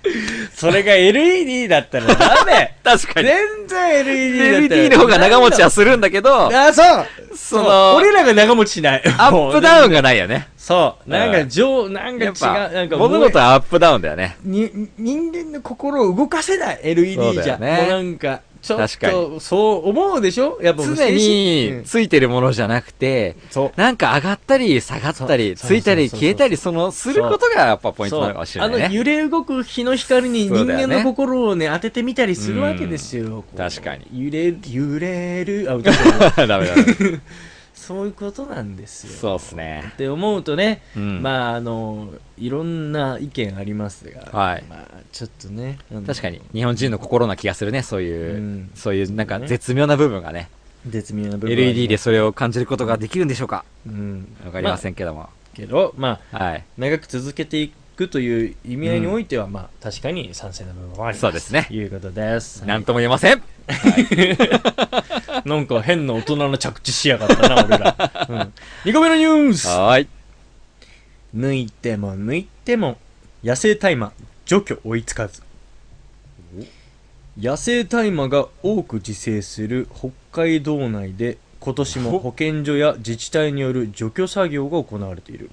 Speaker 6: それが LED だったらダメ
Speaker 7: 確かに
Speaker 6: 全然 LED だったら。
Speaker 7: LED の方が長持ちはするんだけど
Speaker 6: あ、 そう
Speaker 7: その
Speaker 6: 俺らが長持ちしない。
Speaker 7: アップダウ
Speaker 6: ン
Speaker 7: ンがないよね
Speaker 6: そう。なん
Speaker 7: う
Speaker 6: か
Speaker 7: ん
Speaker 6: 上、なんか違
Speaker 7: や
Speaker 6: う
Speaker 7: っ。ぱ
Speaker 6: なんか
Speaker 7: 物事はアップダウンだよね
Speaker 6: に人間の心を動かせない LED じ
Speaker 7: そ
Speaker 6: ゃ、
Speaker 7: うだよね
Speaker 6: もうなんかちょっ
Speaker 7: 確か
Speaker 6: とそう思うでしょやっぱもう
Speaker 7: 常
Speaker 6: う
Speaker 7: に
Speaker 6: ん
Speaker 7: ついてるものじゃなくて
Speaker 6: そう
Speaker 7: なんか上がったり下がったり
Speaker 6: そう
Speaker 7: ついたり
Speaker 6: そうそうそうそう
Speaker 7: 消えたりそのすることがやっぱポイントなのかもしれない
Speaker 6: そうあ の
Speaker 7: ね
Speaker 6: 揺れ動く日の光に
Speaker 7: そ
Speaker 6: 人
Speaker 7: うだ
Speaker 6: 間
Speaker 7: よね
Speaker 6: の心をね当ててみたりするわけですよ、こう
Speaker 7: 確かに
Speaker 6: 揺れる揺れるあ歌ってる
Speaker 7: ダメダメ
Speaker 6: そういうことなんですよ
Speaker 7: そうっすね
Speaker 6: って思うとね、
Speaker 7: うん
Speaker 6: まああのいろんな意見ありますが、
Speaker 7: はい
Speaker 6: まあちょっとねあの
Speaker 7: 確かに日本人の心な気がするねそういう、
Speaker 6: うん
Speaker 7: そういうなんか絶妙な部分がね
Speaker 6: 絶妙な部分はあります
Speaker 7: LED でそれを感じることができるんでしょうか
Speaker 6: うん
Speaker 7: わかりませんけども、
Speaker 6: けどまあ
Speaker 7: はい
Speaker 6: 長く続けていくという意味合いにおいては、まあ確かに賛成の部分もあります
Speaker 7: そうですね
Speaker 6: ということです。
Speaker 7: なんとも言えません
Speaker 6: なんか変な大人の着地しやがった な、俺ら。うん、2個目のニュース
Speaker 7: はーい。
Speaker 6: 抜いても抜いても野生大麻除去追いつかず野生大麻が多く自生する北海道内で今年も保健所や自治体による除去作業が行われている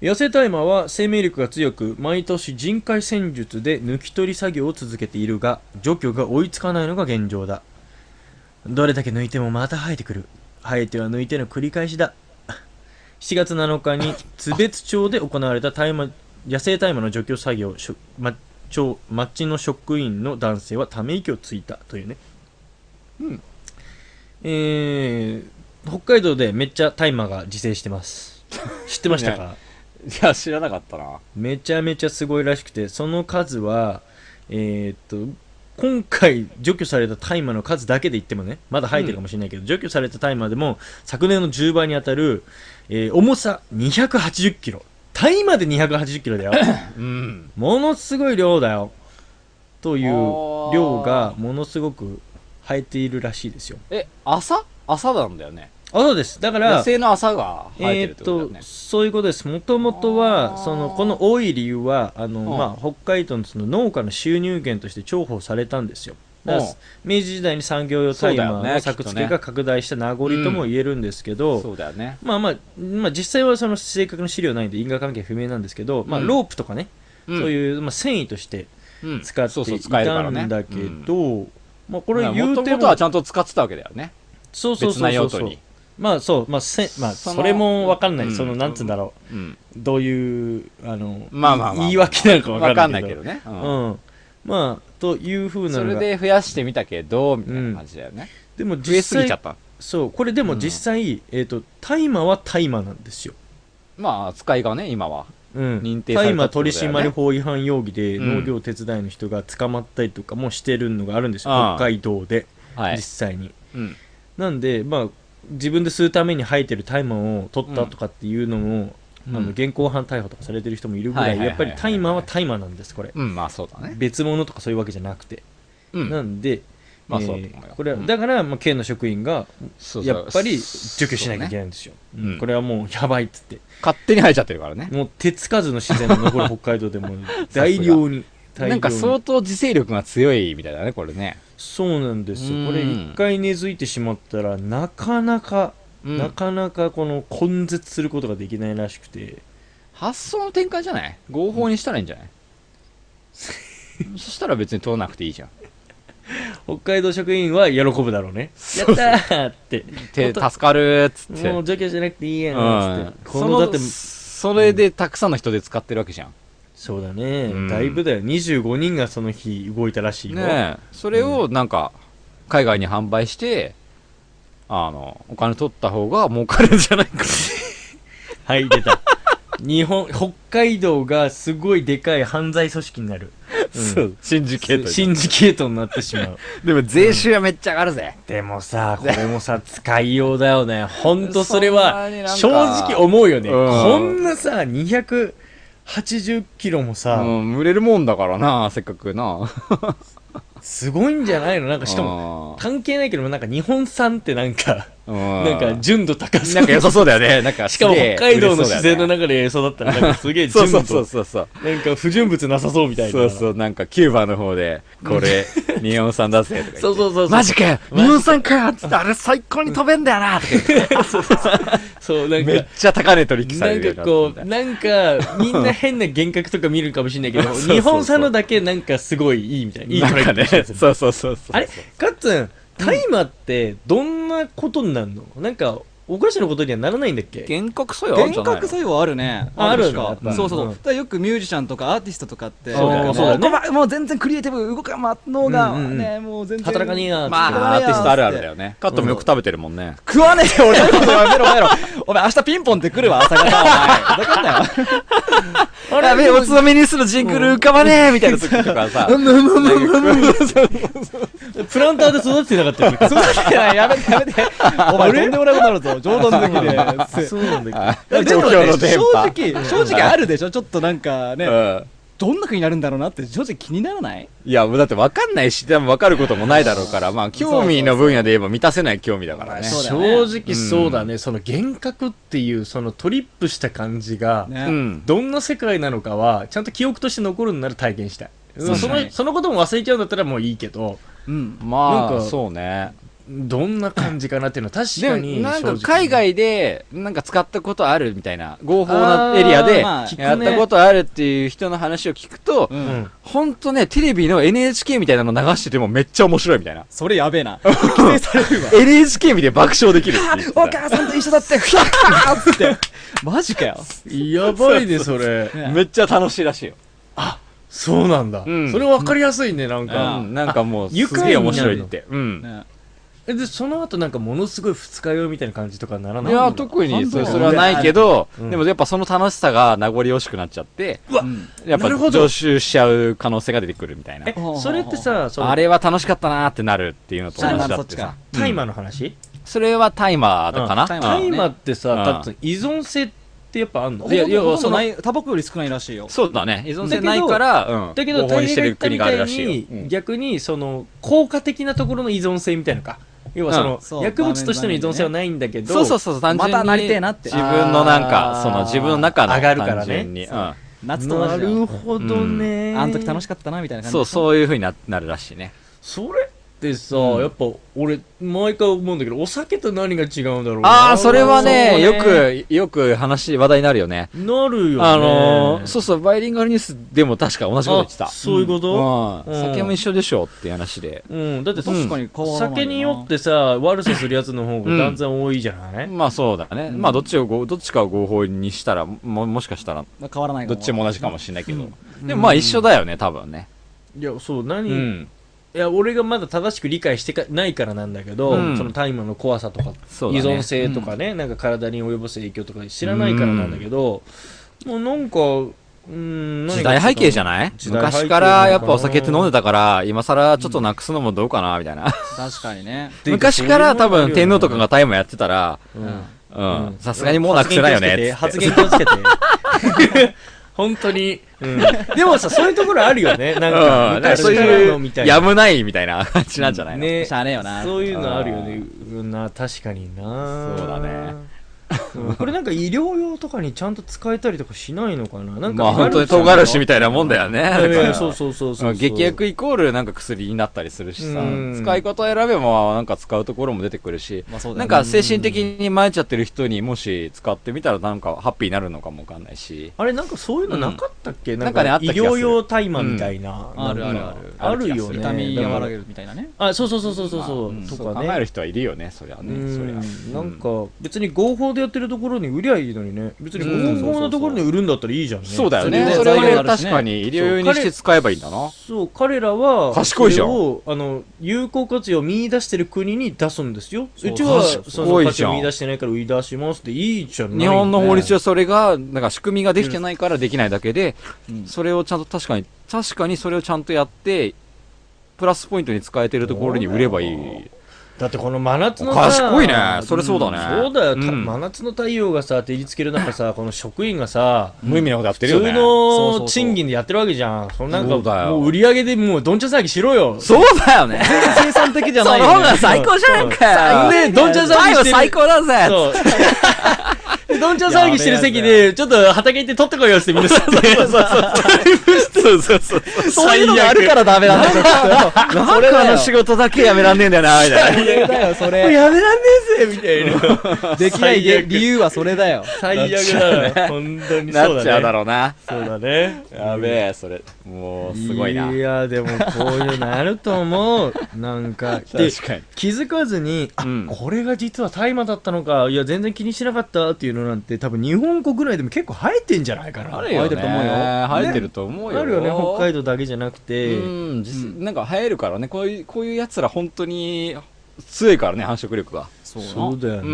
Speaker 6: 野生大麻は生命力が強く毎年人海戦術で抜き取り作業を続けているが除去が追いつかないのが現状だどれだけ抜いてもまた生えてくる生えては抜いての繰り返しだ7月7日に津別町で行われた大麻野生大麻の除去作業しょ、ま、町町の職員の男性はため息をついたというね、うんえー、北海道でめっちゃ大麻が自生してます知ってましたか、
Speaker 7: いや、知らなかったな。
Speaker 6: めちゃめちゃすごいらしくてその数はえーっと今回除去された大麻の数だけで言ってもねまだ生えてるかもしれないけど、除去された大麻でも昨年の10倍にあたる、えー重さ280キロ大麻で280キロだよ、ものすごい量だよという量がものすごく生えているらしいですよ
Speaker 7: え、朝朝なんだよね。
Speaker 6: あそうですだから
Speaker 7: 野生の朝が生えてるっ
Speaker 6: えー
Speaker 7: てことだよね。
Speaker 6: そういうことですもともとはそのこの多い理由はあの、
Speaker 7: ん
Speaker 6: まあ、北海道のその農家の収入源として重宝されたんですよだから
Speaker 7: うん
Speaker 6: 明治時代に産業用大麻
Speaker 7: そうだよね
Speaker 6: の作
Speaker 7: きっと
Speaker 6: 付
Speaker 7: ね
Speaker 6: けが拡大した名残とも言えるんですけど、
Speaker 7: そうだよね。
Speaker 6: まあまあ、まあ、実際はその正確な資料ないんで因果関係不明なんですけど、まあ、
Speaker 7: うん
Speaker 6: ロープとかね、
Speaker 7: うん
Speaker 6: そういう、まあ、繊維として
Speaker 7: うん
Speaker 6: 使って
Speaker 7: そうそう
Speaker 6: い
Speaker 7: 使えるか
Speaker 6: た
Speaker 7: らね
Speaker 6: んだけ
Speaker 7: うん
Speaker 6: ど、まあ、こ
Speaker 7: こ
Speaker 6: れ
Speaker 7: れ
Speaker 6: 言
Speaker 7: 言
Speaker 6: う
Speaker 7: う
Speaker 6: て
Speaker 7: て
Speaker 6: も
Speaker 7: もはちゃんと使ってたわけだよね。
Speaker 6: そうそう
Speaker 7: 別
Speaker 6: そ
Speaker 7: な
Speaker 6: うそ
Speaker 7: 用
Speaker 6: うそ
Speaker 7: 途
Speaker 6: う
Speaker 7: に。
Speaker 6: まあそう、まあ、せまあ、
Speaker 7: その
Speaker 6: それもわかんない、
Speaker 7: うん
Speaker 6: そのなんつうんだろう、
Speaker 7: うん
Speaker 6: どういうあの、
Speaker 7: まあまあまあ
Speaker 6: 言い訳なのか
Speaker 7: わ
Speaker 6: わ
Speaker 7: か
Speaker 6: か
Speaker 7: ん
Speaker 6: ん
Speaker 7: な
Speaker 6: ないい
Speaker 7: け
Speaker 6: け
Speaker 7: ど
Speaker 6: ど、
Speaker 7: ね。うん
Speaker 6: うん、まあというふうな
Speaker 7: そ
Speaker 6: の
Speaker 7: れ
Speaker 6: が
Speaker 7: で増やしてみたけど、みたいな感じだよね。
Speaker 6: でも
Speaker 7: 増えす
Speaker 6: 実
Speaker 7: ぎちゃ
Speaker 6: 際
Speaker 7: った。
Speaker 6: そうこれでも実際、えっ、と大麻は大麻なんですよ、
Speaker 7: まあ、使いがね、今は。
Speaker 6: うん、
Speaker 7: 認定されたってこ
Speaker 6: 大麻
Speaker 7: とだ
Speaker 6: 取
Speaker 7: よね
Speaker 6: 締法違反容疑で
Speaker 7: うん
Speaker 6: 農業手伝いの人が捕まったりとかもしてるのがあるんですよ、
Speaker 7: ああ
Speaker 6: 北海道で、
Speaker 7: はい
Speaker 6: 実。際に
Speaker 7: うん。
Speaker 6: なんで、まあ、自分で吸うために生えてる大麻を取ったとかっていうのも、
Speaker 7: うん
Speaker 6: あの現行犯逮捕とかされてる人もいるぐら
Speaker 7: はいは
Speaker 6: い、
Speaker 7: いはい
Speaker 6: やっぱり大麻は大麻なんです、これ。
Speaker 7: うん、まあそうだね。
Speaker 6: 別物とかそういうわけじゃなくて。
Speaker 7: うん
Speaker 6: なんで、
Speaker 7: まあ
Speaker 6: えー
Speaker 7: そうだと思うよ
Speaker 6: これは
Speaker 7: うん
Speaker 6: だから、まあ、県の職員が
Speaker 7: そうそう
Speaker 6: やっぱり除去しなきゃいけないんですよ。
Speaker 7: そうねうん
Speaker 6: これはもうやばいっつって、
Speaker 7: 勝手に生えちゃってるからね。
Speaker 6: もう手つかずの自然が残る北海 道でも大量に。大量に
Speaker 7: なんか相当自制力が強いみたいだね、これね。
Speaker 6: そうなんです
Speaker 7: うん
Speaker 6: よこれ一回根付いてしまったらなかなか、
Speaker 7: うん
Speaker 6: なかなかこの根絶することができないらしくて
Speaker 7: 発想の転換じゃない合法にしたらいいんじゃ ない、そしたら別に取らなくていいじゃん。
Speaker 6: 北海道職員は喜ぶだろうねやったーって
Speaker 7: 手助かるっつって。
Speaker 6: もう除去じゃなくていいやん
Speaker 7: うん
Speaker 6: っつってこ
Speaker 7: そ
Speaker 6: の
Speaker 7: の
Speaker 6: だって
Speaker 7: それでたくさんの人で使ってるわけじゃん。
Speaker 6: そうだね、
Speaker 7: うん
Speaker 6: だいぶだよ25人がその日動いたらしいよ、
Speaker 7: ねえ。それをなんか、海外に販売して、あの、お金取った方が儲かるんじゃないか。
Speaker 6: はい出た日本北海道がすごいでかい犯罪組織になる、うん
Speaker 7: そう。シンジケート
Speaker 6: シンジケートになってしまう
Speaker 7: でも税収はめっちゃ上がるぜ。
Speaker 6: でも さこれもさ使いようだよねほんとそれ
Speaker 7: そんな
Speaker 6: は
Speaker 7: になんか
Speaker 6: 正直思うよね、
Speaker 7: うん
Speaker 6: こんなさ280キロもさ、
Speaker 7: うん、売れるもんだからな、せっかくな。
Speaker 6: すごいんじゃないのなんかしかも
Speaker 7: も、
Speaker 6: 関係ないけどもなんか日本産ってなんか
Speaker 7: な
Speaker 6: なんか純度高そう
Speaker 7: なんか良さそうだよね。なんか
Speaker 6: し
Speaker 7: す
Speaker 6: か
Speaker 7: げ
Speaker 6: も
Speaker 7: え、
Speaker 6: 北海道の自然の
Speaker 7: 中
Speaker 6: 中で育ったらなんかすげえ
Speaker 7: そう
Speaker 6: 純
Speaker 7: そ
Speaker 6: 度
Speaker 7: うそうそうそう。
Speaker 6: なんか不純物なさそうみたいな
Speaker 7: そうそう、なんかキューバの方で、こ れ、日本産だぜとか言って。
Speaker 6: そうそうそうそう
Speaker 7: マジかよ日本産かよつって、あれ最高に飛べんだよなとか言って
Speaker 6: そうなんか
Speaker 7: めっちゃ高値取引さ
Speaker 6: な
Speaker 7: れ
Speaker 6: ん
Speaker 7: る
Speaker 6: か
Speaker 7: よ
Speaker 6: こ
Speaker 7: う
Speaker 6: う
Speaker 7: になって
Speaker 6: なんかみんな変な幻覚とか見るかもしれない けど
Speaker 7: そうそう
Speaker 6: 日本産のだけなんかすごいいいみたいないいト
Speaker 7: な
Speaker 6: ラ
Speaker 7: ん
Speaker 6: イ
Speaker 7: かね、そうそうそうそう。
Speaker 6: あれカッツンタイマーってどんなことになるのなんかおかしなことにはならないんだっけ
Speaker 1: 幻覚素養
Speaker 5: 幻覚作用はあるね
Speaker 6: あ
Speaker 5: でし
Speaker 6: あるんだや
Speaker 5: か
Speaker 6: っぱ
Speaker 5: そうそう
Speaker 6: うん
Speaker 5: だからよくミュージシャンとかアーティストとかって
Speaker 6: そうだよね
Speaker 5: ここまもう全然クリエイティブ動かんま脳が
Speaker 6: うんうんうん
Speaker 5: ねもう全然
Speaker 6: 働かねえや
Speaker 5: ま
Speaker 6: つって
Speaker 7: アーティストあるあるだよね。カットもよく食べてるもんね。
Speaker 5: 食わねえよ俺のことお前メロメロお前明日ピンポンって来るわ朝方お前ふざけんなよ
Speaker 1: あれやべえおつまみニュースのジングル浮かばねえみたいな時とかさ
Speaker 6: プランターで育ててなかったよね
Speaker 5: やめてやめてお前とんでもないことなるぞ冗談抜きで
Speaker 7: 状況の電波。
Speaker 5: 正直正直あるでしょちょっとなんかね
Speaker 7: うん
Speaker 5: どんな風になるんだろうなって正直気にならない
Speaker 7: いや、もうだって分かんないし、でも分かることもないだろうから、まあ、興味の分野で言えば満たせない興味だからね。
Speaker 5: そうだ
Speaker 6: 正
Speaker 5: ね
Speaker 6: 直そうだね、その幻覚っていうそのトリップした感じが、
Speaker 5: ね
Speaker 7: うん。
Speaker 6: どんな世界なのかはちゃんと記憶として残るんなら体験したいそのそのことも忘れちゃうんだったらもういいけど
Speaker 5: うん
Speaker 7: ま
Speaker 6: なん
Speaker 7: あ、
Speaker 6: か
Speaker 7: そうね。
Speaker 6: どんな感じかなっていうのは確
Speaker 7: で
Speaker 6: か
Speaker 7: も、
Speaker 6: に
Speaker 7: なんか海外で、なんか使ったことあるみたいな、合法なエリア
Speaker 5: あ
Speaker 7: で
Speaker 5: ーまあ聞、
Speaker 6: くね
Speaker 7: やったことあるっていう人の話を聞くと、
Speaker 6: 正直うん
Speaker 7: ほんとね、テレビの NHK みたいなの流しててもめっちゃ面白いみたいな。
Speaker 5: それやべえな規制されるわ
Speaker 7: NHK 見て爆笑できるって言ってた
Speaker 5: お母さんと一緒だ ってふやっかーっつってマジかよ
Speaker 6: やばいねそれ
Speaker 5: ね
Speaker 7: めっちゃ楽しいらしいよ。
Speaker 6: そうなんだ、
Speaker 7: うん
Speaker 6: それ分かりやすいねなんか、
Speaker 7: うん、なんかもう、
Speaker 6: 愉
Speaker 7: す
Speaker 6: 快
Speaker 7: げえ面白いっ
Speaker 6: にな
Speaker 7: て。うん。
Speaker 5: ね
Speaker 6: えでその後なんかものすごい二日酔いみたいな感じとかならない
Speaker 7: いや、特に
Speaker 5: なんだ
Speaker 7: そ
Speaker 5: ろ
Speaker 7: れ
Speaker 5: う
Speaker 7: それはないけど、
Speaker 6: うん
Speaker 7: でもやっぱその楽しさが名残惜しくなっちゃって、
Speaker 5: うん
Speaker 7: やっぱ
Speaker 6: なるほど
Speaker 7: 常習しちゃう可能性が出てくるみたいな
Speaker 6: え。それってさそ
Speaker 7: あ
Speaker 6: の
Speaker 7: れは楽しかったなーってなるっていうのと同
Speaker 5: あ
Speaker 7: じ
Speaker 5: まあ
Speaker 7: だ
Speaker 5: そ
Speaker 7: っ
Speaker 5: ってち
Speaker 7: さ
Speaker 5: か。
Speaker 6: タイマーの話、
Speaker 7: それはタイマーだかな、
Speaker 5: うんタイマー
Speaker 6: タイマ
Speaker 5: う
Speaker 6: ーってさ、
Speaker 7: うん
Speaker 6: だって依存性ってやっぱあんの
Speaker 5: いやいや
Speaker 7: ほぼ
Speaker 5: そうないタバコより少ないらしいよ
Speaker 7: そうだね。依存性ないから、うん
Speaker 6: だけど、
Speaker 7: 合法
Speaker 6: 大
Speaker 7: にして
Speaker 6: 変が言
Speaker 7: る
Speaker 6: った
Speaker 7: 国
Speaker 6: み
Speaker 7: があ
Speaker 6: た
Speaker 7: るら
Speaker 6: い
Speaker 7: しいよ。うん
Speaker 6: に、逆に、その、効果的なところの依存性みたいなのか。要は、そ
Speaker 7: うん
Speaker 6: の、
Speaker 5: そう
Speaker 6: 薬物としての依存性はないんだけど、
Speaker 7: そうそうそう、単純に。
Speaker 5: またなりてえなって
Speaker 7: 自分のなんか
Speaker 5: あ、ー
Speaker 7: その自分の中の。
Speaker 6: 上がるからね
Speaker 7: 単純に。うん
Speaker 5: 夏と同じだよ
Speaker 6: ほ
Speaker 7: う
Speaker 5: あの時楽し
Speaker 6: く
Speaker 5: かったなみたいな感じ
Speaker 7: そう、そういう風にななるらしいね。
Speaker 6: それってさ、やっぱ、俺、毎回思うんだけど、お酒と何が違うんだろうな
Speaker 7: ああ、それはね、
Speaker 5: そ
Speaker 7: よ
Speaker 5: うね
Speaker 7: く、よく話、話題になるよね。
Speaker 6: なるよね。
Speaker 7: あのー、そうそう、バイリンガルニュースでも確か同じこと言ってた。
Speaker 6: あそういうこと
Speaker 7: うん
Speaker 6: うん
Speaker 7: 酒も一緒でしょっていう話で。
Speaker 6: うん、だってさ、
Speaker 5: 確かに変わらないよな
Speaker 6: 酒によってさ、悪さするやつの方が断然多いじゃない、
Speaker 7: まあそうだね。まあどっちをご、どっちかを合法にしたら、も、もしかしたら、
Speaker 5: まあ変わらないか
Speaker 7: ど
Speaker 5: も
Speaker 7: っちも同じかもしれないけど。でもまあ一緒だよね、多分ね。
Speaker 6: いや、そう、何、
Speaker 7: うん。
Speaker 6: いや俺がまだ正しく理解してかないからなんだけど、
Speaker 7: うん
Speaker 6: その大麻の怖さとか、依
Speaker 7: そうだね
Speaker 6: 存性とかね、なんか体に及ぼす影響とか知らないからなんだけど、もうなんか、うん、
Speaker 7: 時代背景じゃ
Speaker 6: い
Speaker 7: ない
Speaker 6: 時代背景
Speaker 7: 昔からやっぱお酒って飲んでたから、今更ちょっとなくすのもどうかな、みたいな。
Speaker 5: 確かにね
Speaker 7: 昔から多分天皇とかが大麻やってたら、
Speaker 6: うん
Speaker 7: うん
Speaker 6: ん。
Speaker 7: さすがにもうなくせないよねっつって。
Speaker 6: 発言気をつけて。 本当に、うん。でもさ、そういうところあるよね。なんか、
Speaker 7: うん、
Speaker 6: 昔
Speaker 7: そう
Speaker 6: から
Speaker 7: い
Speaker 6: のみた
Speaker 7: う、
Speaker 6: いな。
Speaker 7: やむないみたいな 感じなんじゃないの、
Speaker 6: ね
Speaker 5: しゃれよな
Speaker 6: そういうのあるよね。うんな、確かにな。
Speaker 7: そうだね
Speaker 6: うん。これなんか医療用とかにちゃんと使えたりとかしないのかななんか、
Speaker 7: まあ本当に唐辛子みたいなもんだよね。だか
Speaker 6: いやいや
Speaker 7: ら
Speaker 6: そうそうそうそう
Speaker 7: まあ劇薬イコールなんか薬になったりするしさ、
Speaker 6: うん
Speaker 7: 使い方選べばなんか使うところも出てくるし、
Speaker 5: まあそうだよね
Speaker 7: なんか精神的に参っちゃってる人にもし使ってみたらなんかハッピーになるのかもわかんないし。
Speaker 6: あれなんかそういうのなかったっけ、
Speaker 7: ん
Speaker 6: なんか
Speaker 7: なんかねあった
Speaker 6: 医
Speaker 7: 気がす
Speaker 6: 療
Speaker 7: る
Speaker 6: 用大麻みたいな、
Speaker 5: あるあるあ
Speaker 6: る
Speaker 5: る
Speaker 6: あるよね
Speaker 5: 痛み和ら
Speaker 6: る
Speaker 5: げるみたいなね
Speaker 6: あそうそうそうそうそうそう、
Speaker 7: うん
Speaker 6: と
Speaker 7: そう
Speaker 6: か
Speaker 7: 考
Speaker 6: ね
Speaker 7: える人はいるよね、そりゃね。そりゃ
Speaker 6: うんなんか別に合法でやってるところに売りゃいいのにね別に合法なところに売るんだったらいいじゃんね
Speaker 7: そうだよね。
Speaker 5: そ
Speaker 7: そ
Speaker 5: れ
Speaker 7: れ
Speaker 5: は
Speaker 7: は確かに医療用にして使えばいいんだな。
Speaker 6: そう彼らは
Speaker 7: 賢いじゃん
Speaker 6: それをあの有効活用を見出してる国に出すんですよう
Speaker 5: う
Speaker 6: ちは
Speaker 7: 賢い
Speaker 6: その価値
Speaker 7: じゃ
Speaker 6: を
Speaker 7: ん
Speaker 6: 見出してないから売り出しますっていいじゃない
Speaker 7: 日本の法律はそれが、なんか仕組みができてないからできないだけで、それをちゃんと確かに、確かにそれをちゃんとやって、プラスポイントに使えてるところに売ればいい。
Speaker 6: だってこの真夏のさ
Speaker 7: 賢いねそれそうだね
Speaker 6: んそうだよ、た
Speaker 7: うん
Speaker 6: 真夏の太陽がさ照りつける中さこの職員がさ
Speaker 7: 無意味なことやって
Speaker 6: 普
Speaker 7: るよね。
Speaker 6: 通
Speaker 5: そうそうそ
Speaker 6: の
Speaker 5: う
Speaker 6: 賃金でやってるわけじゃんそのなんか
Speaker 7: そうだよ
Speaker 6: もう売り上げでもうどんちゃん騒ぎしろよ
Speaker 7: そうだよね。
Speaker 5: 生産的じゃ
Speaker 7: そ
Speaker 5: ない
Speaker 7: の
Speaker 5: よ
Speaker 7: 方
Speaker 5: ね
Speaker 7: が最高じゃんかよ。
Speaker 6: ねどんちゃん騒ぎ
Speaker 7: 最
Speaker 6: し
Speaker 7: 後
Speaker 6: てる
Speaker 7: 最高だぜ。
Speaker 6: そうでどんちゃん騒ぎしてる席でちょっと畑行って取ってこいよってみんなさ
Speaker 7: そうそうそう。
Speaker 5: そういうのがあるからダメなんだよ
Speaker 7: なんかの仕事だけやめらんねえんだよな、みたいな。
Speaker 5: それだよそれ
Speaker 6: やめらんねえぜみたい な
Speaker 5: できないで理由はそれだよ
Speaker 6: 最悪だよ本当にそうだね
Speaker 7: なっちゃうだろうな。
Speaker 6: そうだね
Speaker 7: やべえ、それ。もう、すごいな。
Speaker 6: いやでもこういうのあると思うなん かで
Speaker 7: 確かに。
Speaker 6: 気づかずに、あ
Speaker 7: うん
Speaker 6: これが実は大麻だったのかいや全然気にしなかったっていうのなんて多分日本国内でも結構生えてんじゃないかな
Speaker 7: あるよね。
Speaker 6: 生えてると思うよ
Speaker 7: 生えてると思うよ。
Speaker 6: あるよね北海道だけじゃなくて
Speaker 7: うん、実なんか生えるからね、こういう、こういう奴ら本当に強いからね、繁殖力が。
Speaker 5: そ
Speaker 6: そうだよね、
Speaker 7: う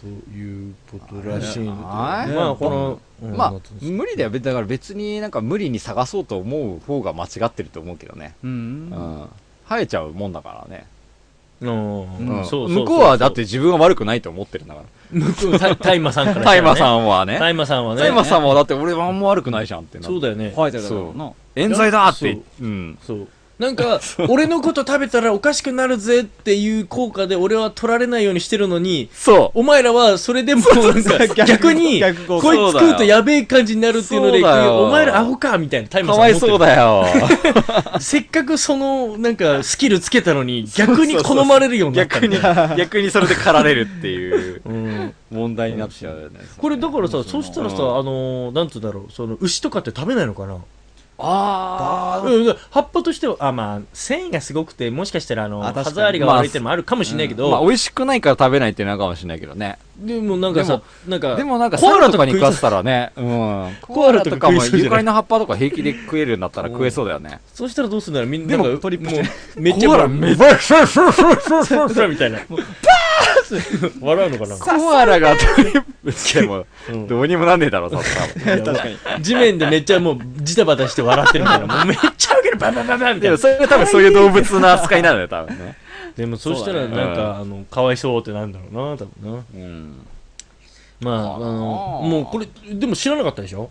Speaker 6: ということらしいんで
Speaker 7: あれ
Speaker 6: まあこの、うん
Speaker 7: まあ、無理だよ。別だから別になんか無理に探そうと思う方が間違ってると思うけどね。
Speaker 5: うん
Speaker 7: うん。生えちゃうもんだからね。
Speaker 6: うん
Speaker 7: うん
Speaker 6: そうそうそ
Speaker 7: 向
Speaker 6: う
Speaker 7: こうはだって自分は悪くないと思ってるんだから。
Speaker 6: 向こうタイタイマさんから
Speaker 7: タイマさ
Speaker 6: ん
Speaker 7: んは
Speaker 6: タ
Speaker 7: ね。
Speaker 6: イマさんはね
Speaker 7: タイマさんはだって俺はあんま悪くないじゃんってな。
Speaker 6: そうだよね
Speaker 5: ファイターだからな。
Speaker 7: 冤罪だって
Speaker 6: そ。
Speaker 7: うん。
Speaker 6: そうなんか俺のこと食べたらおかしくなるぜっていう効果で俺は取られないようにしてるのに
Speaker 7: そう。
Speaker 6: お前らはそれでもなんか逆にこい
Speaker 5: 逆効
Speaker 7: 果
Speaker 6: つ食うとやべえ感じになるっていうの
Speaker 7: そ
Speaker 6: で
Speaker 7: うだよ
Speaker 6: お前らアホかみたいなタイマ
Speaker 7: か
Speaker 6: ーさん
Speaker 7: わい
Speaker 6: 思ってる
Speaker 7: そうだよ。
Speaker 6: せっかくそのなんかスキルつけたのに逆に好まれるようになった
Speaker 7: 逆
Speaker 6: みた
Speaker 7: に
Speaker 6: いな、
Speaker 7: 逆にそれで狩られるっていう
Speaker 6: うん、
Speaker 7: 問題になっちゃうよね。
Speaker 6: これだからさそうしたらさあのー、なんつうんだろうその牛とかって食べないのかな
Speaker 7: あ
Speaker 6: うん、葉っぱとしてはあまあ繊維がすごくてもしかしたらあの
Speaker 5: あ確か
Speaker 6: 歯
Speaker 5: に
Speaker 6: 触りが悪いってのもあるかもしれないけど、
Speaker 7: まあ美味しくないから食べないっていうのはあるかもしれないけどね。
Speaker 6: でもなんかさなんか
Speaker 7: でもなんか
Speaker 6: コ
Speaker 7: コ
Speaker 6: ア
Speaker 7: ア
Speaker 6: ラ
Speaker 7: ラ
Speaker 6: と
Speaker 7: と
Speaker 6: か
Speaker 7: か
Speaker 6: に
Speaker 7: に
Speaker 6: 食
Speaker 7: 食
Speaker 6: わ
Speaker 7: わ
Speaker 6: せ
Speaker 7: せたらね。うん。
Speaker 6: コアラとか
Speaker 7: コも
Speaker 6: 食いそうじ
Speaker 7: ゆ
Speaker 6: ゃ
Speaker 7: か
Speaker 6: ない
Speaker 7: りの葉っぱとか平気で食えるんだったら食えそうだよね。
Speaker 6: そうしたらどうするんだろうみんな
Speaker 5: でも
Speaker 6: なんか
Speaker 5: トリップ
Speaker 6: もうめっちゃ
Speaker 7: コアラ
Speaker 6: めっちゃフラフラフラフラフラフラみたいなバーッ笑うのかな
Speaker 7: コアラがトリップしても
Speaker 6: うん
Speaker 7: どうにもなんねえだろ、さすが。
Speaker 6: 確かに地面でめっちゃもうジタバタして笑ってるみたいな もうめっちゃウケるバンバンバンバンみ
Speaker 7: で
Speaker 6: たいな
Speaker 7: もそれが多分そういう動物の扱いなのよ、多分ね。
Speaker 6: でもそうしたらなんか、あのかわいそうってなんだろうな多分な
Speaker 7: うん。
Speaker 6: まああのもうこれでも知らなかったでしょ、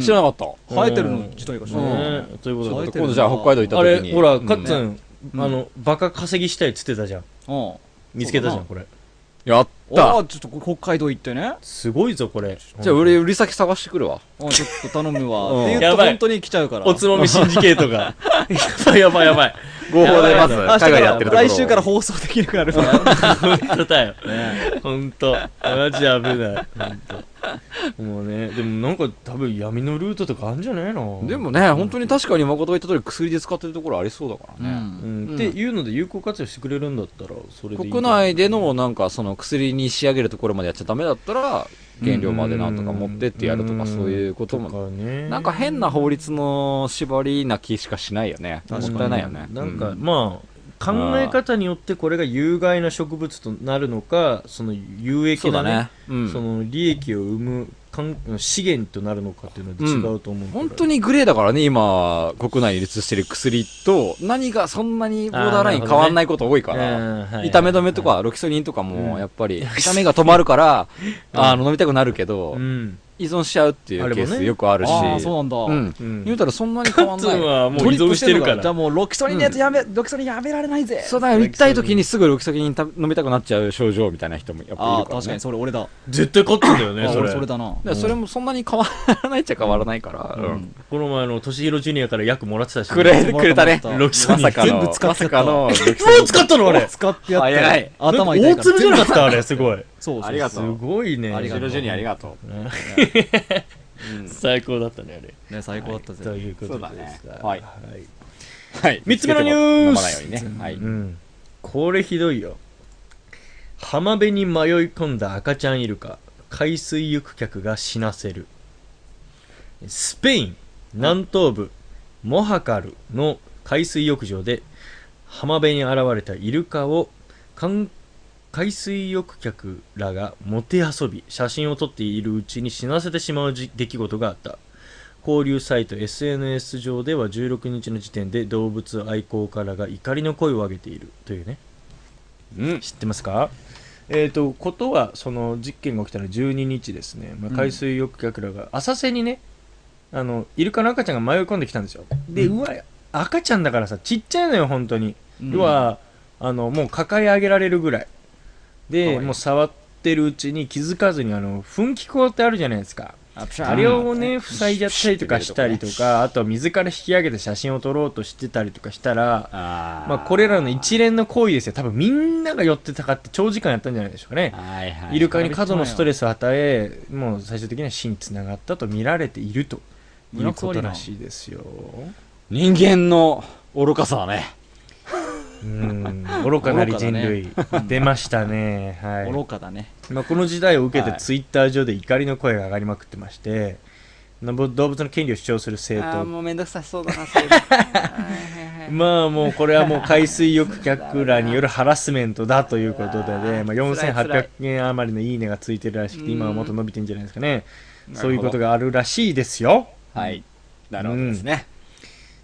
Speaker 7: 知らなかっ
Speaker 5: 生えてるの自体が知らない。
Speaker 6: ねということ
Speaker 5: そう
Speaker 6: で
Speaker 7: た。今度じゃあ北海道行
Speaker 6: あ
Speaker 7: った
Speaker 6: れ
Speaker 7: 時に。
Speaker 6: ほら
Speaker 7: うん
Speaker 6: カッツン、あのバカ稼ぎしたいっつってたじゃん
Speaker 5: うん。お
Speaker 6: 見つけたじゃんこれ
Speaker 7: やっ
Speaker 5: お
Speaker 7: た。
Speaker 5: ー、ちょっとこれ北海道行ってね。
Speaker 6: すごいぞこれ
Speaker 7: じゃあ俺、売り先探してくるわ。
Speaker 5: おちょっと頼むわ。って言
Speaker 6: や
Speaker 5: うと
Speaker 6: ばい
Speaker 5: 本当に来ちゃうから。
Speaker 6: おつまみシンジケートがやばいやばい
Speaker 7: 合法でまず、
Speaker 5: 明
Speaker 7: 海
Speaker 5: 日か
Speaker 7: 外
Speaker 5: ら
Speaker 7: でやってるところ。
Speaker 5: 来週から放送できなくなるから。
Speaker 6: 本当だよ本当マジ危ない本当もうねでもなんか多分闇のルートとかあるんじゃないの
Speaker 7: でもね、本当に確かに誠が言った通り薬で使ってるところありそうだからね。
Speaker 6: うんっていうので有効活用してくれるんだったらそれでいい
Speaker 7: 国内でのなんかその薬に仕上げるところまでやっちゃダメだったら原料までなんとか持ってってやるとかそういうことも
Speaker 6: もね
Speaker 7: なんか変な法律の縛りな気しかしないよねもっ
Speaker 6: 確かに
Speaker 7: たいないよね
Speaker 6: なんか、
Speaker 7: う
Speaker 6: まあ考え方によってこれが有害な植物となるのかその有益
Speaker 7: そう
Speaker 6: な
Speaker 7: だ
Speaker 6: ね
Speaker 7: ねうん
Speaker 6: その利益を生むかん資源となるのかっていうので違うと思う、
Speaker 7: 本当
Speaker 6: に
Speaker 7: にグレーだからね今国内に流通してる薬と何がそんなにボーダーライン変わんないこと多いから痛め止めとかロキソニンとか
Speaker 6: う
Speaker 7: も
Speaker 6: ん
Speaker 7: やっぱり痛みが止まるからあの飲みたくなるけど
Speaker 6: うん
Speaker 7: 依存しちゃうってい
Speaker 6: あ
Speaker 7: う
Speaker 6: れも
Speaker 7: ケ
Speaker 6: ね
Speaker 7: ースよくあるし
Speaker 5: ああ、そうなんだ。
Speaker 7: うん
Speaker 6: うん
Speaker 7: 言うたらそんなに変わん
Speaker 6: カッ
Speaker 7: な
Speaker 6: ツ
Speaker 7: い
Speaker 6: ンはもう依存してるから
Speaker 5: じゃあもうロキソニンのやつやめ、ロキソニンやめられないぜ。
Speaker 7: そうだよ、痛い時にすぐロキソニンた飲みたくなっちゃう症状みたいな人もやっぱい
Speaker 5: あ
Speaker 7: る
Speaker 5: あ、
Speaker 7: から、ね。
Speaker 5: 確かに
Speaker 7: だか
Speaker 5: それ俺だ。
Speaker 6: 絶対勝ってんだよ
Speaker 5: あ
Speaker 6: ね
Speaker 5: あ
Speaker 6: そ
Speaker 5: 俺
Speaker 6: れ
Speaker 5: それだな。
Speaker 7: らそれもそんなに変わらないっちゃ変わらないから。うん。
Speaker 6: この前の年広ジュニアから薬もらってたし
Speaker 7: くれ、くれたね。
Speaker 5: ロ
Speaker 6: キソニン
Speaker 7: まさかの
Speaker 5: 全部使っ
Speaker 7: ま
Speaker 5: ちゃ
Speaker 7: さ
Speaker 5: った
Speaker 7: かの。
Speaker 6: もう使ったのあれ
Speaker 5: 使ってやったよ
Speaker 7: 早い
Speaker 5: 頭痛いか
Speaker 6: 大
Speaker 5: ら。
Speaker 6: 粒じゃなかったあれすごい
Speaker 5: そうそう。
Speaker 7: ありがと
Speaker 6: す
Speaker 7: う
Speaker 6: ごいね
Speaker 7: ありがとう。ジュニアありがとう。
Speaker 6: 最高だったねあれ
Speaker 5: ね、最高だった
Speaker 6: と
Speaker 5: ぜ。
Speaker 6: いうこ
Speaker 7: そう
Speaker 6: と
Speaker 7: だ
Speaker 6: で
Speaker 7: ね
Speaker 6: す。
Speaker 7: はい。
Speaker 6: はい
Speaker 7: はい。
Speaker 6: 三つ目のニュ
Speaker 7: 飲
Speaker 6: ース
Speaker 7: まないようにね。はい。
Speaker 6: うん、これひどいよ浜辺に迷い込んだ赤ちゃんイルカ海水浴客が死なせるスペイン南東部モハカルの海水浴場で浜辺に現れたイルカを観海水浴客らがもて遊び写真を撮っているうちに死なせてしまうじ出来事があった交流サイト SNS 上では16日の時点で動物愛好家らが怒りの声を上げているというね、
Speaker 7: うん
Speaker 6: 知ってますかえー、とことはその実験が起きたのは12日ですね、まあ、海水浴客らが浅瀬にね、あのイルカの赤ちゃんが迷い込んできたんですよで、うわ赤ちゃんだからさちっちゃいのよ本当に、要はあのもう抱え上げられるぐらいでもう触ってるうちに気づかずにあの噴気口ってあるじゃないですかあれをね、塞いじゃったりとかしたりとか、あとは水から引き上げて写真を撮ろうとしてたりとかしたら、
Speaker 7: あ
Speaker 6: まあこれらの一連の行為ですよ。多分みんなが寄ってたかって長時間やったんじゃないでしょうかね
Speaker 7: あ。。はいはい。
Speaker 6: イルカに過度のストレスを与え、もう最終的には死につながったと見られているということらしいで すよ。
Speaker 7: 人間の愚かさはね。
Speaker 6: うん、愚かなり人 類、出ましたね。はい。
Speaker 5: 愚かだね。
Speaker 6: まあ、この事態を受けて
Speaker 7: はい
Speaker 6: ツイッター上で怒りの声が上がりまくってまして、動物の権利を主張する政党
Speaker 10: もうめんどくさそうだな、 そう
Speaker 6: まあもうこれはもう海水浴客らによるハラスメントだということでね、まあ、4800件余りのいいねがついてるらしくて今はもっと伸びてんじゃないですかねそういうことがあるらしいですよ
Speaker 7: はい。なるほどですね。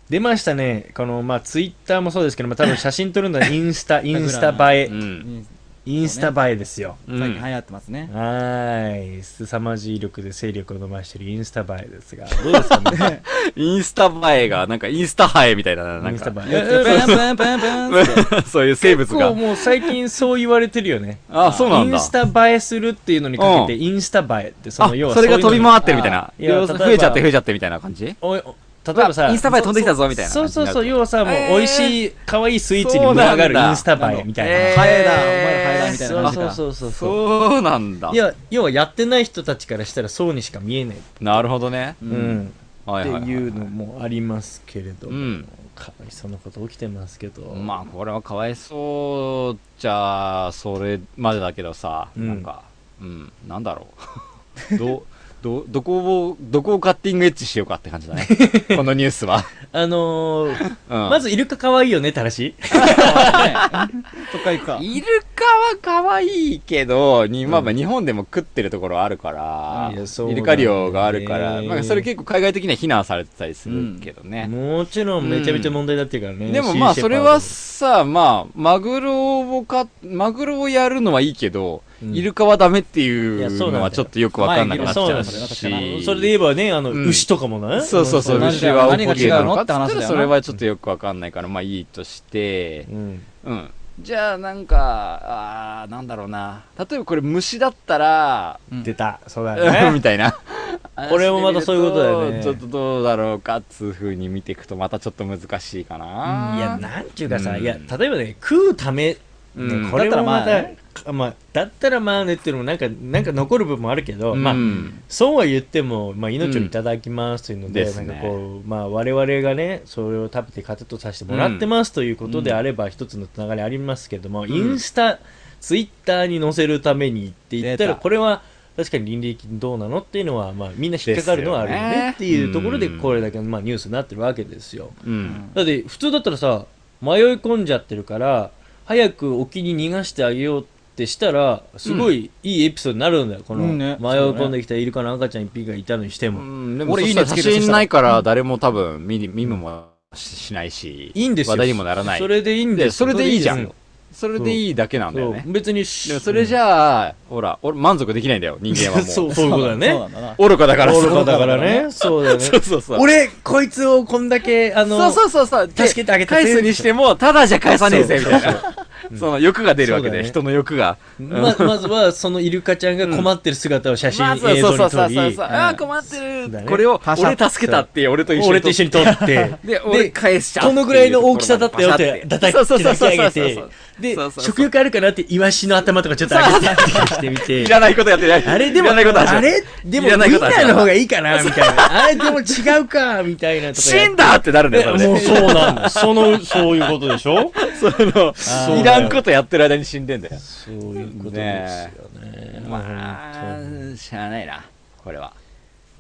Speaker 6: 出ましたね。この、まあ、ツイッターもそうですけど、まあ、多分写真撮るのはイ ンスタ、インスタ映え
Speaker 7: う。ん。
Speaker 6: インスタ映えですよ。
Speaker 7: う
Speaker 5: 最近
Speaker 7: ん。
Speaker 5: 流行ってますね。
Speaker 6: はーい。凄まじい力で勢力を伸ばしているインスタ映えですが、どうですかね
Speaker 7: インスタ映えが、なんかインスタハエみたいな、な
Speaker 6: イン
Speaker 7: ん
Speaker 6: スタ
Speaker 7: か、
Speaker 6: 映
Speaker 5: ペン
Speaker 6: え。
Speaker 5: ペンペンペンペンって。
Speaker 7: そういう生物
Speaker 6: 結構
Speaker 7: が。
Speaker 6: もう最近そう言われてるよね。
Speaker 7: あ、そうなんだ。
Speaker 6: インスタ映えするっていうのにかけて、インスタ映えって、そ
Speaker 7: あ、
Speaker 6: の
Speaker 7: そ
Speaker 6: 要は
Speaker 7: れが飛び
Speaker 6: っ
Speaker 7: 回ってるみたいな。
Speaker 6: そうい
Speaker 7: 要
Speaker 6: うのいや
Speaker 7: するに増
Speaker 6: 例えば
Speaker 7: えちゃって増えちゃってみたいな感じ
Speaker 6: おいお例えばさ、
Speaker 11: インスタ映え飛んできたぞみたいな
Speaker 6: そ
Speaker 11: 感
Speaker 6: う
Speaker 11: じに
Speaker 6: そう
Speaker 11: なる
Speaker 6: そう、要はさ、もう
Speaker 11: えー
Speaker 6: 美味しい、可愛いスイーツに群が
Speaker 7: そうなん
Speaker 6: る
Speaker 7: だ
Speaker 6: インスタ映えみたいな。
Speaker 11: えー
Speaker 5: ハエだ、お前らハエだみたいな
Speaker 6: そう
Speaker 5: 感じ
Speaker 6: そ
Speaker 5: か
Speaker 6: う。そうそうそ
Speaker 7: そ
Speaker 6: う。
Speaker 7: うなんだ
Speaker 6: い。や、要はやってない人たちからしたらそうにしか見えない。
Speaker 7: なるほどね。
Speaker 6: う。ん。
Speaker 7: は
Speaker 6: っ
Speaker 7: い
Speaker 6: て
Speaker 7: はいはい。
Speaker 6: いうのもありますけれど
Speaker 7: う
Speaker 6: も、
Speaker 7: ん。
Speaker 6: かわいそうなこと起きてますけど。
Speaker 7: まあ、これはかわいそうじゃあ、それまでだけどさ、
Speaker 6: うん
Speaker 7: なんか、うん、なんだろう。 ど、ど、どこを、どこをカッティングエッジしようかって感じ だね。このニュースは。
Speaker 6: あのー、
Speaker 7: うん。
Speaker 6: まずイルカ可愛いよねって話。
Speaker 5: とか行くか。
Speaker 7: イルカは可愛いけど、にまあまあ日本でも食ってるところあるから
Speaker 6: いや、そうだ
Speaker 7: イ
Speaker 6: ね
Speaker 7: ルカ漁があるから、まあそれ結構海外的には非難されてたりするけどね。
Speaker 6: もちろんめちゃめちゃ問題だっていうからね。
Speaker 7: でも
Speaker 6: シー
Speaker 7: まあ
Speaker 6: シェパ
Speaker 7: そ
Speaker 6: ード
Speaker 7: れはさ、まあ、マグロをか、マグロをやるのはいいけど、
Speaker 6: うん
Speaker 7: イルカはダメってい
Speaker 6: いやそう
Speaker 7: う
Speaker 6: なんだ
Speaker 7: の
Speaker 6: よ
Speaker 7: はちょっとよくわかんなくなっち
Speaker 6: そ
Speaker 7: ゃ
Speaker 6: うなん
Speaker 7: う
Speaker 6: ですよ
Speaker 7: し。
Speaker 6: それで言えばね、あの、
Speaker 7: うん
Speaker 6: 牛とかもな。
Speaker 7: そうそうそう、
Speaker 5: 同じ
Speaker 7: 牛
Speaker 5: だよ
Speaker 7: は
Speaker 5: 何が
Speaker 7: 大きい
Speaker 5: 違うの
Speaker 7: のかって
Speaker 5: って話だよ
Speaker 7: 言
Speaker 5: な
Speaker 7: ったらそれはちょっとよくわかんないから、まあいいとして、
Speaker 6: うん。
Speaker 7: うん。じゃあ、なんか、あーなんだろうな。例えばこれ虫だったら、
Speaker 6: 出た。そうだよ
Speaker 7: うん
Speaker 6: ね。
Speaker 7: みたい な。
Speaker 6: 俺もまたそういうことだよ ね
Speaker 7: ちょっとどうだろうかっつうふうに見ていくと、またちょっと難しいかな。
Speaker 6: いや、なんていうかさ、
Speaker 7: うん
Speaker 6: いや、例えばね、食うため、
Speaker 7: うん
Speaker 6: ねこれも
Speaker 5: だっ
Speaker 6: ま
Speaker 5: たらまあ
Speaker 6: た、かまあ、だったらまあねっていうのも、なんか、なんか残る部分もあるけど、
Speaker 7: うん
Speaker 6: まあ、そうは言っても、まあ、命をいただきますというので、
Speaker 7: うんですね
Speaker 6: なんかこう、まあ、我々がね、それを食べて糧とさせてもらってますということであれば、一つのつながりありますけども、インスタ、ツイッターに載せるためにって言ったら、
Speaker 5: 出た
Speaker 6: これは、確かに倫理的にどうなのっていうのは、まあ、みんな引っかかるのはあるよ
Speaker 7: ですよ
Speaker 6: ね
Speaker 7: ね
Speaker 6: っていうところで、
Speaker 7: うん
Speaker 6: これだけの、まあ、ニュースになってるわけですよ。
Speaker 7: うん。
Speaker 6: だって普通だったらさ迷い込んじゃってるから早く沖に逃がしてあげようってしたらすごいいいエピソードになるんだよ、この
Speaker 5: うん
Speaker 6: 迷
Speaker 5: ね
Speaker 6: い込んできたイルカの赤ちゃん一匹がいたのにして
Speaker 7: う
Speaker 6: も、
Speaker 7: ん、でも
Speaker 5: 俺
Speaker 7: 俺い
Speaker 5: いい
Speaker 7: い
Speaker 5: ね
Speaker 7: ね
Speaker 5: つ
Speaker 7: つ
Speaker 5: け
Speaker 7: け
Speaker 5: てる
Speaker 7: ないから、誰も多分見に、見もししないし、
Speaker 6: いいんですよ
Speaker 7: 話題にもならない。
Speaker 6: それでいいんだよ
Speaker 7: でそれでいいじゃん
Speaker 6: そ
Speaker 7: それでいいだけなん
Speaker 6: れ
Speaker 7: だ
Speaker 6: でい
Speaker 7: よ
Speaker 6: いじゃん
Speaker 7: ね
Speaker 6: そ。う別にし
Speaker 7: でもそれじゃあ、ほら、俺満足できないんだよ、人間はもう。
Speaker 6: そうそういうことだ
Speaker 5: そうな
Speaker 6: ね
Speaker 5: んだな。
Speaker 7: 愚かだから
Speaker 6: 愚かだからねそうだよね
Speaker 7: そうそうそう。
Speaker 6: 俺こいつをこんだけあの
Speaker 7: そうそうそうそう。
Speaker 6: 助けてあげて
Speaker 7: 返すにしても、ただじゃ返さねえぜ、みたいな。 その欲が出るわけ
Speaker 6: そうだ
Speaker 7: で、
Speaker 6: ね
Speaker 7: 人の欲が。
Speaker 6: ままずはそのイルカちゃんが困ってる姿を写真、
Speaker 7: まずは
Speaker 6: 映
Speaker 7: そ
Speaker 6: 像
Speaker 7: うそうそう
Speaker 6: に撮
Speaker 7: そう
Speaker 6: り
Speaker 7: そう。ああ、困って
Speaker 6: だね
Speaker 7: る。これを、
Speaker 6: パシャッ
Speaker 7: 俺助けたって、俺と一緒に。
Speaker 6: 俺と一緒に撮って
Speaker 7: で、俺返しちゃうって
Speaker 6: こ
Speaker 7: う
Speaker 6: のぐらいの大きさだったよって叩き
Speaker 7: そうそう
Speaker 6: 叩き
Speaker 7: そう
Speaker 6: 上げ
Speaker 7: そ
Speaker 6: て
Speaker 7: う
Speaker 6: で
Speaker 7: そうそうそう
Speaker 6: 食欲あるかなってイワシの頭とかちょっと上げてしてみ
Speaker 7: い
Speaker 6: て
Speaker 7: らないことやってない。
Speaker 6: あれでも
Speaker 7: いらないこと
Speaker 6: あれでもウィンナーの方がいいかなみたいなあれでも違うかみたいなとか
Speaker 7: 死
Speaker 6: や
Speaker 7: んだってなるんだよ、それ
Speaker 12: もう
Speaker 7: で。
Speaker 12: そうなんだ。その、そういうことでしょ
Speaker 6: う
Speaker 7: いらんことやってる間に死んでんだよ。
Speaker 6: そういうことですよね
Speaker 7: まあ、しゃあないな、これは。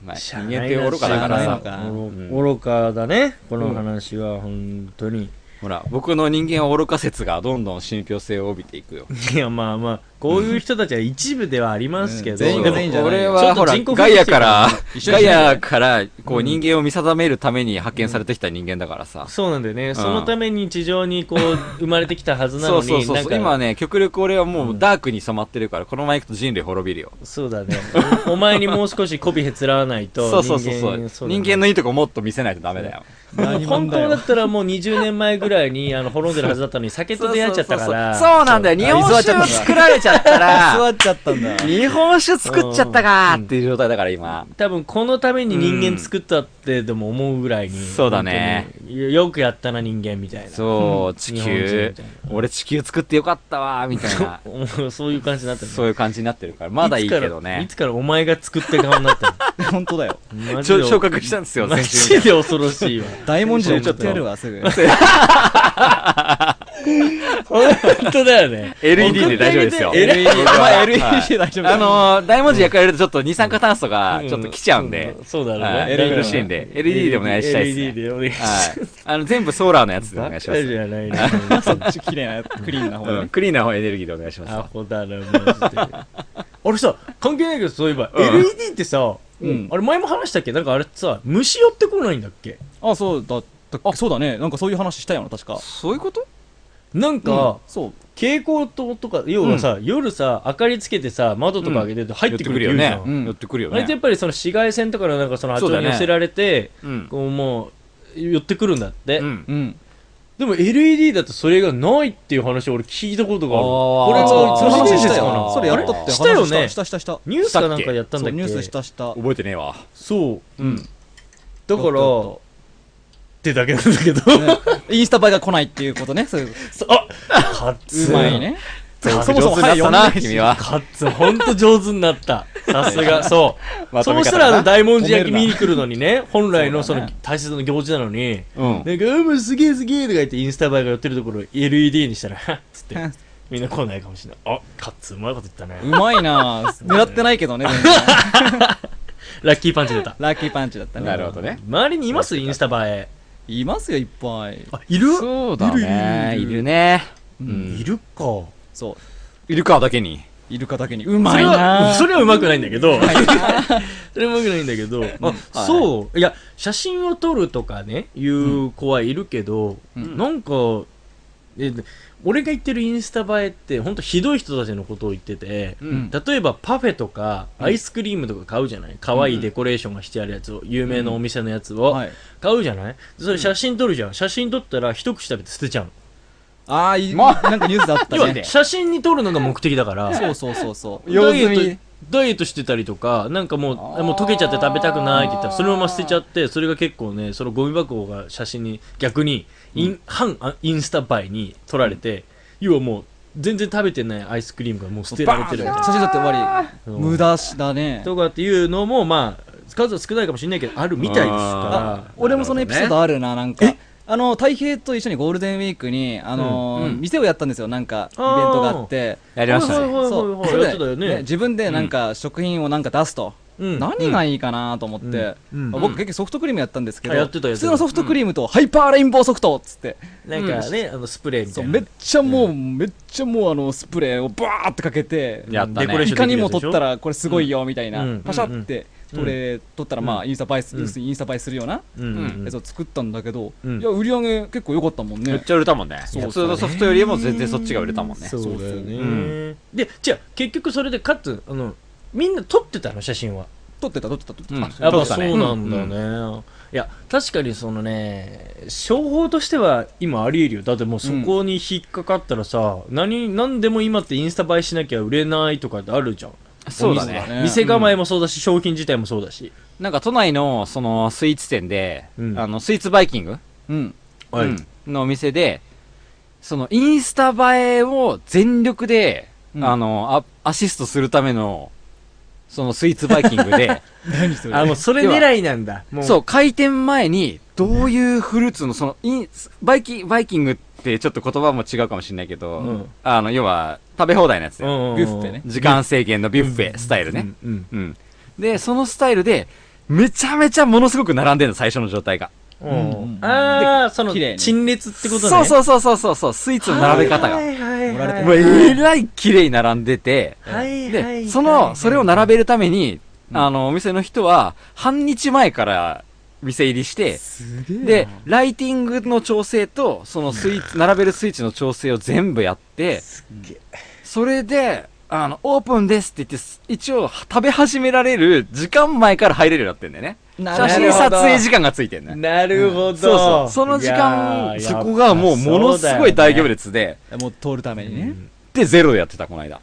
Speaker 7: まあ、
Speaker 6: し
Speaker 7: 人
Speaker 6: ゃあない
Speaker 7: 間って愚かだから
Speaker 5: しゃあない
Speaker 7: さ
Speaker 5: の。か
Speaker 6: 愚愚かだねこの話は本当に
Speaker 7: ほら、僕の人間は愚か説がどんどん信憑性を帯びていくよ。
Speaker 6: いやまあまあこういう人たちは一部ではありますけど
Speaker 5: 全員が全員じゃない
Speaker 7: 俺
Speaker 5: よ
Speaker 6: ちょっ
Speaker 7: は
Speaker 6: と
Speaker 7: ほら、
Speaker 6: 人口増
Speaker 7: ガ
Speaker 6: え
Speaker 7: イ
Speaker 6: てき
Speaker 7: ア
Speaker 6: てる
Speaker 7: か
Speaker 6: か
Speaker 7: らら
Speaker 6: ね、
Speaker 7: ガイアから、こう人間を見定めるために派遣されてきた人間だからさ。
Speaker 6: そうなんだよね、そのために地上にこう生まれてきたはずな
Speaker 7: そ
Speaker 6: の
Speaker 7: う
Speaker 6: に
Speaker 7: そうそう
Speaker 6: なん
Speaker 7: そう。
Speaker 6: か
Speaker 7: 今ね、極力俺はもうダークに染まってるから、このまま行くと人類滅びるよ。
Speaker 6: そうだねおお前にもう少し媚びへつらわない と
Speaker 7: そうそうそう
Speaker 6: そ
Speaker 7: そうう。
Speaker 6: だね
Speaker 7: 人間のいいとこもっと見せないとダメだよ。
Speaker 6: 本当だったらもう20年前ぐらいにあの滅んでるはずだったのに酒と出会っちゃったから
Speaker 11: そうそうそうそうなんだよ日本酒を作られちゃったら
Speaker 5: 座 っちゃったんだ。
Speaker 11: 日本酒作っちゃったかーっていう状態だから
Speaker 7: 今。
Speaker 6: 多分このために人間作ったってでも思うぐらいに、
Speaker 7: そうだね
Speaker 6: 本当によくやったな人間みたいな
Speaker 7: そう、地
Speaker 6: 日本人み
Speaker 7: 球
Speaker 6: たい、
Speaker 7: 俺地球作ってよかったわ、みたい な。
Speaker 6: もう そういう感じになってる
Speaker 7: そういう感じになってるから、まだいいけどね
Speaker 6: い。つからいつからお前が作った側になった
Speaker 5: 本当だよ。
Speaker 6: のマ
Speaker 7: ち
Speaker 6: ジ
Speaker 7: ょ
Speaker 6: で
Speaker 7: 昇格したんですよ、
Speaker 6: マ
Speaker 7: 先週
Speaker 6: ジ。で恐ろしいわ
Speaker 5: 大文字で送ってやるわ、 すぐ。
Speaker 6: 本当だよね。
Speaker 7: LED で大丈夫ですよ。
Speaker 5: LED
Speaker 7: は
Speaker 5: LED で大丈夫
Speaker 7: あのー、大文字焼かれるとちょっと二酸化炭素がちょっと来ちゃうんで
Speaker 6: う、そうだろう
Speaker 7: は
Speaker 6: ね。
Speaker 7: い、苦しいんで、LED でお願いしたいですね。
Speaker 6: LED でお願いします。
Speaker 7: はい。あの、全部ソーラーのやつでお
Speaker 6: バ
Speaker 7: 願いし
Speaker 6: カ
Speaker 7: ま
Speaker 6: じ
Speaker 7: す。
Speaker 6: ゃないの。
Speaker 5: そっち綺麗なやつ、 クリーンな方
Speaker 7: う
Speaker 5: が
Speaker 7: ん、。クリーンな方エネルギーでお願いします
Speaker 6: ア
Speaker 7: わ。
Speaker 6: ホだろ、マジで。俺さ、関係ないけど、そういえば、LED ってさ、
Speaker 5: うん
Speaker 6: あれ前も話したっけなんかあれさ、虫寄ってこないんだっけ
Speaker 5: あ、そうだっ
Speaker 7: った
Speaker 5: あ、そうだね。なんかそういう話したよな、確か。
Speaker 7: そういうこと
Speaker 6: なんか、
Speaker 5: そう。
Speaker 6: 蛍光灯とか要はさ、夜さ明かりつけてさ窓とか開けてると入ってくるって言うじゃん、
Speaker 5: うん
Speaker 7: 寄ってくるよ
Speaker 6: あれってや
Speaker 7: ね
Speaker 6: っぱりその紫外線とかのなんかその
Speaker 7: そう
Speaker 6: 圧
Speaker 7: だ
Speaker 6: に
Speaker 7: ね
Speaker 6: 寄せられて、
Speaker 7: うん
Speaker 6: こうもう寄ってくるんだって、
Speaker 7: うん
Speaker 5: うん。
Speaker 6: でも LED だとそれがないっていう話を俺聞いたことがあ
Speaker 7: あ
Speaker 6: る
Speaker 7: ー
Speaker 6: これ
Speaker 7: あ
Speaker 6: は
Speaker 7: ー
Speaker 6: その
Speaker 7: 話
Speaker 6: 話
Speaker 7: し
Speaker 6: で
Speaker 7: た
Speaker 6: す
Speaker 7: よ
Speaker 6: か
Speaker 7: な
Speaker 6: な
Speaker 5: それやったって話
Speaker 6: したよね
Speaker 5: したしたした。
Speaker 6: ニュースかなんかやったん
Speaker 5: そ
Speaker 6: だっ
Speaker 5: う
Speaker 6: け
Speaker 5: ニュースしたした。
Speaker 7: 覚えてねえわ
Speaker 6: そう
Speaker 7: うん
Speaker 6: だから
Speaker 5: やったや
Speaker 6: っ
Speaker 5: って
Speaker 6: だけなんだけど、
Speaker 5: たインスタ映えが来ないっていうことね。そういう
Speaker 6: そう あ初
Speaker 5: うまいね。
Speaker 7: 上
Speaker 5: そもそも
Speaker 7: 手になったな
Speaker 5: はい
Speaker 7: 君は
Speaker 6: カッツほんと上手に なったさすがそう、
Speaker 7: まと
Speaker 6: そう
Speaker 7: め方な
Speaker 6: したらあの大文字焼き
Speaker 5: 褒め
Speaker 6: 見
Speaker 5: る
Speaker 6: に来るの にね本来のそ
Speaker 5: そ
Speaker 6: の
Speaker 5: うだ
Speaker 6: 大切な行事なのに
Speaker 7: うん
Speaker 6: なんか、うん、もうすげえすげえとか言ってインスタ映えが寄ってるところを LED にしたら、 はっつって、みんな来ないかもしれない。あ、カッツうまいこと言った
Speaker 5: う
Speaker 6: ね。
Speaker 5: まいな狙ってないけどね、全然
Speaker 6: ラッキーパンチ出た。
Speaker 5: ラッキーパンチだったね。
Speaker 7: なるほどね
Speaker 6: 周りにいますインスタ映え。
Speaker 5: いますよ、いっぱい。
Speaker 6: あ、いる
Speaker 7: そうだねいるねうん
Speaker 6: いるか。
Speaker 5: そう。
Speaker 7: イルカだけに
Speaker 5: イルカだけに。うまいな
Speaker 6: それは、それはうまくないんだけど、 それはうまくないんだけど、あ、そう、いや、写真を撮るとかね、いう子はいるけど、
Speaker 5: うん
Speaker 6: なんか、え、俺が言ってるインスタ映えって、ほんとひどい人たちのことを言ってて、
Speaker 5: うん。
Speaker 6: 例えばパフェとかアイスクリームとか買うじゃない可愛いデコレーションがしてあるやつを有名なお店のやつを
Speaker 5: はい。
Speaker 6: 買うじゃないそれ写真撮るじゃん写真撮ったら一口食べて捨てちゃうの
Speaker 5: ああ、いなんかニュースだった
Speaker 6: 要
Speaker 5: ね
Speaker 6: は。写真に撮るのが目的だから
Speaker 5: そうそうそうそう。
Speaker 6: ダイエットダイエットしてたりとかなんかもうもう溶けちゃって食べたくないって言ったらそのまま捨てちゃってそれが結構ねそのゴミ箱が写真に逆にイン、反あインスタ映えに撮られて、要はもう全然食べてないアイスクリームがもう捨てられてるみたいな
Speaker 5: 写真だって終わり。
Speaker 6: うん
Speaker 5: 無駄しだね。
Speaker 6: とかっていうのもまあ数は少ないかもしれないけどあるみたいです
Speaker 5: あ
Speaker 6: か
Speaker 5: 俺もそのエピソードあるな、なんか。あの、太平と一緒にゴールデンウィークに、あのー
Speaker 7: うん
Speaker 5: 店をやったんですよ、なんか、イベントがあって。
Speaker 7: やり
Speaker 6: ら。
Speaker 7: ましたね
Speaker 6: はいはい
Speaker 5: そう、
Speaker 6: はい
Speaker 5: そ
Speaker 6: はい
Speaker 5: れ
Speaker 6: やって
Speaker 5: で
Speaker 6: たよ
Speaker 5: ね
Speaker 6: ね。
Speaker 5: 自分でなんか食品をなんか出すと。
Speaker 6: うん
Speaker 5: 何がいいかなと思って、
Speaker 6: うんうん
Speaker 5: まあ僕結局ソフトクリームやったんですけど、
Speaker 6: あやってたや
Speaker 5: 普
Speaker 6: ってた
Speaker 5: 通のソフトクリームとハイパーレインボーソフトっつって、
Speaker 6: なんかね、あのスプレーみた
Speaker 5: そう
Speaker 6: い
Speaker 5: め
Speaker 6: な
Speaker 5: っ。ちゃもう、めっちゃもうあのスプレーをバーってかけて、
Speaker 7: やった
Speaker 6: デコレー
Speaker 7: ね
Speaker 6: シ
Speaker 5: い
Speaker 6: ョ
Speaker 5: か
Speaker 6: ンで
Speaker 5: に
Speaker 6: きるや
Speaker 5: も
Speaker 6: つでし
Speaker 5: 撮
Speaker 6: ょ
Speaker 5: ったらこれすごいよみたいな、
Speaker 6: うん
Speaker 5: パシャって撮れ、撮ったらまあインスタ映えす、
Speaker 6: うん
Speaker 5: インスタ映えするような
Speaker 6: うんうんうん
Speaker 5: やつを作ったんだけど、
Speaker 6: うん
Speaker 5: いや売り上げ結構良かったもん
Speaker 7: め
Speaker 5: ね
Speaker 7: っちゃ売れたもんね
Speaker 5: そう
Speaker 7: 普通のソフトよりも全然そっちが売れたもんね
Speaker 6: そうだよね。
Speaker 7: う
Speaker 6: うんで、じゃあ結局それでかつ、あの、みんな撮ってたの、写真は。
Speaker 5: 撮ってた撮ってた撮ってた、
Speaker 7: うん
Speaker 6: やっ
Speaker 7: そ
Speaker 6: ぱ
Speaker 7: うだ
Speaker 6: そ
Speaker 7: ね
Speaker 6: うなんだ
Speaker 7: う
Speaker 6: ね。いや、確かにそのね、商法としては今あり得るよ。だってもうそこに引っかかったらさ、何、何でも今ってインスタ映えしなきゃ売れないとかってあるじゃん。
Speaker 7: そうだ
Speaker 5: お店
Speaker 7: ね
Speaker 5: ね
Speaker 6: 店構えもそうだし、商品自体もそうだし。
Speaker 7: なんか都内のそのスイーツ店で
Speaker 6: うん
Speaker 7: あのスイーツバイキング
Speaker 5: うん
Speaker 6: はい
Speaker 7: うんのお店で、そのインスタ映えを全力で、
Speaker 5: うん
Speaker 7: あのア、アシストするための、そのスイーツバイキングで、
Speaker 5: 何それ
Speaker 6: あ、もうそれ狙いなんだ。もう。
Speaker 7: そう、開店前に、どういうフルーツの、その、インス、バイキ、バイキングってちょっと言葉も違うかもしれないけど、
Speaker 6: うん
Speaker 7: あの、要は、食べ放題のやつだよ、
Speaker 6: ビ
Speaker 5: ビュッフェね
Speaker 7: 時間制限のビュッフェスタイルね。
Speaker 6: うん。
Speaker 7: うん。で、そのスタイルで、めちゃめちゃものすごく並んでるの、最初の状態が。
Speaker 6: うんああ、その、
Speaker 5: 綺麗に
Speaker 6: 陳列ってことね。
Speaker 7: そうそうそうそうそうそう、スイーツの並べ方が。
Speaker 6: はいはい
Speaker 5: 盛ら
Speaker 6: は
Speaker 5: れ
Speaker 6: い。
Speaker 5: て
Speaker 7: もうえらい綺麗に並んでて、
Speaker 6: はいはいはい
Speaker 7: で、その、それを並べるために、あの、お店の人は、半日前から店入りして、で、ライティングの調整と、そのスイーツ、並べるスイッチの調整を全部やって、それで、あの、オープンですって言って、一応、食べ始められる時間前から入れるようになってんだよね。
Speaker 5: なるほ
Speaker 7: 写真撮
Speaker 5: ど
Speaker 7: 影時間がついてんね。
Speaker 6: なるほど。
Speaker 7: そうそう。その時間、
Speaker 6: いや
Speaker 7: そ
Speaker 6: ー
Speaker 7: こがもうものすごい大行。列で、
Speaker 5: もう通るためにね、
Speaker 7: で、ゼロでやってた、この間。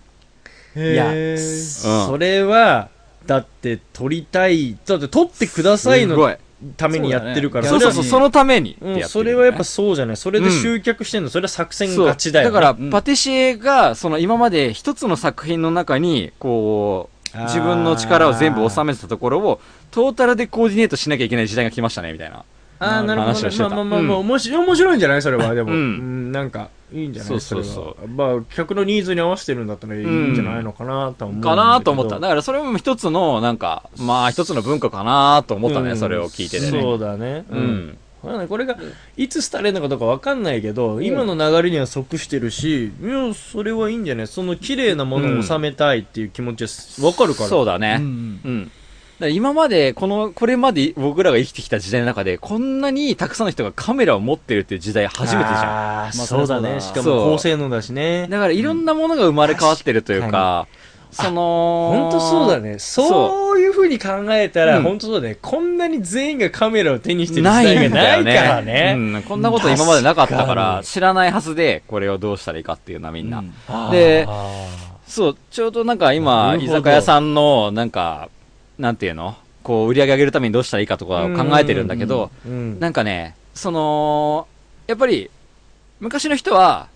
Speaker 6: いや、それは、だって撮りたい、だって撮ってください
Speaker 7: すごい
Speaker 6: の。ためにやってるから、
Speaker 7: そうそうそう、そのためにって
Speaker 6: それ
Speaker 7: やって
Speaker 6: はう
Speaker 7: る
Speaker 6: ん、それはやっぱそうじゃない。それで集客してんの、それは作戦勝ちだよ
Speaker 7: そ
Speaker 6: ね。
Speaker 7: うから、
Speaker 5: うん
Speaker 7: パティシエが、その今まで一つの作品の中に、こう、
Speaker 6: あー
Speaker 7: 自分の力を全部収めてたところを、トータルでコーディネートしなきゃいけない時代が来ましたね、みたいな。
Speaker 6: ああ、なるほ
Speaker 7: 話
Speaker 6: ど
Speaker 7: をして
Speaker 6: ね。
Speaker 7: た
Speaker 6: まあまあ
Speaker 7: うん
Speaker 6: まあ、面白い面白いんじゃないそれは。でも、う
Speaker 7: うん
Speaker 6: ん、なんか、いいんじゃない
Speaker 7: そうそうそう
Speaker 6: れはまあ、客のニーズに合わせてるんだったらいいんじゃないのかなとは思うんだけど
Speaker 7: かなと思った。だから、それも一つの、なんか、まあ、一つの文化かなと思ったね、
Speaker 6: うん
Speaker 7: それを聞いててね。
Speaker 6: そうだね。
Speaker 7: う。ん。
Speaker 6: まあねこれがいつ廃れるのかどうかわかんないけど、今の流れには即してるし、いや、それはいいんじゃないその綺麗なものを収めたいっていう気持ちはわかるから。
Speaker 7: そうだね
Speaker 5: う。ん
Speaker 7: うん。ら今まで、この、これまで僕らが生きてきた時代の中で、こんなにたくさんの人がカメラを持ってるっていう時代初めてじゃん。
Speaker 6: ゃんあーそうだねしか
Speaker 7: そう
Speaker 6: も高性能だしね
Speaker 7: だからいろんなものが生まれ変わってるというか、その、
Speaker 6: 本当そうだねそういうふうに考えたら、
Speaker 7: うん
Speaker 6: 本当そうだねこんなに全員がカメラを手にしてる時
Speaker 7: ない
Speaker 6: 代
Speaker 7: んだ
Speaker 6: が
Speaker 7: よ
Speaker 6: な
Speaker 7: ね
Speaker 6: いからね
Speaker 7: うん、こんなこと今までなかったか
Speaker 6: 確からに
Speaker 7: 知らないはずでこれをどうしたらいいかっていうなみんな、
Speaker 5: うん
Speaker 7: で
Speaker 6: あ
Speaker 7: そうちょうどなんか
Speaker 6: な
Speaker 7: 今
Speaker 6: るほ
Speaker 7: 居
Speaker 6: ど
Speaker 7: 酒屋さんのなんかなんていうのこう売り上げ上げるためにどうしたらいいかとかを考えてるんだけど、
Speaker 6: ーうん
Speaker 7: なんかねそのやっぱり昔の人は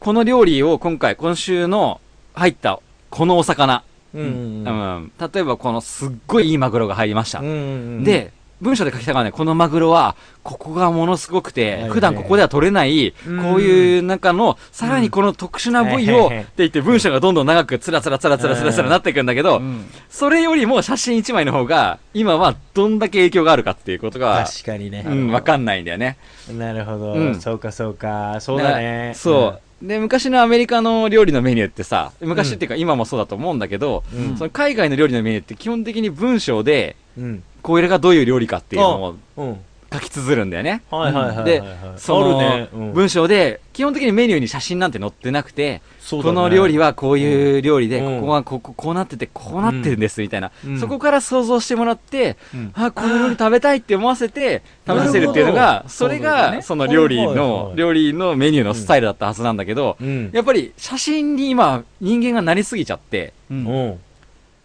Speaker 7: この料理を今回今週の入ったこのお魚、
Speaker 6: う
Speaker 7: う、
Speaker 6: んうん
Speaker 7: ん、例えばこのすっごいいいマグロが入りました、
Speaker 6: うんうん、
Speaker 7: で、文章で書きたがね、このマグロは、ここがものすごく
Speaker 6: はい
Speaker 7: て
Speaker 6: は、い
Speaker 7: 普段ここでは取れない、
Speaker 6: うん
Speaker 7: こういう中の、さらにこの特殊な部位
Speaker 6: うん
Speaker 7: を、
Speaker 6: はいはいはい
Speaker 7: って言って文章がどんどん長く、つらつらつらつらつらつらなっていくんだけど、それよりも写真一枚の方が、今はどんだけ影響があるかっていうことが、
Speaker 6: 確かにね、
Speaker 7: うん、わかんないんだよね。
Speaker 6: なるほど、
Speaker 7: うん
Speaker 6: そうかそうかそうだ
Speaker 7: か
Speaker 6: ね
Speaker 7: らそう。で、昔のアメリカの料理のメニューってさ、昔っていうか今もそうだと思うんだけど、
Speaker 6: うん
Speaker 7: その海外の料理のメニューって基本的に文章で、
Speaker 6: うん
Speaker 7: これがどういう料理かっていうのを
Speaker 6: うん、うん、
Speaker 7: 書き綴るんだよね。
Speaker 6: はいはいはいはいはい
Speaker 7: でその、
Speaker 6: あるね、うん
Speaker 7: 文章で、基本的にメニューに写真なんて載ってなくて、
Speaker 6: そうだ
Speaker 7: こ
Speaker 6: ね
Speaker 7: の料理はこういう料理で、
Speaker 6: うん
Speaker 7: ここはこここうなってて、こうなってるんですみたいな、
Speaker 6: うん
Speaker 7: そこから想像してもらって、
Speaker 6: うん
Speaker 7: あ、この料理食べたいって思わせて食べさせるっていうの
Speaker 6: なる
Speaker 7: が、それが、その料理
Speaker 6: はいはい
Speaker 7: の
Speaker 6: は、い
Speaker 7: 料理のメニューのスタイルだったはずなんだけど、
Speaker 6: うん
Speaker 7: やっぱり写真に今、人間がなりすぎちゃって、
Speaker 6: うん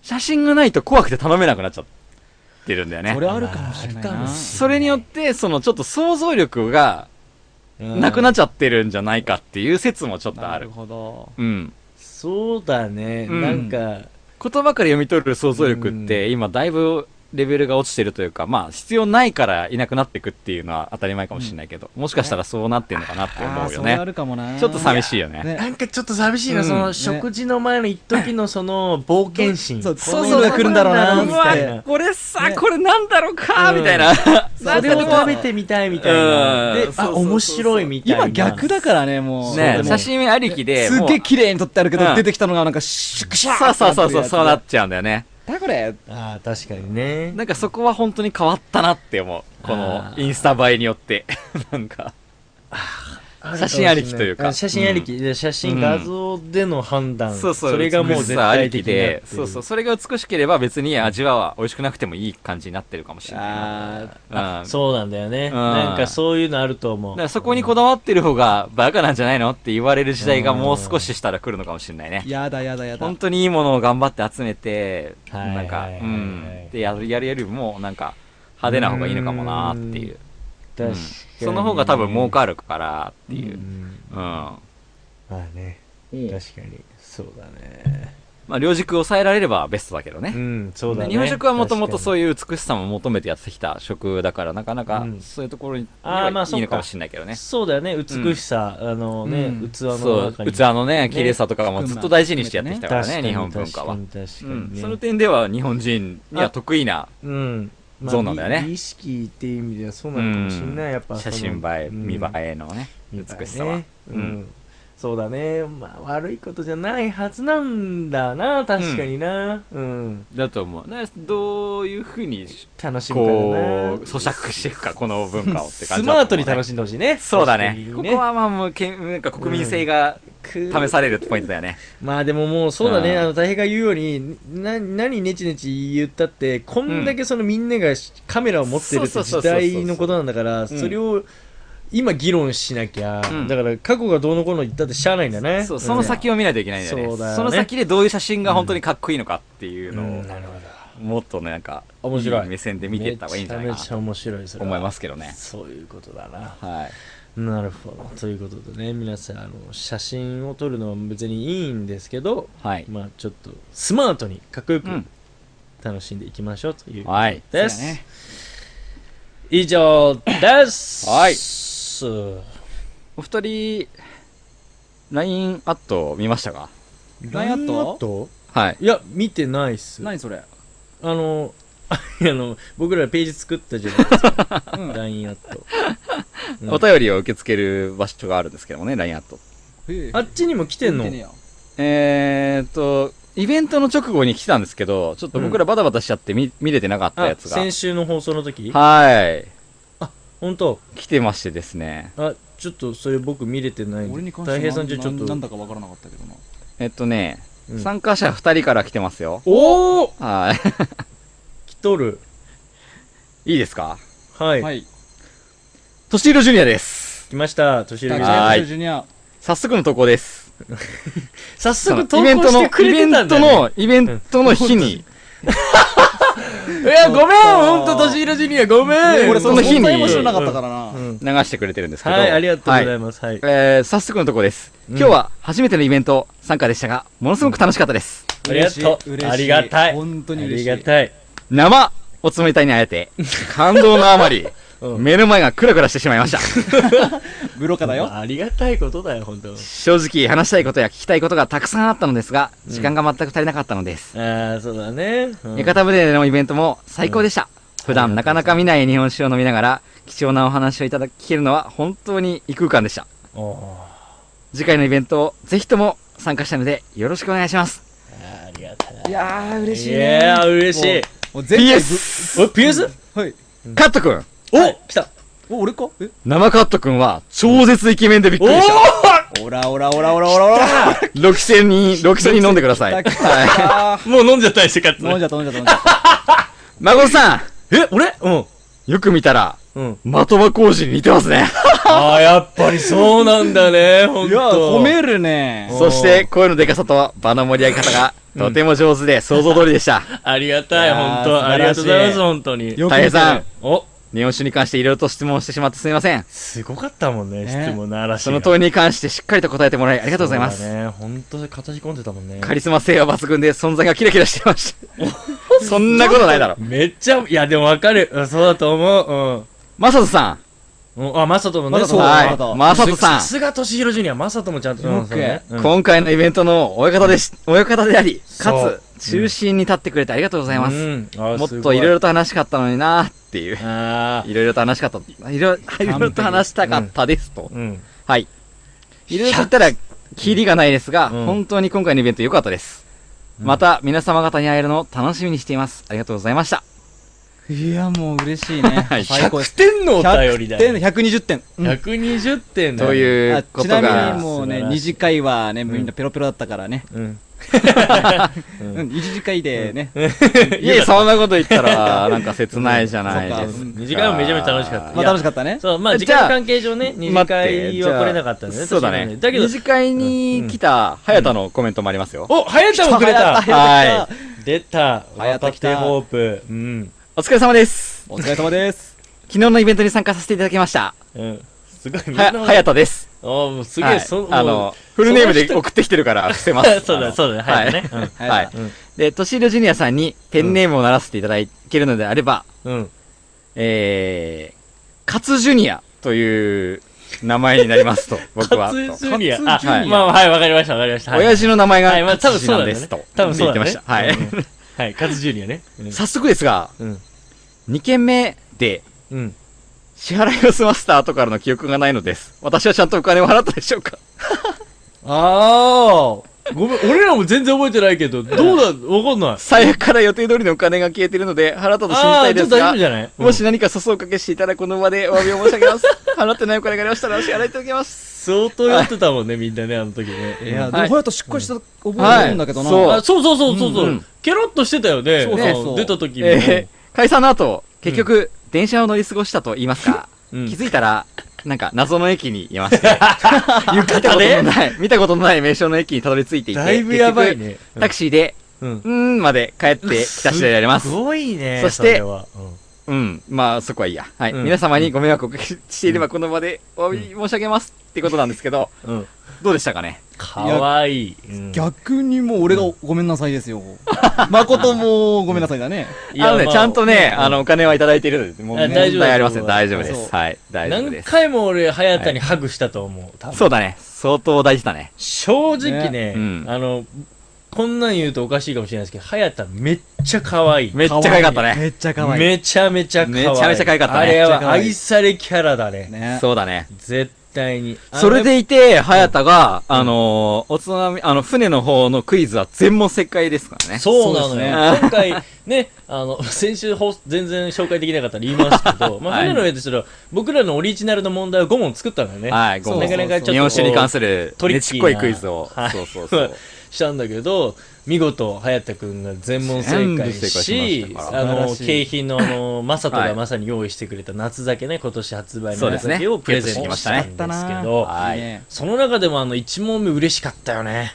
Speaker 7: 写真がないと怖くて頼めなくなっちゃってるんだよね
Speaker 5: そ。れあるかもしれないな。
Speaker 7: それによって、そのちょっと想像力がなくなっちゃってるんじゃないかっていう説もちょっとあ
Speaker 5: な
Speaker 7: る
Speaker 5: る。ほど。
Speaker 7: うん。
Speaker 6: そうだね、
Speaker 7: うん
Speaker 6: なんか
Speaker 7: 言葉から読み取る想像力って、今だいぶレベルが落ちてるというか、まあ必要ないからいなくなっていくっていうのは当たり前かもしれないけど、もしかしたらそうなってるのかなって
Speaker 5: あ
Speaker 7: 思
Speaker 5: あ、
Speaker 7: うよ
Speaker 5: それあ
Speaker 7: ね。
Speaker 5: るかもな。
Speaker 7: ちょっと寂
Speaker 5: い。
Speaker 7: しいよね。
Speaker 5: ね
Speaker 6: なんかちょっと寂しいな、
Speaker 7: うん
Speaker 6: その
Speaker 7: ね
Speaker 6: 食事の前の一時のその冒険心
Speaker 5: そう
Speaker 6: そ
Speaker 5: そうう
Speaker 6: いうのが来るんだろうなみたい
Speaker 7: わ
Speaker 6: な
Speaker 7: これさ、
Speaker 5: ね
Speaker 7: これなんだろうか、みたいな。
Speaker 6: それを食べてみたいみたい
Speaker 7: う
Speaker 6: な
Speaker 7: ん
Speaker 6: で
Speaker 7: そうそうそう
Speaker 6: あ
Speaker 7: そう
Speaker 6: 面白いみたいな
Speaker 5: 今逆だからね、もう。
Speaker 7: ね
Speaker 5: もう
Speaker 7: 写真ありきで、
Speaker 5: すっ
Speaker 7: もう
Speaker 5: げえ綺麗に撮ってあるけ
Speaker 7: うん
Speaker 5: ど、出てきたのがなんかシュクシャ
Speaker 7: そうそうそうそう、そうな
Speaker 5: な
Speaker 7: っちゃうんだよね。
Speaker 5: だこれ。
Speaker 6: ああ確かにね
Speaker 7: なんかそこは本当に変わったなって思う。このインスタ映えによって。 なんか。写真ありきというか
Speaker 6: ん写真ありき、で
Speaker 7: う
Speaker 6: 写
Speaker 7: ん
Speaker 6: 真画像での判断、
Speaker 7: そうそう。
Speaker 6: それがもう絶対的になって
Speaker 7: で
Speaker 6: る。
Speaker 7: そうそう。それが美しければ別に味わは美味しくなくてもいい感じになってるかもしれない。
Speaker 5: あ
Speaker 7: あうん。
Speaker 6: そうなんだよね、
Speaker 7: ん
Speaker 6: なんかそういうのあると思
Speaker 7: だ
Speaker 6: う
Speaker 7: からそこにこだわってる方がバカなんじゃないのって言われる時代がもう少ししたら来るのかもしれないね
Speaker 5: ー。やだやだやだ
Speaker 7: 本。当にいいものを頑張って集めて、
Speaker 6: はい
Speaker 7: なんか、
Speaker 6: は
Speaker 7: う
Speaker 6: いはいはい
Speaker 7: ん。で、やる、やるよりも、なんか、派手な方がいいのかもなーっていう。
Speaker 6: 確かに
Speaker 7: その方が多分儲かるからっていうう。
Speaker 6: ん
Speaker 7: うん。ま
Speaker 6: まあね確かにそうだね
Speaker 7: あ、両軸抑えられればベストだけどね
Speaker 6: う。んそうだね
Speaker 7: 日本食はもともと
Speaker 6: う
Speaker 7: そういう美しさも求めてやってきた食だからなかなか
Speaker 6: うん
Speaker 7: そういうところに
Speaker 6: あーまあ
Speaker 7: いいのかもしれないけどね。
Speaker 6: そうだよね美しさ、あのね、
Speaker 5: うん
Speaker 6: 器
Speaker 7: そ
Speaker 6: の
Speaker 7: う、
Speaker 6: 中
Speaker 7: 器
Speaker 6: に
Speaker 7: のね、綺麗さとかもずっと大事にしてやってきたから
Speaker 6: 確か
Speaker 7: ね、
Speaker 6: に
Speaker 7: 日本文化は。
Speaker 6: 確かに確か
Speaker 7: う
Speaker 6: にね
Speaker 7: ん、その点では日本人には得意な、
Speaker 6: うんまあ
Speaker 7: そうなんだよね
Speaker 6: 美意識っていう意味ではそう
Speaker 7: う
Speaker 6: なのかもしれない、やっぱ
Speaker 7: ん、
Speaker 6: そ
Speaker 7: 写
Speaker 6: の
Speaker 7: 真映え、
Speaker 6: うん
Speaker 7: 見栄えのね、美しさは。
Speaker 6: うん
Speaker 7: うん
Speaker 6: そうだねまあ悪いことじゃないはずなんだな確かになうん、
Speaker 7: だと思う。だからどういうふうに、
Speaker 6: 楽し
Speaker 7: こ
Speaker 6: む
Speaker 7: う
Speaker 6: かだな、
Speaker 7: 咀嚼していくか、この文化をって感じだと
Speaker 6: ス
Speaker 7: 思うね
Speaker 6: マートに楽しんでほしいね
Speaker 7: そうだね。
Speaker 6: 確
Speaker 7: こ
Speaker 6: かに
Speaker 7: こはまあもうけん、なんか国民性が試されるポイントだよね。
Speaker 6: まあでももうそうだね、
Speaker 7: うん
Speaker 6: あの大平が言うようにな何ネチネチ言ったってこんだけそのみんながしカメラを持ってるって時代のことなんだから
Speaker 7: そうそうそうそう
Speaker 6: それを今議論しなきゃ、
Speaker 7: うん
Speaker 6: だから過去がどうのこうの言ったってしゃあないんだね
Speaker 7: そう、その先を見ないといけないんだよね。
Speaker 6: そうだよね
Speaker 7: の先でどういう写真が本当にかっこいいのかっていう
Speaker 6: う
Speaker 7: のを
Speaker 6: ん、なるほど
Speaker 7: もっとね、なんか、
Speaker 6: 面白い
Speaker 7: 目線で見ていった方がいいんじゃないか
Speaker 6: めちゃめちゃ
Speaker 7: な
Speaker 6: 面白いそ
Speaker 7: と
Speaker 6: れ
Speaker 7: 思いますすけどね。
Speaker 6: そういうことだな
Speaker 7: はい。
Speaker 6: なるほどということでね皆さんあの写真を撮るのは別にいいんですけど
Speaker 7: はい。
Speaker 6: まあちょっとスマートにかっこよく
Speaker 7: うん
Speaker 6: 楽しんでいきましょうという
Speaker 7: はい。
Speaker 6: です、
Speaker 5: そうやね
Speaker 6: 以上です
Speaker 7: はい
Speaker 6: い
Speaker 7: お二人、LINE アット見ましたか
Speaker 5: 何やっと
Speaker 6: と
Speaker 7: はい。
Speaker 6: いや見てないっす
Speaker 5: 何それ
Speaker 6: あの あの僕らページ作ったじゃないで すか LINE アットうん
Speaker 7: お便りを受け付ける場所があるんですけどもね、LINE アット。
Speaker 5: へえ
Speaker 6: あっちにも来てんの
Speaker 5: 見ねえよ
Speaker 7: えーっと、イベントの直後に来たんですけど、ちょっと僕らバタバタしちゃって見,、見れてなかった
Speaker 6: あ
Speaker 7: やつが。
Speaker 6: 先週の放送の時
Speaker 7: はい。
Speaker 6: 本当
Speaker 7: 来てましてですね。
Speaker 6: あちょっとそれ僕見れてないん
Speaker 5: 俺
Speaker 6: で
Speaker 5: に関しては
Speaker 6: 大平さんじゃちょっと
Speaker 5: ななんだかわからなかったけどな
Speaker 7: えっとね、
Speaker 6: うん
Speaker 7: 参加者2人から来てますよ。
Speaker 6: おお
Speaker 7: は
Speaker 6: 来とる
Speaker 7: い。いいですか
Speaker 6: はい、
Speaker 5: はい
Speaker 7: トシーロジュニアです。
Speaker 6: 来ました年寄り
Speaker 7: は
Speaker 5: は
Speaker 7: ーい
Speaker 5: いジュニア
Speaker 7: 早速の投稿です。
Speaker 6: 早速投
Speaker 7: イ
Speaker 6: 稿
Speaker 7: ベントの、
Speaker 6: してく
Speaker 7: イベ
Speaker 6: れてた
Speaker 7: ン
Speaker 6: んだ
Speaker 7: ト
Speaker 6: ね
Speaker 7: の、イベントの日に、
Speaker 6: いやごめん本当年寄りジュニアごめん
Speaker 5: 俺
Speaker 7: その日に
Speaker 5: 存在も知らなかったからな
Speaker 6: うん
Speaker 7: 流してくれてるんですけど。
Speaker 6: はいありがとうござい
Speaker 7: は
Speaker 6: ますはい
Speaker 7: えー、早速のとこです。
Speaker 6: うん
Speaker 7: 今日は初めてのイベント参加でしたが、ものすごく楽しかったです。
Speaker 6: ありがと
Speaker 5: 嬉し
Speaker 6: う
Speaker 5: い
Speaker 6: ありがたいあ
Speaker 5: 本当に嬉
Speaker 6: り
Speaker 5: しい
Speaker 6: がたい
Speaker 7: 生おつもり隊に会え て、感動のあまり、
Speaker 6: うん
Speaker 7: 目の前がクラクラしてしまいました。
Speaker 5: ブロカだよ
Speaker 6: ありがたいことだよ本当
Speaker 7: 正直話したいことや聞きたいことがたくさんあったのですが、時間が全く足りなかったのです。
Speaker 6: ああそうだねうん
Speaker 7: 屋形船でのイベントも最高でした。普段なかなか見ない日本酒を飲みながら、貴重なお話をいただけるのは本当に異空間でした。
Speaker 6: おー
Speaker 7: 次回のイベントをぜひとも参加したので、よろしくお願いします。
Speaker 6: ありがたい
Speaker 5: いやー嬉しい
Speaker 6: い
Speaker 5: ね
Speaker 6: やー嬉しい
Speaker 5: もう全部
Speaker 7: PS!
Speaker 6: お PS?
Speaker 7: カットくん
Speaker 6: お来た
Speaker 5: お俺かえ
Speaker 7: 生カットくんは超絶イケメンでびっくりした。
Speaker 5: オラオラオラオラオラオラ
Speaker 7: 6 0に、6 0に飲んでください。はい。
Speaker 5: あ
Speaker 13: もう飲んじゃったりしてかつ
Speaker 5: ー飲んじゃった飲んじゃった飲んじゃった
Speaker 7: 孫さん
Speaker 6: え俺うん
Speaker 7: よく見たら、
Speaker 6: うん
Speaker 7: 的場浩二に似てますね。
Speaker 13: あーやっぱりそうなんだねほん
Speaker 5: いや
Speaker 13: と
Speaker 5: 褒めるね
Speaker 7: そして、声のでかさと場の盛り上げ方が、とても上手で想像通りでした。
Speaker 13: ありがたい
Speaker 5: いやー
Speaker 13: 本
Speaker 5: 素
Speaker 13: 当あ
Speaker 5: 晴
Speaker 13: りが
Speaker 5: らし
Speaker 13: と
Speaker 5: いう
Speaker 13: ございます本当に
Speaker 5: よく
Speaker 7: たい平さん、
Speaker 13: お
Speaker 7: 日本酒に関していろいろと質問してしまってすみません。
Speaker 6: すごかったもんね
Speaker 5: ね
Speaker 6: 質問の嵐
Speaker 7: そ
Speaker 6: が
Speaker 7: の問いに関してしっかりと答えてもらい、ありがとうございま
Speaker 6: そう
Speaker 7: す。
Speaker 6: だね本当に形込んでたもんね
Speaker 7: カリスマ性は抜群で存在がキラキラしてました。そんなことないだろ。
Speaker 6: めっちゃいやでもわかるうんそうだと思
Speaker 7: マサトさ
Speaker 6: ううんうんあマサトも
Speaker 5: マ
Speaker 6: ね
Speaker 5: サト
Speaker 7: ん。
Speaker 5: そう
Speaker 6: だ
Speaker 7: は
Speaker 5: マサ
Speaker 7: い。
Speaker 5: ト
Speaker 7: マサトさ
Speaker 6: さすが敏弘ジュニアマサトもちゃんと
Speaker 5: よく
Speaker 6: うんそうねうん
Speaker 7: ん。今回のイベントの親方でし、親方であり、
Speaker 6: そ
Speaker 7: か
Speaker 6: う
Speaker 7: つ、中心に立ってくれてありがとうございます。
Speaker 6: うんあー
Speaker 7: もっ
Speaker 6: す
Speaker 7: と
Speaker 6: ご
Speaker 7: いろいろと話しかったのになーっていう。
Speaker 6: ああ
Speaker 7: いろいろと話しかった。いろい ろいろいろと話したかったですと。
Speaker 6: うん
Speaker 7: はい。いろいろと言ったら、キリがないですが、
Speaker 6: うん
Speaker 7: 本当に今回のイベント良かったです。また、皆様方に会えるのを楽しみにしています。ありがとうございました。
Speaker 5: いやもう嬉しいね
Speaker 7: はい
Speaker 5: 最高です
Speaker 6: 100点のお便りだよ
Speaker 5: 100点120点うん
Speaker 6: 120点だよ
Speaker 7: とい
Speaker 5: あ
Speaker 7: うこ
Speaker 5: ち
Speaker 7: と
Speaker 5: なみ
Speaker 7: が
Speaker 5: に、もうね
Speaker 6: 素晴らしい
Speaker 5: 二次会はねみんなペロペロだったからね
Speaker 6: うん
Speaker 5: うん二次会でね
Speaker 7: いえ、そんなこと言ったら、なんか切ないじゃないですか。
Speaker 5: そっか
Speaker 6: 二次会もめちゃめちゃ楽しかった
Speaker 5: まあ楽しかったね
Speaker 6: そうまあ時
Speaker 7: じゃあ
Speaker 6: 間の関係上ね二次会は来れなかったんだね
Speaker 7: そうだ
Speaker 6: 確か
Speaker 7: ね。
Speaker 6: にだけど
Speaker 7: 二次会に来た、早田のコメントもありますよ。
Speaker 6: お早田もく れた
Speaker 7: は
Speaker 6: 出た
Speaker 5: 早田
Speaker 6: 若
Speaker 5: 来た
Speaker 6: 手ホープうん
Speaker 7: い。お疲れ様です。
Speaker 5: お疲れ様です
Speaker 7: 昨日のイベントに参加させていただきました。
Speaker 6: うんすごいみん
Speaker 7: は、
Speaker 6: な
Speaker 7: 早田です。
Speaker 6: あーもうすげえ、
Speaker 7: はい
Speaker 6: そ
Speaker 7: あ
Speaker 6: もう
Speaker 7: の、フルネームで送ってきてるから伏せます。
Speaker 6: そう
Speaker 7: あ
Speaker 6: だ
Speaker 7: の
Speaker 6: そうだ早田ね
Speaker 7: はい。
Speaker 5: はい
Speaker 7: はい
Speaker 6: うん。
Speaker 7: で、トシーロジュニアさんにペンネームをならせていただけるのであれば、
Speaker 6: うん
Speaker 7: えー、カツジュニアという名前になりますと、僕は。
Speaker 6: カツ
Speaker 7: と
Speaker 6: ジュニア
Speaker 5: カ
Speaker 6: あ
Speaker 5: ツ
Speaker 7: ジュニア
Speaker 6: まあはいわかりましたわかりましたはい
Speaker 7: 親父の名前
Speaker 6: はいま
Speaker 7: が
Speaker 6: あ
Speaker 7: カ
Speaker 6: 多分
Speaker 7: ツジュニ
Speaker 6: そう
Speaker 7: ア
Speaker 6: だ
Speaker 7: で
Speaker 6: ね
Speaker 7: すと。
Speaker 6: 多分そうだね
Speaker 7: 言ってました。は
Speaker 6: う
Speaker 7: い。
Speaker 6: んはいカツジュニアねうん
Speaker 7: 早速ですが、
Speaker 6: うん
Speaker 7: 2件目で、
Speaker 6: うん
Speaker 7: 支払いを済ませた後からの記憶がないのです。私はちゃんとお金を払ったでしょうか
Speaker 6: ああごめん俺らも全然覚えてないけどどうだわかんない
Speaker 7: 最悪から予定通りのお金が消えているので、払ったと信じ
Speaker 6: あ
Speaker 7: た
Speaker 6: あ
Speaker 7: い
Speaker 6: ち
Speaker 7: で
Speaker 6: ょっ
Speaker 7: す
Speaker 6: と大丈
Speaker 7: が
Speaker 6: 夫じ、ゃない
Speaker 7: もし何か粗相をかけしていたらこの場でお詫びを申し上げます。払ってないお金がありましたらお支払いいただきます。
Speaker 6: 相当酔ってたもんねみんなねあの時ね
Speaker 5: いや
Speaker 7: ん
Speaker 5: でも
Speaker 7: はい
Speaker 5: ホヤトしっかりした覚えがあるんだけどな
Speaker 7: はい
Speaker 6: あそうそうそうそうそう、
Speaker 7: うんうん
Speaker 6: ケロッとしてたよね
Speaker 5: そうそうそう
Speaker 6: あの出た時も、
Speaker 7: えー解散の後、結局、電車を乗り過ごしたと言いますか、
Speaker 6: うん
Speaker 7: 気づいたら、なんか謎の駅にいま して、見たことのない、見たことのない名称の駅にたどり着いていて、
Speaker 6: だいぶやばいね
Speaker 7: 結局タクシーで、
Speaker 6: うん
Speaker 7: うーんまで帰ってきた次第であります
Speaker 6: す。ごいね
Speaker 7: そして
Speaker 6: れは
Speaker 7: うん。まあ、そこはいいや。はい。
Speaker 6: うん
Speaker 7: 皆様にご迷惑をおかけしていれば、この場でお詫び申し上げますってことなんですけど、
Speaker 6: うんうん
Speaker 7: どうでしたかね
Speaker 6: かわいい、うん
Speaker 5: 逆にもう俺がごめんなさいですよ誠もごめんなさいだね
Speaker 6: いや
Speaker 7: あのね、
Speaker 6: まあ
Speaker 7: ちゃんとね、あの、お金はいただいているので、もう
Speaker 6: あ
Speaker 7: 問
Speaker 6: 大丈夫
Speaker 7: 題ありません。大丈夫で
Speaker 5: そう
Speaker 7: す。はい。大丈夫
Speaker 6: 何
Speaker 7: です。
Speaker 6: 回も俺早田にハグしたと思う、多分
Speaker 7: そうだね。相当大事だね。
Speaker 6: 正直ね
Speaker 7: ねうん
Speaker 6: あのこんなん言うとおかしいかもしれないですけど早田めっちゃ可愛い
Speaker 7: めっちゃ可愛かったね。
Speaker 5: めっちゃ可愛い
Speaker 6: めちゃめちゃ可愛い
Speaker 7: めちゃめちゃ可愛かったね
Speaker 6: あれ
Speaker 5: めっちゃ可
Speaker 6: は
Speaker 5: 愛い
Speaker 6: 愛されキャラだね
Speaker 5: ね
Speaker 7: そうだね。
Speaker 6: 絶対に。
Speaker 7: それでいて、早田が、あのー、おつまみ、あの、船の方のクイズは全問正解ですからね。
Speaker 6: そうなのよ。
Speaker 7: そう
Speaker 6: 今回、ね、あの、先週放送全然紹介できなかったら言いますけ ど、まあ、船の上でしろ、僕らのオリジナルの問題を5問作ったのよね。
Speaker 7: はい、ごめ
Speaker 6: なかなかちょっとこう
Speaker 7: 日本酒に関する、
Speaker 6: トリ
Speaker 7: ね
Speaker 6: ッキ
Speaker 7: ちっ
Speaker 6: ーな
Speaker 7: こいクイズを。
Speaker 6: はい
Speaker 7: そうそうそう。
Speaker 6: したんだけど、見事、早田くんが全問正
Speaker 7: 全部
Speaker 6: 解
Speaker 7: 正解
Speaker 6: し、
Speaker 7: しましたから
Speaker 6: あ
Speaker 7: 素晴
Speaker 6: の、
Speaker 7: らしい
Speaker 6: 景品の、あ の、マサト
Speaker 7: は
Speaker 6: が
Speaker 7: い
Speaker 6: まさに用意してくれた夏酒ね、今年発売
Speaker 7: そ
Speaker 6: の
Speaker 7: うで
Speaker 6: 夏
Speaker 7: すね
Speaker 6: 酒をプレゼントしたんですけど、
Speaker 7: はい。
Speaker 6: その中でもあの、1問目嬉しかったよね。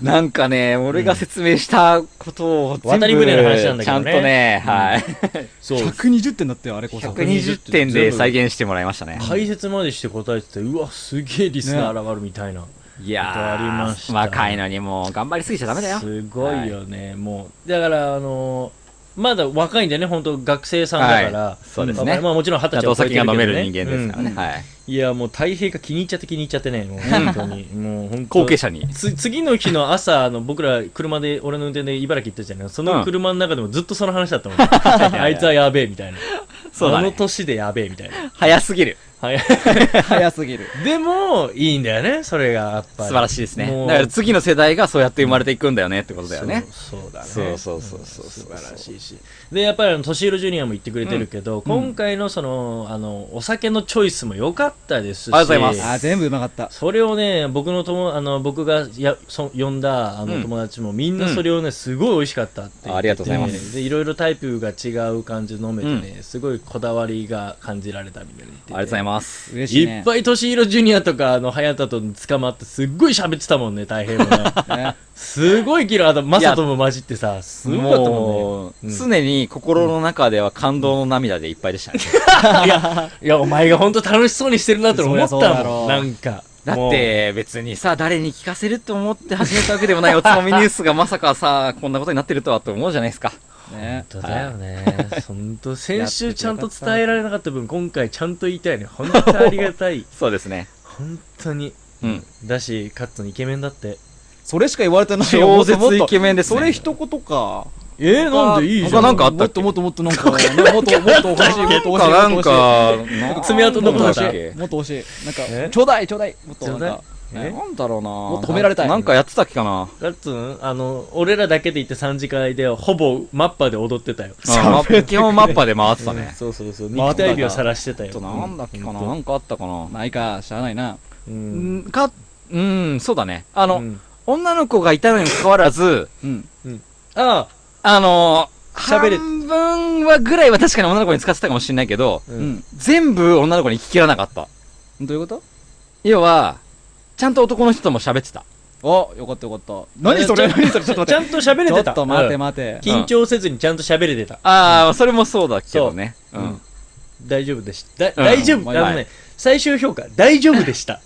Speaker 7: なんかね、俺が説明したことを全部、
Speaker 6: 渡り船の話なんだ
Speaker 7: ち
Speaker 6: けどね
Speaker 7: ゃんとね、はい。
Speaker 6: そう。
Speaker 5: 120点だってよあれこそ
Speaker 7: 120点で再現してもらいましたね。
Speaker 6: 解説までして答えてて、うわ、すげえリスナー現るみたいな。
Speaker 7: いや
Speaker 6: ありまし
Speaker 7: ー、
Speaker 6: た
Speaker 7: 若いのにもう頑張りすぎちゃダメだよ。
Speaker 6: すごいよね、もう。だから、あのーまだ若いんだよね、本当学生さんだから。
Speaker 7: はいそうですね
Speaker 6: まあまあもちろん二十
Speaker 7: ちゃん
Speaker 6: 歳
Speaker 7: とお
Speaker 6: は超え
Speaker 7: 酒
Speaker 6: てる
Speaker 7: が
Speaker 6: けど
Speaker 7: 飲
Speaker 6: ね
Speaker 7: める人間ですからね。
Speaker 6: うん
Speaker 7: はい。
Speaker 6: いや、もう太平が気に入っちゃって気に入っちゃってね、もう本当 に。もう本当
Speaker 7: 後継者に。
Speaker 6: つ次の日の朝、あの僕ら車で、俺の運転で茨城行ったじゃないその車の中でもずっとその話だった もん。あいつはやべえみたいな。
Speaker 7: そうだ
Speaker 6: あ
Speaker 7: ね
Speaker 6: の年でやべえみたいな。
Speaker 7: 早すぎる。
Speaker 6: はい、
Speaker 5: 早すぎる
Speaker 6: でも、いいんだよね、それがやっぱ
Speaker 7: 素
Speaker 6: り。
Speaker 7: 晴らしいです
Speaker 6: も
Speaker 7: ね。
Speaker 6: う
Speaker 7: だから次の世代がそうやって生まれていくんだよねってことだよね。
Speaker 6: そうそうだね
Speaker 7: そうそうそうそう
Speaker 6: 素晴らしいしでやっぱりあの年色ジュニアも言ってくれてるけど、今回のそのあのお酒のチョイスも良かったですし
Speaker 7: ありがとうご ざい
Speaker 5: あ全部うまかった
Speaker 6: それをね僕の友あの僕がやそ呼んだあ
Speaker 7: う
Speaker 6: の
Speaker 7: ん
Speaker 6: 友達もみんなそれをね、すごい美味しかったって言ってて
Speaker 7: ありがとうございます
Speaker 6: でいろいろタイプが違う感じで飲めてね、すごいこだわりが感じられたみた
Speaker 7: あ
Speaker 6: いな
Speaker 7: りがとうござい
Speaker 6: ま
Speaker 7: ます。
Speaker 5: 嬉しい
Speaker 6: い
Speaker 5: ね
Speaker 6: っぱい年色ジュニアとかあの早田と捕まってすっごい喋ってたもんね大変もね
Speaker 5: ね
Speaker 6: すごいキラーだマサトも混じってさすごかったもんね
Speaker 7: もう、常に心の中では感動の涙でいっぱいでしたね。
Speaker 6: いや、お前が本当楽しそうにしてるなって思っ
Speaker 5: そりゃそう
Speaker 6: た
Speaker 5: だろ
Speaker 6: もん。
Speaker 5: う
Speaker 6: なんか。
Speaker 7: だ
Speaker 6: も
Speaker 7: っ
Speaker 6: う、
Speaker 7: て別にさ、誰に聞かせると思って始めたわけでも ないおつまみニュースがまさかさ、こんなことになってるとはと思うじゃないですか。。
Speaker 5: ね
Speaker 6: 本当だよね。本当、先週ちゃんと伝えられなかった分、今回ちゃんと言いたいね。本当ありがたい
Speaker 7: そうですね。
Speaker 6: 本当に。
Speaker 7: うん。
Speaker 6: だし、カッツンイケメンだって。
Speaker 5: それしか言われてないよも
Speaker 7: 超
Speaker 5: っともっ
Speaker 7: 絶イ
Speaker 5: と
Speaker 7: ケメンですね。
Speaker 5: それ一言か
Speaker 6: えー、なんでいいじゃ
Speaker 7: 他
Speaker 6: ん。
Speaker 7: なんかあっ
Speaker 5: も
Speaker 7: た
Speaker 5: っ
Speaker 7: っけ
Speaker 5: ともっともっとなんかもっともっと欲しいもっと欲しい
Speaker 7: なんか、
Speaker 6: 爪痕
Speaker 5: もっと
Speaker 6: 残
Speaker 5: 欲
Speaker 6: っ
Speaker 5: しい
Speaker 6: た。
Speaker 5: もっと欲しいなん
Speaker 6: え
Speaker 5: かちょうだいちょうだいもっとなん
Speaker 6: ちょうだい
Speaker 5: か
Speaker 6: え
Speaker 7: なんだろうなも
Speaker 5: っと褒められたい
Speaker 7: なんかやってたっけかな
Speaker 6: カッツン、あの、俺らだけで行って3次会で、ほぼマッパで踊ってたよ。
Speaker 7: あま基本マッパで回ってたね。
Speaker 6: そうそうそう。肉体美を晒してた
Speaker 7: ちょ
Speaker 6: よ。
Speaker 7: っとなんだっけかな
Speaker 6: う。
Speaker 7: なんかあったかな
Speaker 5: ないかしゃあないなん
Speaker 7: んか、うん、そうだね。あ
Speaker 6: う
Speaker 7: の、
Speaker 6: ん
Speaker 7: 女の子がいたのにもかかわらず、
Speaker 5: うん
Speaker 6: あ
Speaker 7: あのー、
Speaker 6: 喋れ
Speaker 7: 半分はぐらいは確かに女の子に使ってたかもしれないけど、
Speaker 6: あ、う。
Speaker 5: うんん
Speaker 7: 全部女の子に聞き切らなかった。
Speaker 5: どういうこ
Speaker 7: 要は、ちゃんと男の人とも喋ってた。
Speaker 5: とあよかったよかった何それ
Speaker 6: ちょ
Speaker 5: 何それちょっと
Speaker 6: ち
Speaker 5: 待
Speaker 6: ゃ
Speaker 5: って
Speaker 6: んと喋れ
Speaker 5: ちょ
Speaker 6: て。
Speaker 5: ったと待て
Speaker 6: うん
Speaker 5: 待て
Speaker 6: 緊張せずにちゃんと喋れてた。
Speaker 7: ああ、それもそうだけどね。うん。
Speaker 6: 大丈夫でした。
Speaker 7: うん
Speaker 6: 大丈夫、
Speaker 5: はい
Speaker 6: あのね、最終評価、大丈夫でした。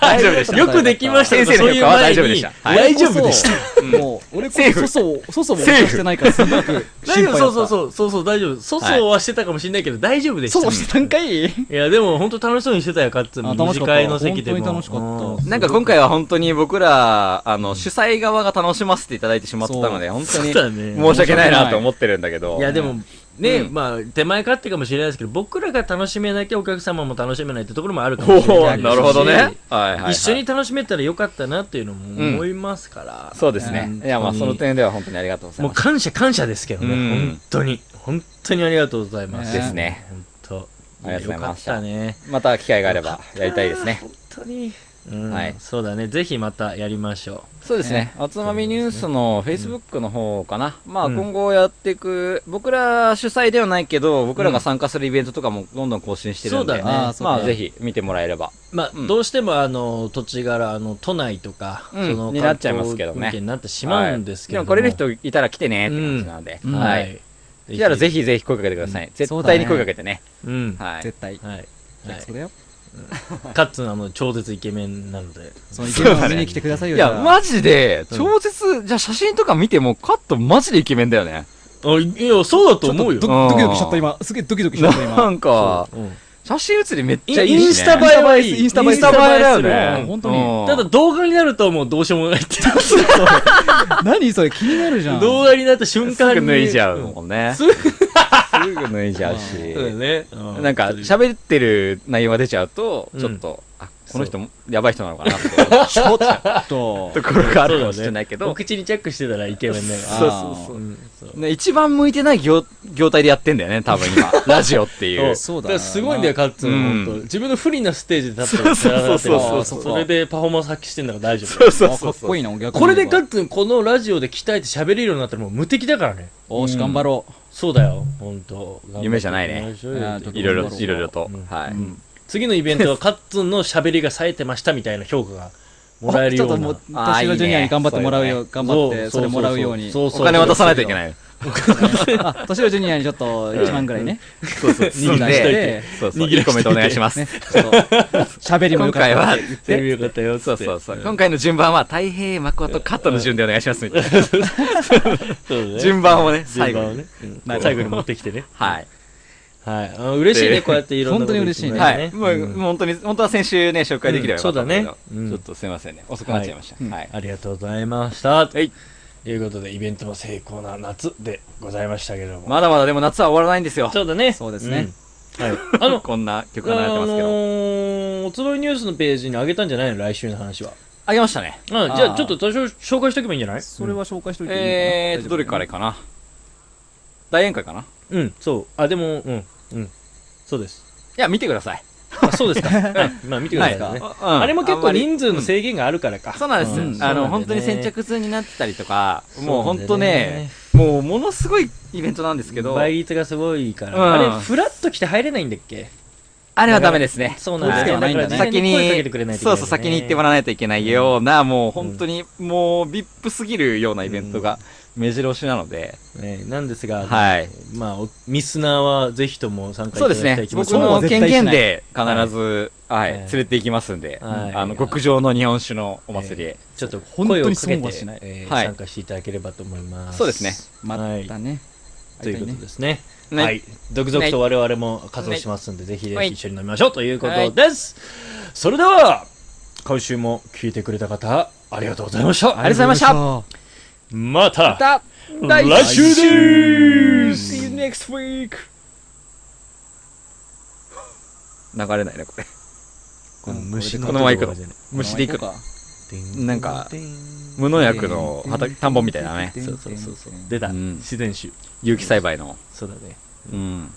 Speaker 7: 大丈夫でした。
Speaker 6: よくできました
Speaker 7: 先生の評価は大丈夫でした
Speaker 6: そういう前に大丈夫でした。
Speaker 5: たもう俺こそ粗相粗相も起こしてないからすごく
Speaker 6: 大
Speaker 5: 心
Speaker 6: 丈夫、
Speaker 5: 配
Speaker 6: そうそう
Speaker 5: う
Speaker 6: そう、そうそう、大丈夫。粗相はしてたかもしれないけど、大丈夫でした。
Speaker 5: そうしてたんかい
Speaker 6: いや、でも本当楽しそうにしてたよ、カッツン。
Speaker 5: あ楽しかった
Speaker 6: 短いの席でも。
Speaker 5: 本当に楽しかった
Speaker 6: うん
Speaker 7: なんか今回は本当に僕ら、あの、主催側が楽しませていただいてしまったので、本当
Speaker 6: そう
Speaker 7: に
Speaker 6: だね。
Speaker 7: 申し訳ないなと思ってるんだけど。
Speaker 6: いや、でも、ね、
Speaker 7: うん
Speaker 6: まあ、手前勝手かもしれないですけど、僕らが楽しめなきゃお客様も楽しめないってところもあるかもしれ
Speaker 7: お
Speaker 6: な
Speaker 7: ー
Speaker 6: いです
Speaker 7: な
Speaker 6: し。
Speaker 7: るほどね。はいはい、はい。
Speaker 6: 一緒に楽しめたらよかったなっていうのも思いますから。
Speaker 7: そうですね
Speaker 6: 本。当
Speaker 7: い
Speaker 6: に
Speaker 7: や、まあ、その点では本当にありがとうござい
Speaker 6: もう
Speaker 7: ます。
Speaker 6: 感謝感謝ですけどね、
Speaker 7: うん
Speaker 6: 本当に本当にありがとうございます、
Speaker 7: ですね。
Speaker 6: 本当
Speaker 7: ありがとうございました
Speaker 6: よかったね
Speaker 7: また機会があればやりたいですね。
Speaker 6: 本当に、うん
Speaker 7: はい
Speaker 6: そうだねぜひまたやりましょ
Speaker 7: そうですね。おつまみニュースの Facebook の方かな。まあ、
Speaker 6: うん
Speaker 7: 今後やっていく、僕ら主催ではないけど、僕らが参加するイベントとかもどんどん更新してるんで、
Speaker 6: そうだね
Speaker 5: あーそう
Speaker 7: ま
Speaker 5: だ
Speaker 7: あ、
Speaker 5: ね
Speaker 7: ぜひ見てもらえれば。
Speaker 6: うまあ、
Speaker 7: うん
Speaker 6: どうしてもあの土地柄あの都内とか、
Speaker 7: うん
Speaker 6: その
Speaker 7: になっちゃいますけどね
Speaker 6: 観光物件になってしまうんですけど
Speaker 7: はい
Speaker 6: も、
Speaker 7: でも来れる人いたら来てねって感じなんで。
Speaker 5: うんうん
Speaker 7: は。
Speaker 6: はいい
Speaker 7: じゃあ、ぜひぜひ声かけてください。絶対に声かけてね。
Speaker 6: うんはい
Speaker 7: はい。
Speaker 5: 絶対
Speaker 6: はい
Speaker 5: そうだよ
Speaker 6: かっつんあの超絶イケメンなので
Speaker 5: そのイケメンを見に来てくださいよ
Speaker 7: い
Speaker 5: じゃ
Speaker 7: や、
Speaker 5: あ
Speaker 7: マジで、
Speaker 6: うん
Speaker 7: 超絶、じゃあ写真とか見ても、カットマジでイケメンだよね。
Speaker 6: あいやそうだと
Speaker 5: ちょっと
Speaker 6: 思う
Speaker 5: ド
Speaker 6: よ
Speaker 5: キドキドキしちゃった今すげえドキドキしちゃった
Speaker 7: な
Speaker 5: 今
Speaker 7: んか、
Speaker 6: うん
Speaker 7: 写真写りめっ
Speaker 6: イ
Speaker 7: ちゃいいし、ね。
Speaker 6: ンスタ映えはいい
Speaker 5: インスタ映え
Speaker 7: インスタ映えだよ
Speaker 6: す
Speaker 7: ね。
Speaker 6: る
Speaker 5: 本当に
Speaker 7: うん
Speaker 6: ただ動画になるともうどうしようもないって
Speaker 5: 何それ気になるじゃん
Speaker 6: 動画になった瞬間
Speaker 7: すぐ
Speaker 6: に
Speaker 7: 脱いじゃうもんね。
Speaker 6: すぐ
Speaker 7: すぐ脱いじゃうし。
Speaker 6: そうだね。うん
Speaker 7: なんか、喋ってる内容が出ちゃうと、
Speaker 6: うん
Speaker 7: ちょっと、あ、この人も、やばい人なのかなって思っちゃう
Speaker 5: と、
Speaker 7: ところがあるかもしれないけ
Speaker 6: お
Speaker 7: ど、
Speaker 6: 口にチェックしてたらイケメンだよ。
Speaker 5: そうそうそ
Speaker 6: うんそう
Speaker 7: ね一番向いてない業、業態でやってんだよね、多分今。ラジオっていう。
Speaker 5: そうだ
Speaker 6: だからすごいんだよ、カッツンは
Speaker 7: う
Speaker 6: 本
Speaker 7: ん
Speaker 6: 当。自分の不利なステージで立ってるから
Speaker 1: そうそう
Speaker 5: そうそう
Speaker 6: それでパフォーマンス発揮してんだから大丈
Speaker 1: そう
Speaker 6: 夫。
Speaker 1: そう
Speaker 5: あか
Speaker 1: そう
Speaker 5: っ
Speaker 1: そう
Speaker 5: こいいな、逆に言えば。
Speaker 6: これでカッツン、このラジオで鍛えて喋れるようになったらもう無敵だからね。
Speaker 5: おーし、頑張ろ
Speaker 6: そうだよ、本当。
Speaker 7: 夢じゃないね
Speaker 6: 頑張ってもらいましょうよ
Speaker 7: いろいろ、いろいろと
Speaker 6: うん。
Speaker 7: はい。
Speaker 5: う。うん
Speaker 6: 次のイベントはカッツンの喋りが冴えてましたみたいな評価がもらえる
Speaker 5: ちょっ
Speaker 6: よ
Speaker 5: と
Speaker 6: う
Speaker 5: もう、
Speaker 6: な。
Speaker 7: あー
Speaker 5: 田代ジュニアに頑張ってもらうよ、頑張って、それもらうように。
Speaker 6: お
Speaker 7: お金渡さないといけない。
Speaker 5: あ、田代ジュニアにちょっと1万ぐらいね。
Speaker 7: そうそう。
Speaker 5: 握らしといて
Speaker 7: そうそう。いいコメントお願いします
Speaker 5: ね。。ちょっと、喋り
Speaker 7: 今
Speaker 5: もよかった
Speaker 7: 回は、
Speaker 6: テレビよかったよっつ
Speaker 7: そ
Speaker 6: っ
Speaker 7: う
Speaker 6: て。
Speaker 7: そうそう。今回の順番は、太平、誠、カットの順でお願いしますみたいな。
Speaker 6: そうね。
Speaker 7: 順番をね、最
Speaker 6: 順
Speaker 7: 後
Speaker 6: 番を
Speaker 7: に。
Speaker 6: ね。うん最後に持ってきてね。
Speaker 7: はい。
Speaker 6: はい。あ嬉しいね、こうやっていろんなこと
Speaker 5: 本当に
Speaker 6: 言っても
Speaker 5: は
Speaker 6: ら
Speaker 7: は
Speaker 6: え
Speaker 7: い。
Speaker 6: て
Speaker 7: もう
Speaker 6: ねうん
Speaker 7: 本当に、本当は先週ね、紹介できればよかったんけど
Speaker 6: うんそうだねうん
Speaker 7: ちょっとすいませんね。遅くなっちゃいました。はい。
Speaker 6: ありがとうございました。と
Speaker 7: はい
Speaker 6: いうことで、イベントも成功な夏でございましたけども。
Speaker 7: まだまだでも夏は終わらないんですよ。
Speaker 6: そうだね。
Speaker 5: そうですね。
Speaker 6: うん。はい。あの、
Speaker 7: こんな曲
Speaker 6: あ
Speaker 7: が流れてますけど。
Speaker 6: のー、おつぼいニュースのページに上げたんじゃないの来週の話は。
Speaker 7: あげましたね。
Speaker 6: あじゃあ、ちょっと多少紹介しとけばいいんじゃない
Speaker 5: それは紹介しといていいのかな
Speaker 7: えーと、どれからかな。大宴会かない
Speaker 6: うん、うんそう。あ、でも、うん、うん。そう です。
Speaker 7: や、見てください。
Speaker 6: あ、そう ですか。はいまあ、見てくださいね。
Speaker 7: あ
Speaker 6: あれも結構人数の
Speaker 7: い
Speaker 6: 制限があるからか。
Speaker 7: そうなんです、
Speaker 6: うん
Speaker 7: あの
Speaker 6: そうなん
Speaker 7: 本
Speaker 6: だ
Speaker 7: 当
Speaker 6: よね
Speaker 7: に先着数になってたりとか、もう
Speaker 6: そう
Speaker 7: 本
Speaker 6: なんだよ
Speaker 7: 当
Speaker 6: ね
Speaker 7: ね、もうものすごいイベントなんですけど、
Speaker 6: 倍率がすごいから、
Speaker 7: うん
Speaker 6: あれフラッと来て入れないんだっけ
Speaker 7: あれはダメですね。
Speaker 6: そうなんだ
Speaker 5: そう
Speaker 6: よ
Speaker 5: なんだよね
Speaker 6: だから
Speaker 7: 先
Speaker 6: 事前
Speaker 7: に
Speaker 6: 声かけてくれないといけ
Speaker 7: そ
Speaker 6: な
Speaker 7: う
Speaker 6: いんだよね
Speaker 7: そう、先に行ってもらわないといけないような、もう本当に、もう VIP すぎるようなイベントが目白押しなので、
Speaker 6: ねなんですが、
Speaker 7: はい。
Speaker 6: まあおミスナーはぜひとも参加い
Speaker 7: そ
Speaker 6: た
Speaker 7: うで
Speaker 6: だ
Speaker 7: す
Speaker 6: きた
Speaker 7: ね
Speaker 6: い。気持ち
Speaker 7: 僕
Speaker 6: も
Speaker 7: の
Speaker 5: 絶対
Speaker 7: 権
Speaker 5: しない
Speaker 7: 限で必ず、はい、
Speaker 6: はい
Speaker 7: 連れて行きますんで、
Speaker 6: はい
Speaker 7: あの、極上の日本酒のお祭りへ。
Speaker 6: ちょっと
Speaker 5: 本当
Speaker 6: 声を
Speaker 5: に
Speaker 6: かけ
Speaker 5: 損は
Speaker 6: て
Speaker 5: しない
Speaker 6: えー
Speaker 7: はい
Speaker 6: 参加していただければと思います。
Speaker 7: そうですね。
Speaker 5: またね。
Speaker 6: ということですね。
Speaker 7: ね
Speaker 6: はい。続々と我々も活動しますんで、ぜひぜ
Speaker 7: は
Speaker 6: ひ
Speaker 7: い
Speaker 6: 一緒に飲みましょうということです。それでは、今週も聞いてくれた方、ありがとうございました。
Speaker 7: ありがとうございまし
Speaker 6: また、
Speaker 7: た。また
Speaker 6: 来週でーす
Speaker 7: See you next week! 流れないね、これ。
Speaker 6: この虫
Speaker 7: このまま行くの
Speaker 6: ところがね
Speaker 7: 虫でいく
Speaker 5: か。
Speaker 7: なんか、無農薬の畑、田んぼみたいなね。
Speaker 6: そうそうそうそう。出た。
Speaker 7: うん
Speaker 6: 自然種。
Speaker 7: 有機栽培の。
Speaker 6: そうだね。
Speaker 7: うん。